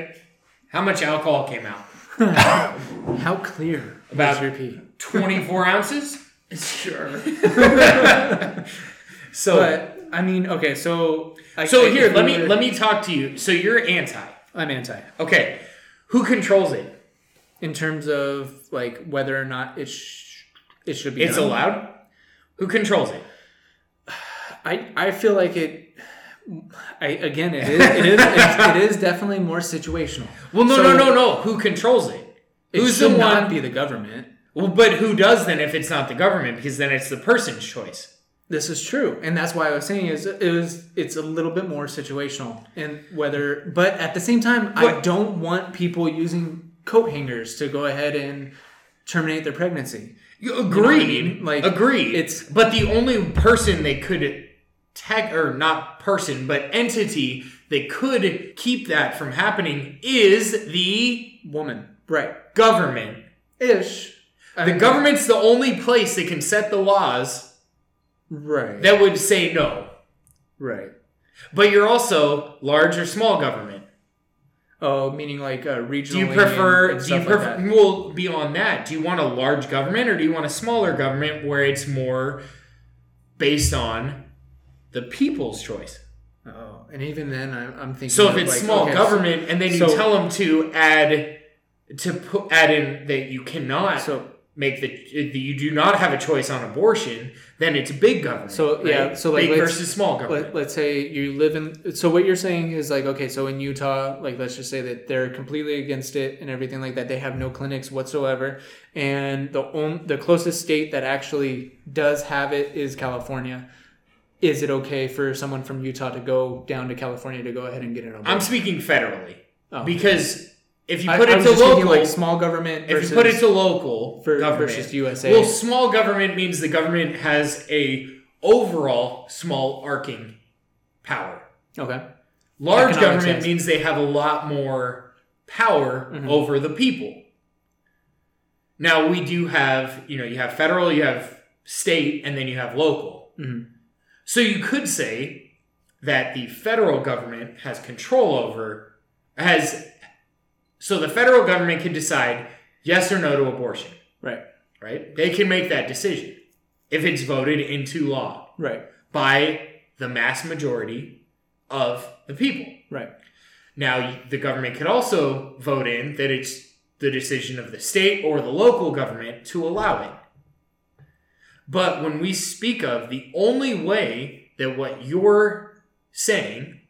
A: How much alcohol came out?
B: How clear
A: About-
B: about your pee?
A: 24 ounces?
B: Sure.
A: So
B: But I mean, okay, so I,
A: Oh. so
B: I-
A: here,
B: if
A: let
B: we
A: me
B: were-
A: let me talk to you. So you're anti.
B: I'm anti.
A: Okay. Who controls it?
B: in terms of like whether or not it sh- it should be
A: It's
B: done.
A: allowed? Who controls it?
B: I I feel like it. I again, it is it is it is definitely more situational.
A: Well, no,
B: So
A: no, no, no. Who controls it?
B: It
A: Who's the
B: should
A: one?
B: not be the government.
A: well, but who does then if it's not the government? Because then it's the person's choice.
B: This is true, and that's why I was saying is it was it's a little bit more situational, and whether but at the same time, I
A: What-
B: don't want people using coat hangers to go ahead and terminate their pregnancy.
A: You
B: know what I
A: agreed.
B: mean?
A: Like
B: Like,
A: agreed.
B: it's-
A: but the only person they could tech or not person, but entity that could keep that from happening is the
B: Woman, right?
A: government.
B: Ish.
A: The government's the only place that can set the laws
B: Right.
A: that would say no.
B: right.
A: But you're also large or small government.
B: Oh, meaning like uh, regionally.
A: Do you prefer?
B: and- and
A: Do you
B: stuff like
A: prefer?
B: that.
A: well, beyond that, do you want a large government or do you want a smaller government where it's more based on the people's choice?
B: Oh, and even then, I'm, I'm thinking.
A: So if
B: of,
A: it's
B: like,
A: small
B: okay, so-
A: government, and then you
B: so-
A: tell them to add to put add in that you cannot
B: so
A: make the you do not have a choice on abortion, then it's big government.
B: So, yeah,
A: right?
B: so, like,
A: big
B: let's-
A: versus small
B: Let,
A: government.
B: let's say you live in. So what you're saying is like, okay, so in Utah, like let's just say that they're completely against it and everything like that. They have no clinics whatsoever, and the on, the closest state that actually does have it is California. Is it okay for someone from Utah to go down to California to go ahead and get an
A: I'm
B: abortion?
A: speaking federally
B: Oh.
A: because if you
B: I-
A: put
B: I
A: it
B: was
A: to
B: just thinking,
A: local,
B: like small government.
A: if
B: Versus,
A: you put it to local
B: for-
A: government
B: versus USA.
A: well, small government means the government has a overall small arcing power.
B: okay,
A: Large
B: Economic
A: government
B: sense. Mm-hmm.
A: means they have a lot more power over the people. Now we do have, you know, you have federal, you have state, and then you have local.
B: Mhm.
A: So you could say that the federal government has control over has so the federal government can decide yes or no to abortion,
B: right,
A: right? They can make that decision if it's voted into law
B: right,
A: by the mass majority of the people.
B: right,
A: Now, the government could also vote in that it's the decision of the state or the local government to allow it. But when we speak of the only way that what you're saying,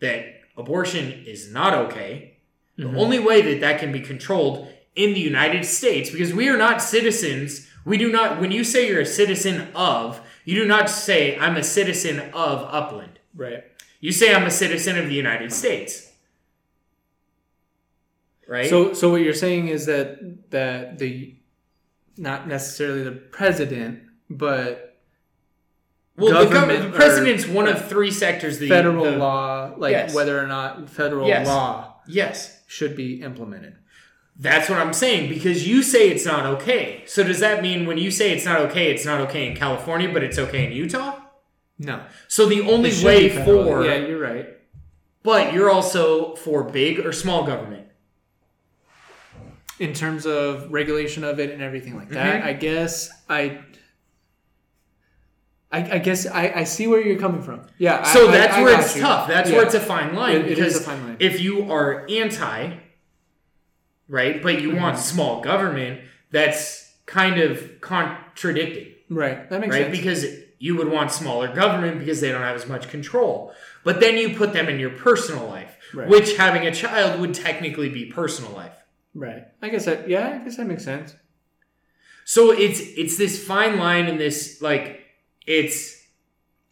A: that abortion is not okay, the only way that that can be controlled in the United States, because we are not citizens, we do not, when you say you're a citizen of, you do not say, I'm a citizen of Upland.
B: right.
A: You say I'm a citizen of the United States. Right?
B: So, so what you're saying is that that the not necessarily the president, but
A: well, the,
B: government
A: government, the
B: or-
A: president's one of three sectors. The
B: federal
A: the-
B: law, like
A: Yes.
B: whether or not federal
A: Yes.
B: law
A: Yes.
B: should be implemented.
A: That's what I'm saying because you say it's not okay. So does that mean when you say it's not okay, it's not okay in California, but it's okay in Utah?
B: No,
A: So the only
B: It should
A: way
B: be federal.
A: for,
B: yeah, you're right.
A: but you're also for big or small government.
B: In terms of regulation of it and everything like that,
A: Mm-hmm.
B: I guess I. I, I guess I, I see where you're coming from. Yeah. I-
A: So
B: I-
A: that's
B: I
A: where
B: got
A: it's
B: you.
A: tough. That's
B: Yeah.
A: where it's a fine line
B: It- it
A: because
B: is a fine line.
A: if you are anti, right, but you want
B: Mm-hmm.
A: small government, that's kind of contradicting,
B: right. That makes
A: right?
B: sense.
A: Because you would want smaller government because they don't have as much control. But then you put them in your personal life,
B: Right.
A: which having a child would technically be personal life.
B: right. I guess that. Yeah. I guess that makes sense.
A: So it's it's this fine line and this like it's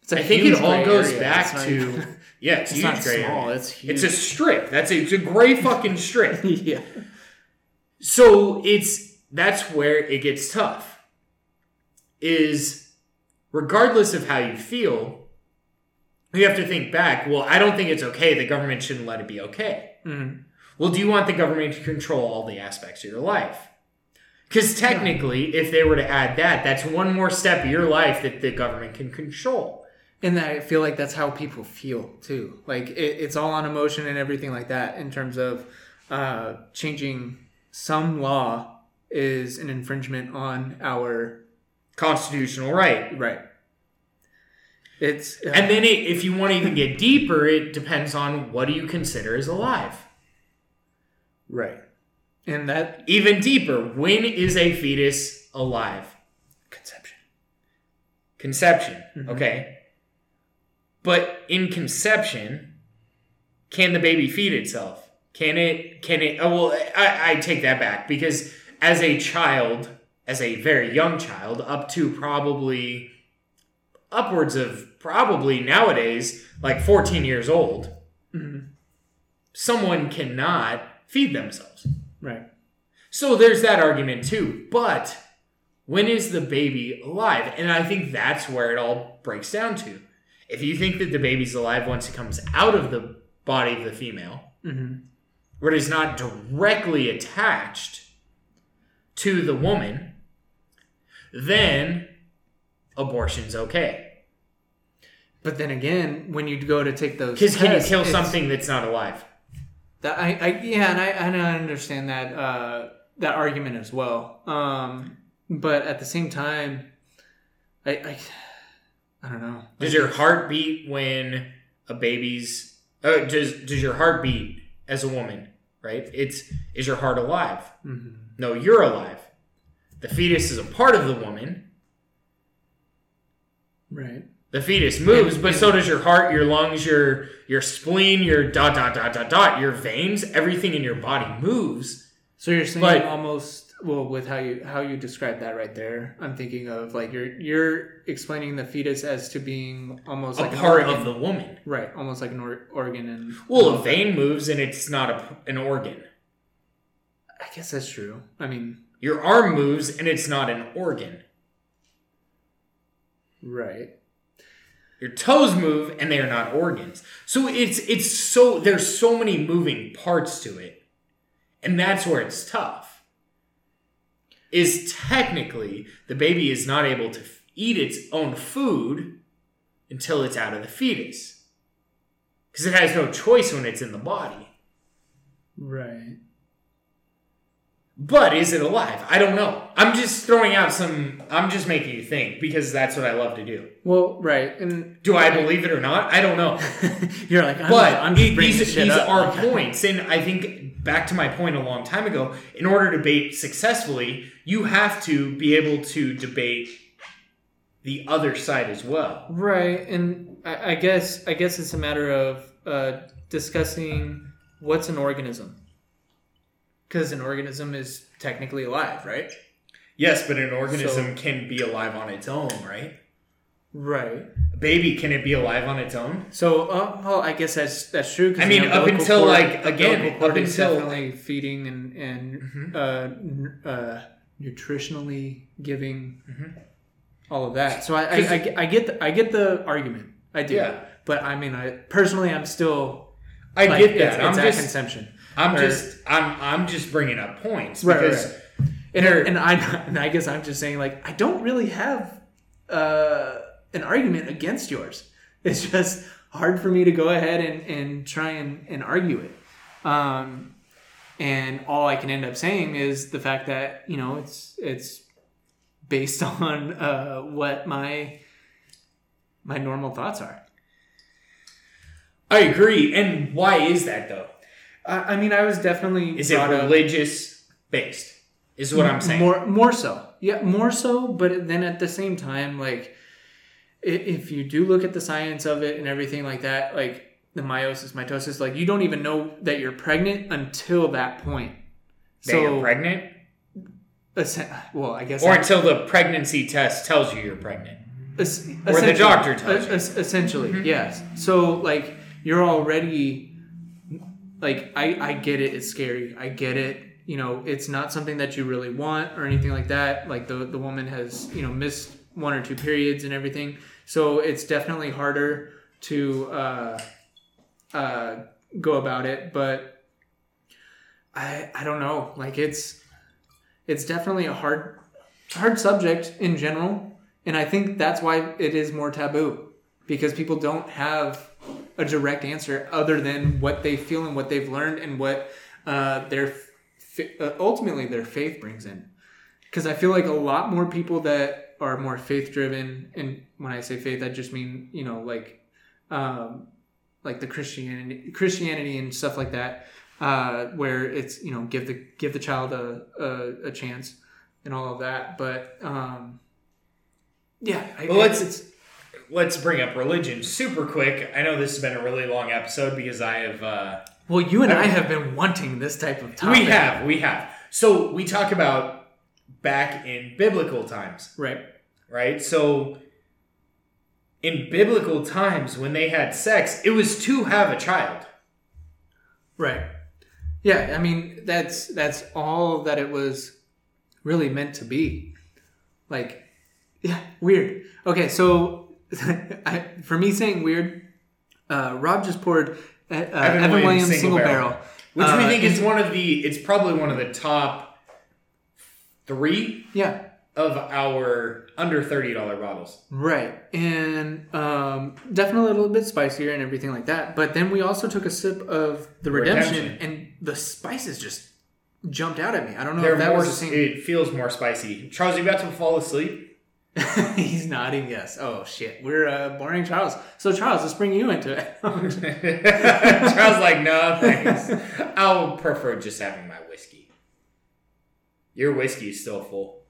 B: It's a
A: I think
B: huge
A: it all
B: gray
A: goes
B: area.
A: back
B: It's not-
A: to yeah, it's,
B: it's
A: huge
B: not
A: gray area.
B: small. It's huge.
A: It's a strip. That's a, it's a gray fucking strip.
B: yeah.
A: So it's that's where it gets tough. Is regardless of how you feel, you have to think back. Well, I don't think it's okay. The government shouldn't let it be okay. Well, do you want the government to control all the aspects of your life? Because technically, if they were to add that, that's one more step of your life that the government can control.
B: And that I feel like that's how people feel too. Like it, it's all on emotion and everything like that. In terms of uh, changing some law is an infringement on our
A: Constitutional right.
B: right. It's uh,
A: And then it, if you want to even get deeper, it depends on what do you consider as alive.
B: right, and that
A: Even deeper, when is a fetus alive?
B: conception.
A: Conception, okay? But in conception, can the baby feed itself? Can it, can it, oh, well, I, I take that back because as a child, as a very young child, up to probably upwards of probably nowadays, like 14 years old, someone cannot feed themselves.
B: Right.
A: So there's that argument too. But when is the baby alive? And I think that's where it all breaks down to. If you think that the baby's alive once it comes out of the body of the female, where it is not directly attached to the woman, then abortion's okay.
B: But then again, when you go to take those,
A: Because can you
B: tests,
A: kill
B: it's-
A: something that's not alive?
B: That I, I yeah, and I and I understand that uh, that argument as well. Um, but at the same time, I I, I don't know.
A: Does your heart beat when a baby's? Oh, does does your heart beat as a woman? Right? It's is your heart alive?
B: Mhm.
A: No, you're alive. The fetus is a part of the woman.
B: Right.
A: The fetus moves, but so does your heart, your lungs, your your spleen, your dot dot dot dot dot, your veins. Everything in your body moves.
B: So you're saying
A: But-
B: almost well with how you how you describe that right there. I'm thinking of like you're you're explaining the fetus as to being almost like
A: a
B: an
A: part
B: organ.
A: of the woman.
B: right, almost like an or- organ. And
A: Well, a vein moves, and it's not a, an organ.
B: I guess that's true. I mean,
A: Your arm moves, and it's not an organ.
B: right.
A: Your toes move and they are not organs. So it's it's so there's so many moving parts to it. And that's where it's tough. Is technically the baby is not able to f- eat its own food until it's out of the fetus. Cuz it has no choice when it's in the body.
B: Right.
A: But is it alive? I don't know. I'm just throwing out some I'm just making you think because that's what I love to do.
B: Well, right. And
A: Do I believe it or not? I don't know.
B: you're like, I'm,
A: But
B: just, I'm just bringing
A: these,
B: this shit
A: these
B: up.
A: are points, and I think back to my point a long time ago. In order to debate successfully, you have to be able to debate the other side as well.
B: Right, and I, I guess I guess it's a matter of uh, discussing what's an organism, because an organism is technically alive, right?
A: Yes, but an organism
B: organism
A: can be alive on its own, right?
B: Right.
A: A baby can it be alive on its own?
B: So, uh, well, I guess that's that's true. 'cause,
A: I mean,
B: you know,
A: up
B: the vocal
A: until,
B: cord-
A: like,
B: the
A: again,
B: vocal
A: up
B: cord is
A: until- Mm-hmm.
B: definitely feeding and and uh, n- uh, nutritionally giving all of that. So I I,
A: Mm-hmm. 'Cause-
B: I get- I get the, I get the argument. I do.
A: Yeah.
B: But I mean, I personally, I'm still.
A: I
B: like,
A: get
B: it's-
A: that.
B: it's
A: I'm
B: at
A: just,
B: consumption.
A: I'm
B: or-
A: just, I'm, I'm just bringing up points
B: Right, right,
A: because
B: right. and, and I and I guess I'm just saying like I don't really have uh, an argument against yours. It's just hard for me to go ahead and, and try and, and argue it. Um, and all I can end up saying is the fact that you know it's it's based on uh, what my my normal thoughts are.
A: I agree. And why is that though?
B: I, I mean, I was definitely
A: Is it
B: brought up-
A: religious based? Is what I'm saying.
B: More, more so. Yeah, more so. But then at the same time, like, i- if you do look at the science of it and everything like that, like the meiosis, mitosis, like you don't even know that you're pregnant until that point.
A: that you're pregnant.
B: essen- well, I guess
A: or
B: I-
A: until the pregnancy test tells you you're pregnant.
B: Es-
A: the
B: essentially-
A: doctor tells
B: es- es- essentially, yes. So like you're already like I I get it. It's scary. I get it. You know, it's not something that you really want or anything like that. Like the the woman has you know missed one or two periods and everything. So it's definitely harder to uh, uh, go about it. But I I don't know. Like it's it's definitely a hard hard subject in general and I think that's why it is more taboo because people don't have a direct answer other than what they feel and what they've learned and what uh, their f- uh, ultimately their faith brings in. Because I feel like a lot more people that are more faith driven, and when I say faith, I just mean you know like um, like the Christianity Christianity and stuff like that, uh, where it's you know give the give the child a a, a chance and all of that, but. Um, yeah, I,
A: Well, let's-
B: it's
A: Let's bring up religion super quick. I know this has been a really long episode because I have. Uh,
B: Well, you and I have been wanting this type of topic.
A: we have, we have. So we talk about back in biblical times,
B: Right.
A: right? So in biblical times, when they had sex, it was to have a child.
B: Right. Yeah, I mean that's that's all that it was really meant to be. Like yeah, weird. Okay, so I, for me saying weird, uh, Rob just poured uh, uh, Evan, Williams, single, barrel.
A: which we
B: Uh,
A: think is one of the. It's probably one of the top three
B: Yeah.
A: of our under thirty dollar bottles.
B: Right. And um, definitely a little bit spicier and everything like that. But then we also took a sip of the redemption,
A: Redemption.
B: and the spices just jumped out at me. I don't know
A: They're
B: if that
A: more,
B: was the same.
A: it feels more spicy. Charles, you about to fall asleep?
B: He's nodding yes. Oh, shit. We're uh, boring Charles. So, Charles, let's bring you into it.
A: Charles, like, no, thanks. I'll prefer just having my whiskey. Your whiskey's still full.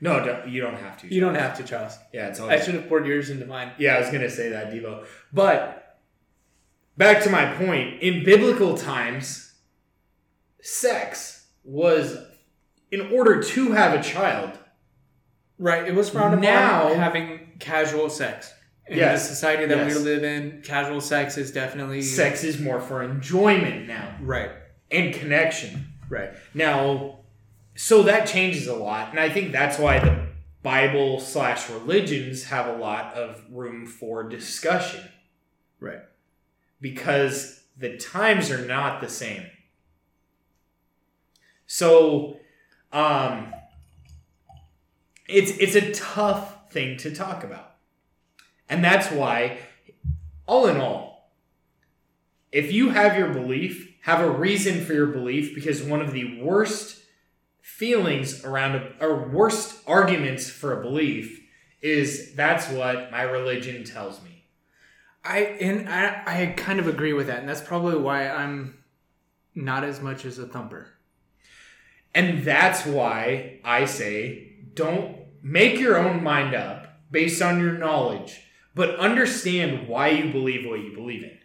A: No, don't, you don't have to.
B: you don't have to, Charles.
A: Yeah, it's all.
B: I should have poured yours into mine.
A: Yeah, I was gonna say that, Devo. But back to my point, in biblical times, sex was in order to have a child.
B: Right. It was frowned upon
A: Now-
B: having casual sex. In
A: Yes.
B: the society that
A: Yes.
B: we live in, casual sex is definitely.
A: Sex is more for enjoyment now
B: Right.
A: and connection.
B: Right.
A: Now, so that changes a lot, and I think that's why the Bible slash religions have a lot of room for discussion
B: Right.
A: because the times are not the same. So, um, it's it's a tough thing to talk about, and that's why, all in all, if you have your belief, have a reason for your belief, because one of the worst feelings around a, or worst arguments for a belief is that's what my religion tells me.
B: I and I, I kind of agree with that, and that's probably why I'm not as much as a thumper.
A: And that's why I say don't make your own mind up based on your knowledge, but understand why you believe what you believe in.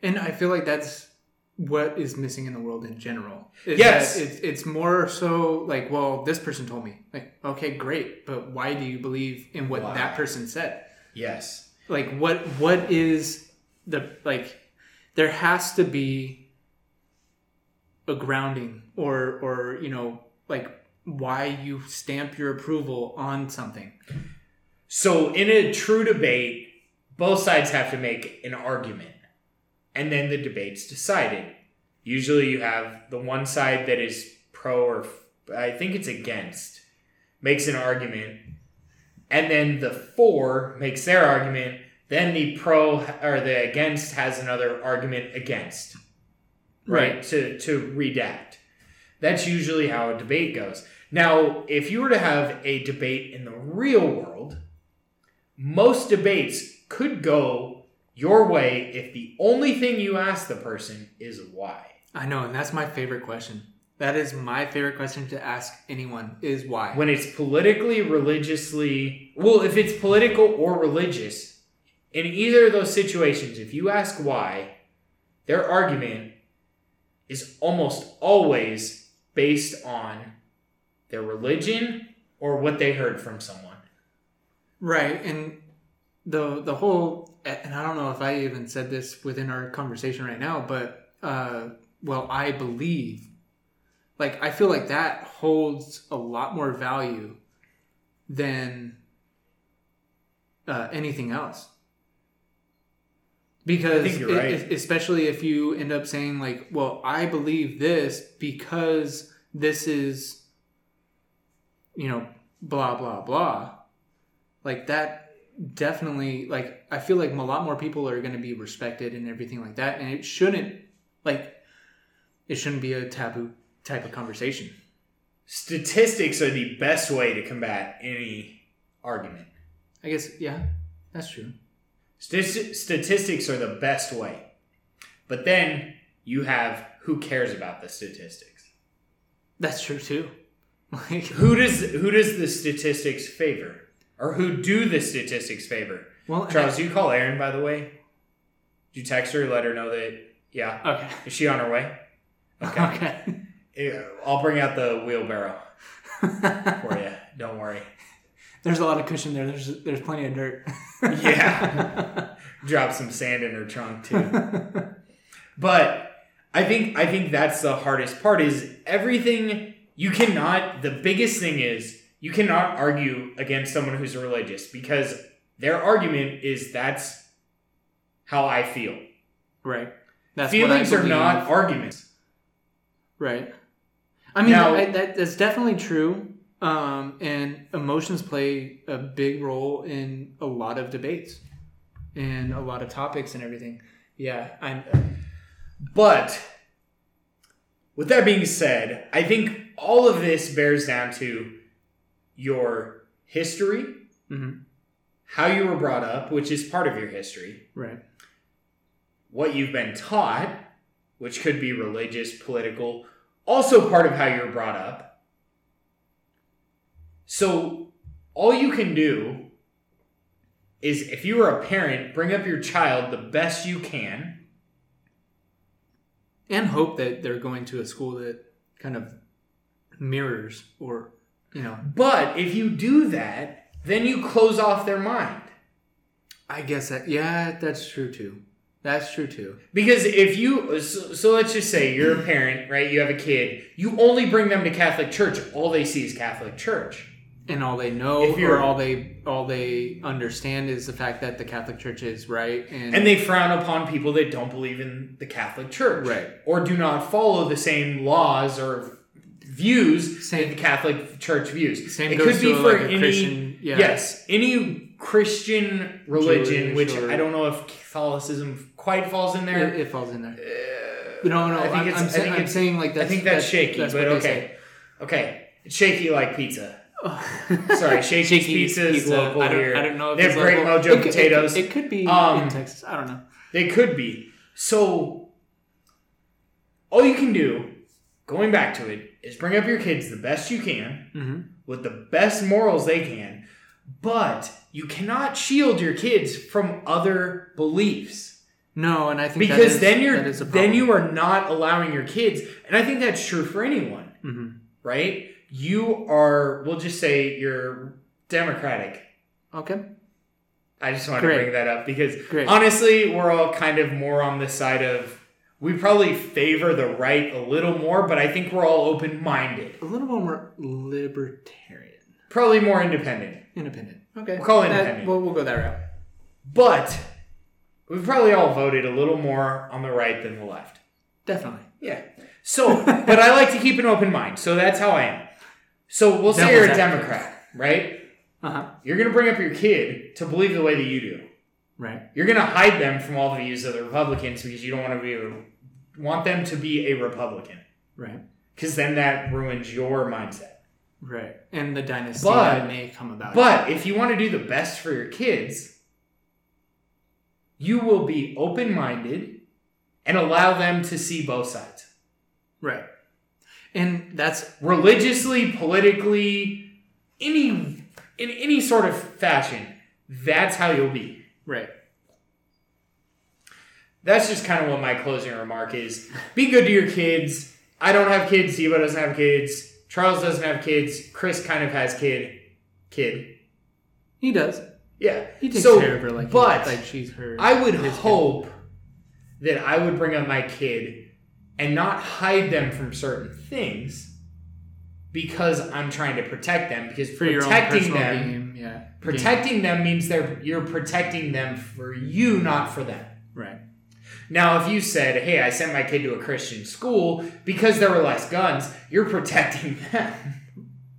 B: And I feel like that's what is missing in the world in general. is
A: Yes.
B: that it's, it's more so like, well, this person told me, like, okay, great, but why do you believe in what
A: Why?
B: that person said?
A: Yes.
B: Like, what what is the like? There has to be a grounding, or or you know, like why you stamp your approval on something.
A: So in a true debate, both sides have to make an argument. And then the debate's decided. Usually you have the one side that is pro or f- I think it's against makes an argument. And then the for makes their argument. Then the pro or the against has another argument against. Right. To to redact. That's usually how a debate goes. Now, if you were to have a debate in the real world, most debates could go your way if the only thing you ask the person is why.
B: I know, and that's my favorite question. That is my favorite question to ask anyone is why.
A: When it's politically, religiously, well, if it's political or religious, in either of those situations, if you ask why, their argument is almost always based on their religion or what they heard from someone.
B: right, and the the whole and I don't know if I even said this within our conversation right now, but uh well, I believe like I feel like that holds a lot more value than uh, anything else. Because
A: I think you're
B: e-
A: right.
B: e- especially if you end up saying like, "Well, I believe this because this is, you know, blah blah blah," like that definitely like I feel like a lot more people are going to be respected and everything like that, and it shouldn't like it shouldn't be a taboo type of conversation.
A: statistics are the best way to combat any argument.
B: I guess yeah, that's true.
A: Stis- statistics are the best way. But then you have who cares about the statistics?
B: That's true too. Like
A: Who does who does the statistics favor? Or who do the statistics favor?
B: well,
A: Charles, do you call Erin by the way? Did you text her, let her know that yeah.
B: Okay.
A: Is she on her way? Okay.
B: Okay.
A: Yeah, I'll bring out the wheelbarrow for you. Don't worry.
B: there's a lot of cushion there. There's there's plenty of dirt.
A: Yeah. drop some sand in her trunk too. but I think I think that's the hardest part is everything you cannot the biggest thing is you cannot argue against someone who's religious because their argument is that's how I feel.
B: right. That's what I
A: Feelings are
B: believe.
A: not arguments.
B: right. I mean,
A: Now-
B: I, that that's definitely true. Um, and emotions play a big role in a lot of debates and a lot of topics and everything. Yeah, I'm.
A: But with that being said, I think all of this bears down to your history,
B: Mhm.
A: how you were brought up, which is part of your history,
B: Right.
A: what you've been taught, which could be religious, political, also part of how you were brought up. So all you can do is if you are a parent, bring up your child the best you can.
B: And hope that they're going to a school that kind of mirrors or, you know,
A: But if you do that, then you close off their mind.
B: I guess that, yeah, that's true too. That's true too.
A: Because if you, so, so let's just say you're a parent, right? You have a kid. You only bring them to Catholic church. All they see is Catholic church.
B: and all they know
A: If you're-
B: or all they all they understand is the fact that the Catholic Church is right and,
A: And they frown upon people that don't believe in the Catholic church.
B: Right.
A: Or do not follow the same laws or views
B: Same-
A: that the Catholic church views.
B: same goes to like a Christian yeah
A: Yes, any Christian religion,
B: Jewish
A: which
B: or-
A: I don't know if Catholicism quite falls in there.
B: it, it falls in there. no, no,
A: Uh, I
B: I
A: think
B: am
A: it's-
B: I'm,
A: I
B: sa-
A: think
B: I'm
A: it's-
B: saying like that's,
A: I think that's, shaky,
B: that's
A: but
B: what they
A: okay. Okay. It's shaky like pizza.
B: say.
A: Sorry, Shaky's
B: Shaky's
A: Pizza is local
B: I don't,
A: uh, here.
B: I don't know. If
A: They have
B: it's
A: great
B: local.
A: mojo
B: It could- it could-
A: potatoes.
B: It, could be
A: Um,
B: in Texas. I don't know.
A: They could be. So, all you can do, going back to it, is bring up your kids the best you can
B: Mm-hmm.
A: with the best morals they can, but you cannot shield your kids from other beliefs
B: No, and I think that
A: because
B: is-
A: then you're
B: that is a
A: then you are not allowing your kids, and I think that's true for anyone,
B: hmm
A: right? You are, we'll just say you're democratic.
B: Mm-hmm. okay.
A: I just wanted
B: Great.
A: to bring that up because
B: Great.
A: honestly, we're all kind of more on the side of we probably favor the right a little more, but I think we're all open minded.
B: A little more libertarian,
A: Probably more independent.
B: independent. Okay,
A: We'll call it
B: That-
A: independent.
B: we'll, we'll go that route.
A: But we've probably all voted a little more on the right than the left.
B: Definitely.
A: Yeah. So, but I like to keep an open mind. So that's how I am. So we'll say
B: Devil's
A: you're a
B: advocate.
A: Democrat, right?
B: Uh huh.
A: You're going to bring up your kid to believe the way that you do.
B: Right.
A: You're going to hide them from all the views of the Republicans because you don't want to be a, want them to be a Republican.
B: Right.
A: because then that ruins your mindset.
B: Right. And the dynasty
A: But-
B: that may come about.
A: But if you want to do the best for your kids, you will be open minded and allow them to see both sides
B: right. And that's
A: religiously, politically, any in any sort of fashion. That's how you'll be.
B: right.
A: That's just kind of what my closing remark is. Be good to your kids. I don't have kids. Devo doesn't have kids. Charles doesn't have kids. Chris kind of has kid. Kid.
B: He does.
A: Yeah.
B: He takes
A: So,
B: care of her like he-
A: but
B: like she's her.
A: I would
B: his kid.
A: hope that I would bring up my kid and not hide them from certain things because I'm trying to protect them. Because
B: for your own
A: protecting
B: personal
A: them,
B: game. Yeah.
A: protecting them means they're you're protecting them for you, not for them.
B: Game. Right.
A: Now, if you said, "Hey, I sent my kid to a Christian school because there were less guns," you're protecting them.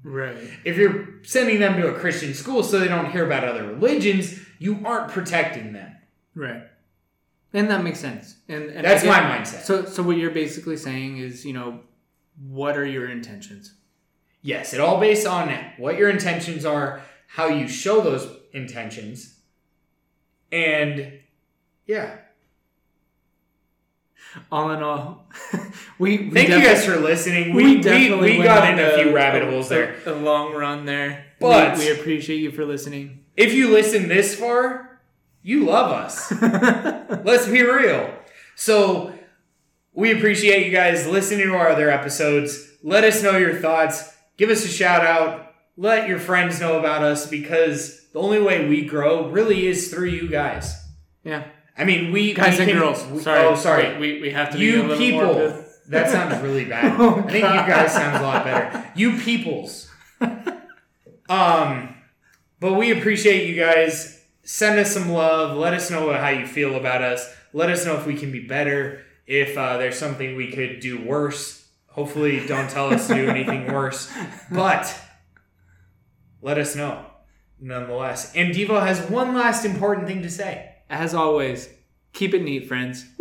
B: Right.
A: If you're sending them to a Christian school so they don't hear about other religions, you aren't protecting them.
B: Right. And that makes sense. And, and
A: That's
B: again,
A: my mindset.
B: So so what you're basically saying is you know what are your intentions?
A: Yes, it all based on what your intentions are, how you show those intentions, and yeah.
B: All in all, we, we
A: Thank you
B: defi-
A: guys for listening. We we, we
B: went
A: got in
B: on
A: a few rabbit holes there.
B: A, a long run there.
A: But-
B: we, we appreciate you for listening.
A: If you listen this far, you love us. Let's be real. So we appreciate you guys listening to our other episodes. Let us know your thoughts. Give us a shout out. Let your friends know about us because the only way we grow really is through you guys.
B: yeah.
A: I mean, we
B: Guys
A: we
B: and
A: can-
B: girls.
A: we-
B: sorry.
A: oh, sorry.
B: We, we have to be a
A: you
B: little
A: people.
B: more. of
A: that sounds really bad.
B: Oh,
A: I think you
B: God.
A: guys sounds a lot better. You peoples. Um, but we appreciate you guys. Send us some love. Let us know how you feel about us. Let us know if we can be better. If uh, there's something we could do worse. Hopefully, don't tell us to do anything worse. But let us know nonetheless. And Devo has one last important thing to say.
B: As always, keep it neat, friends.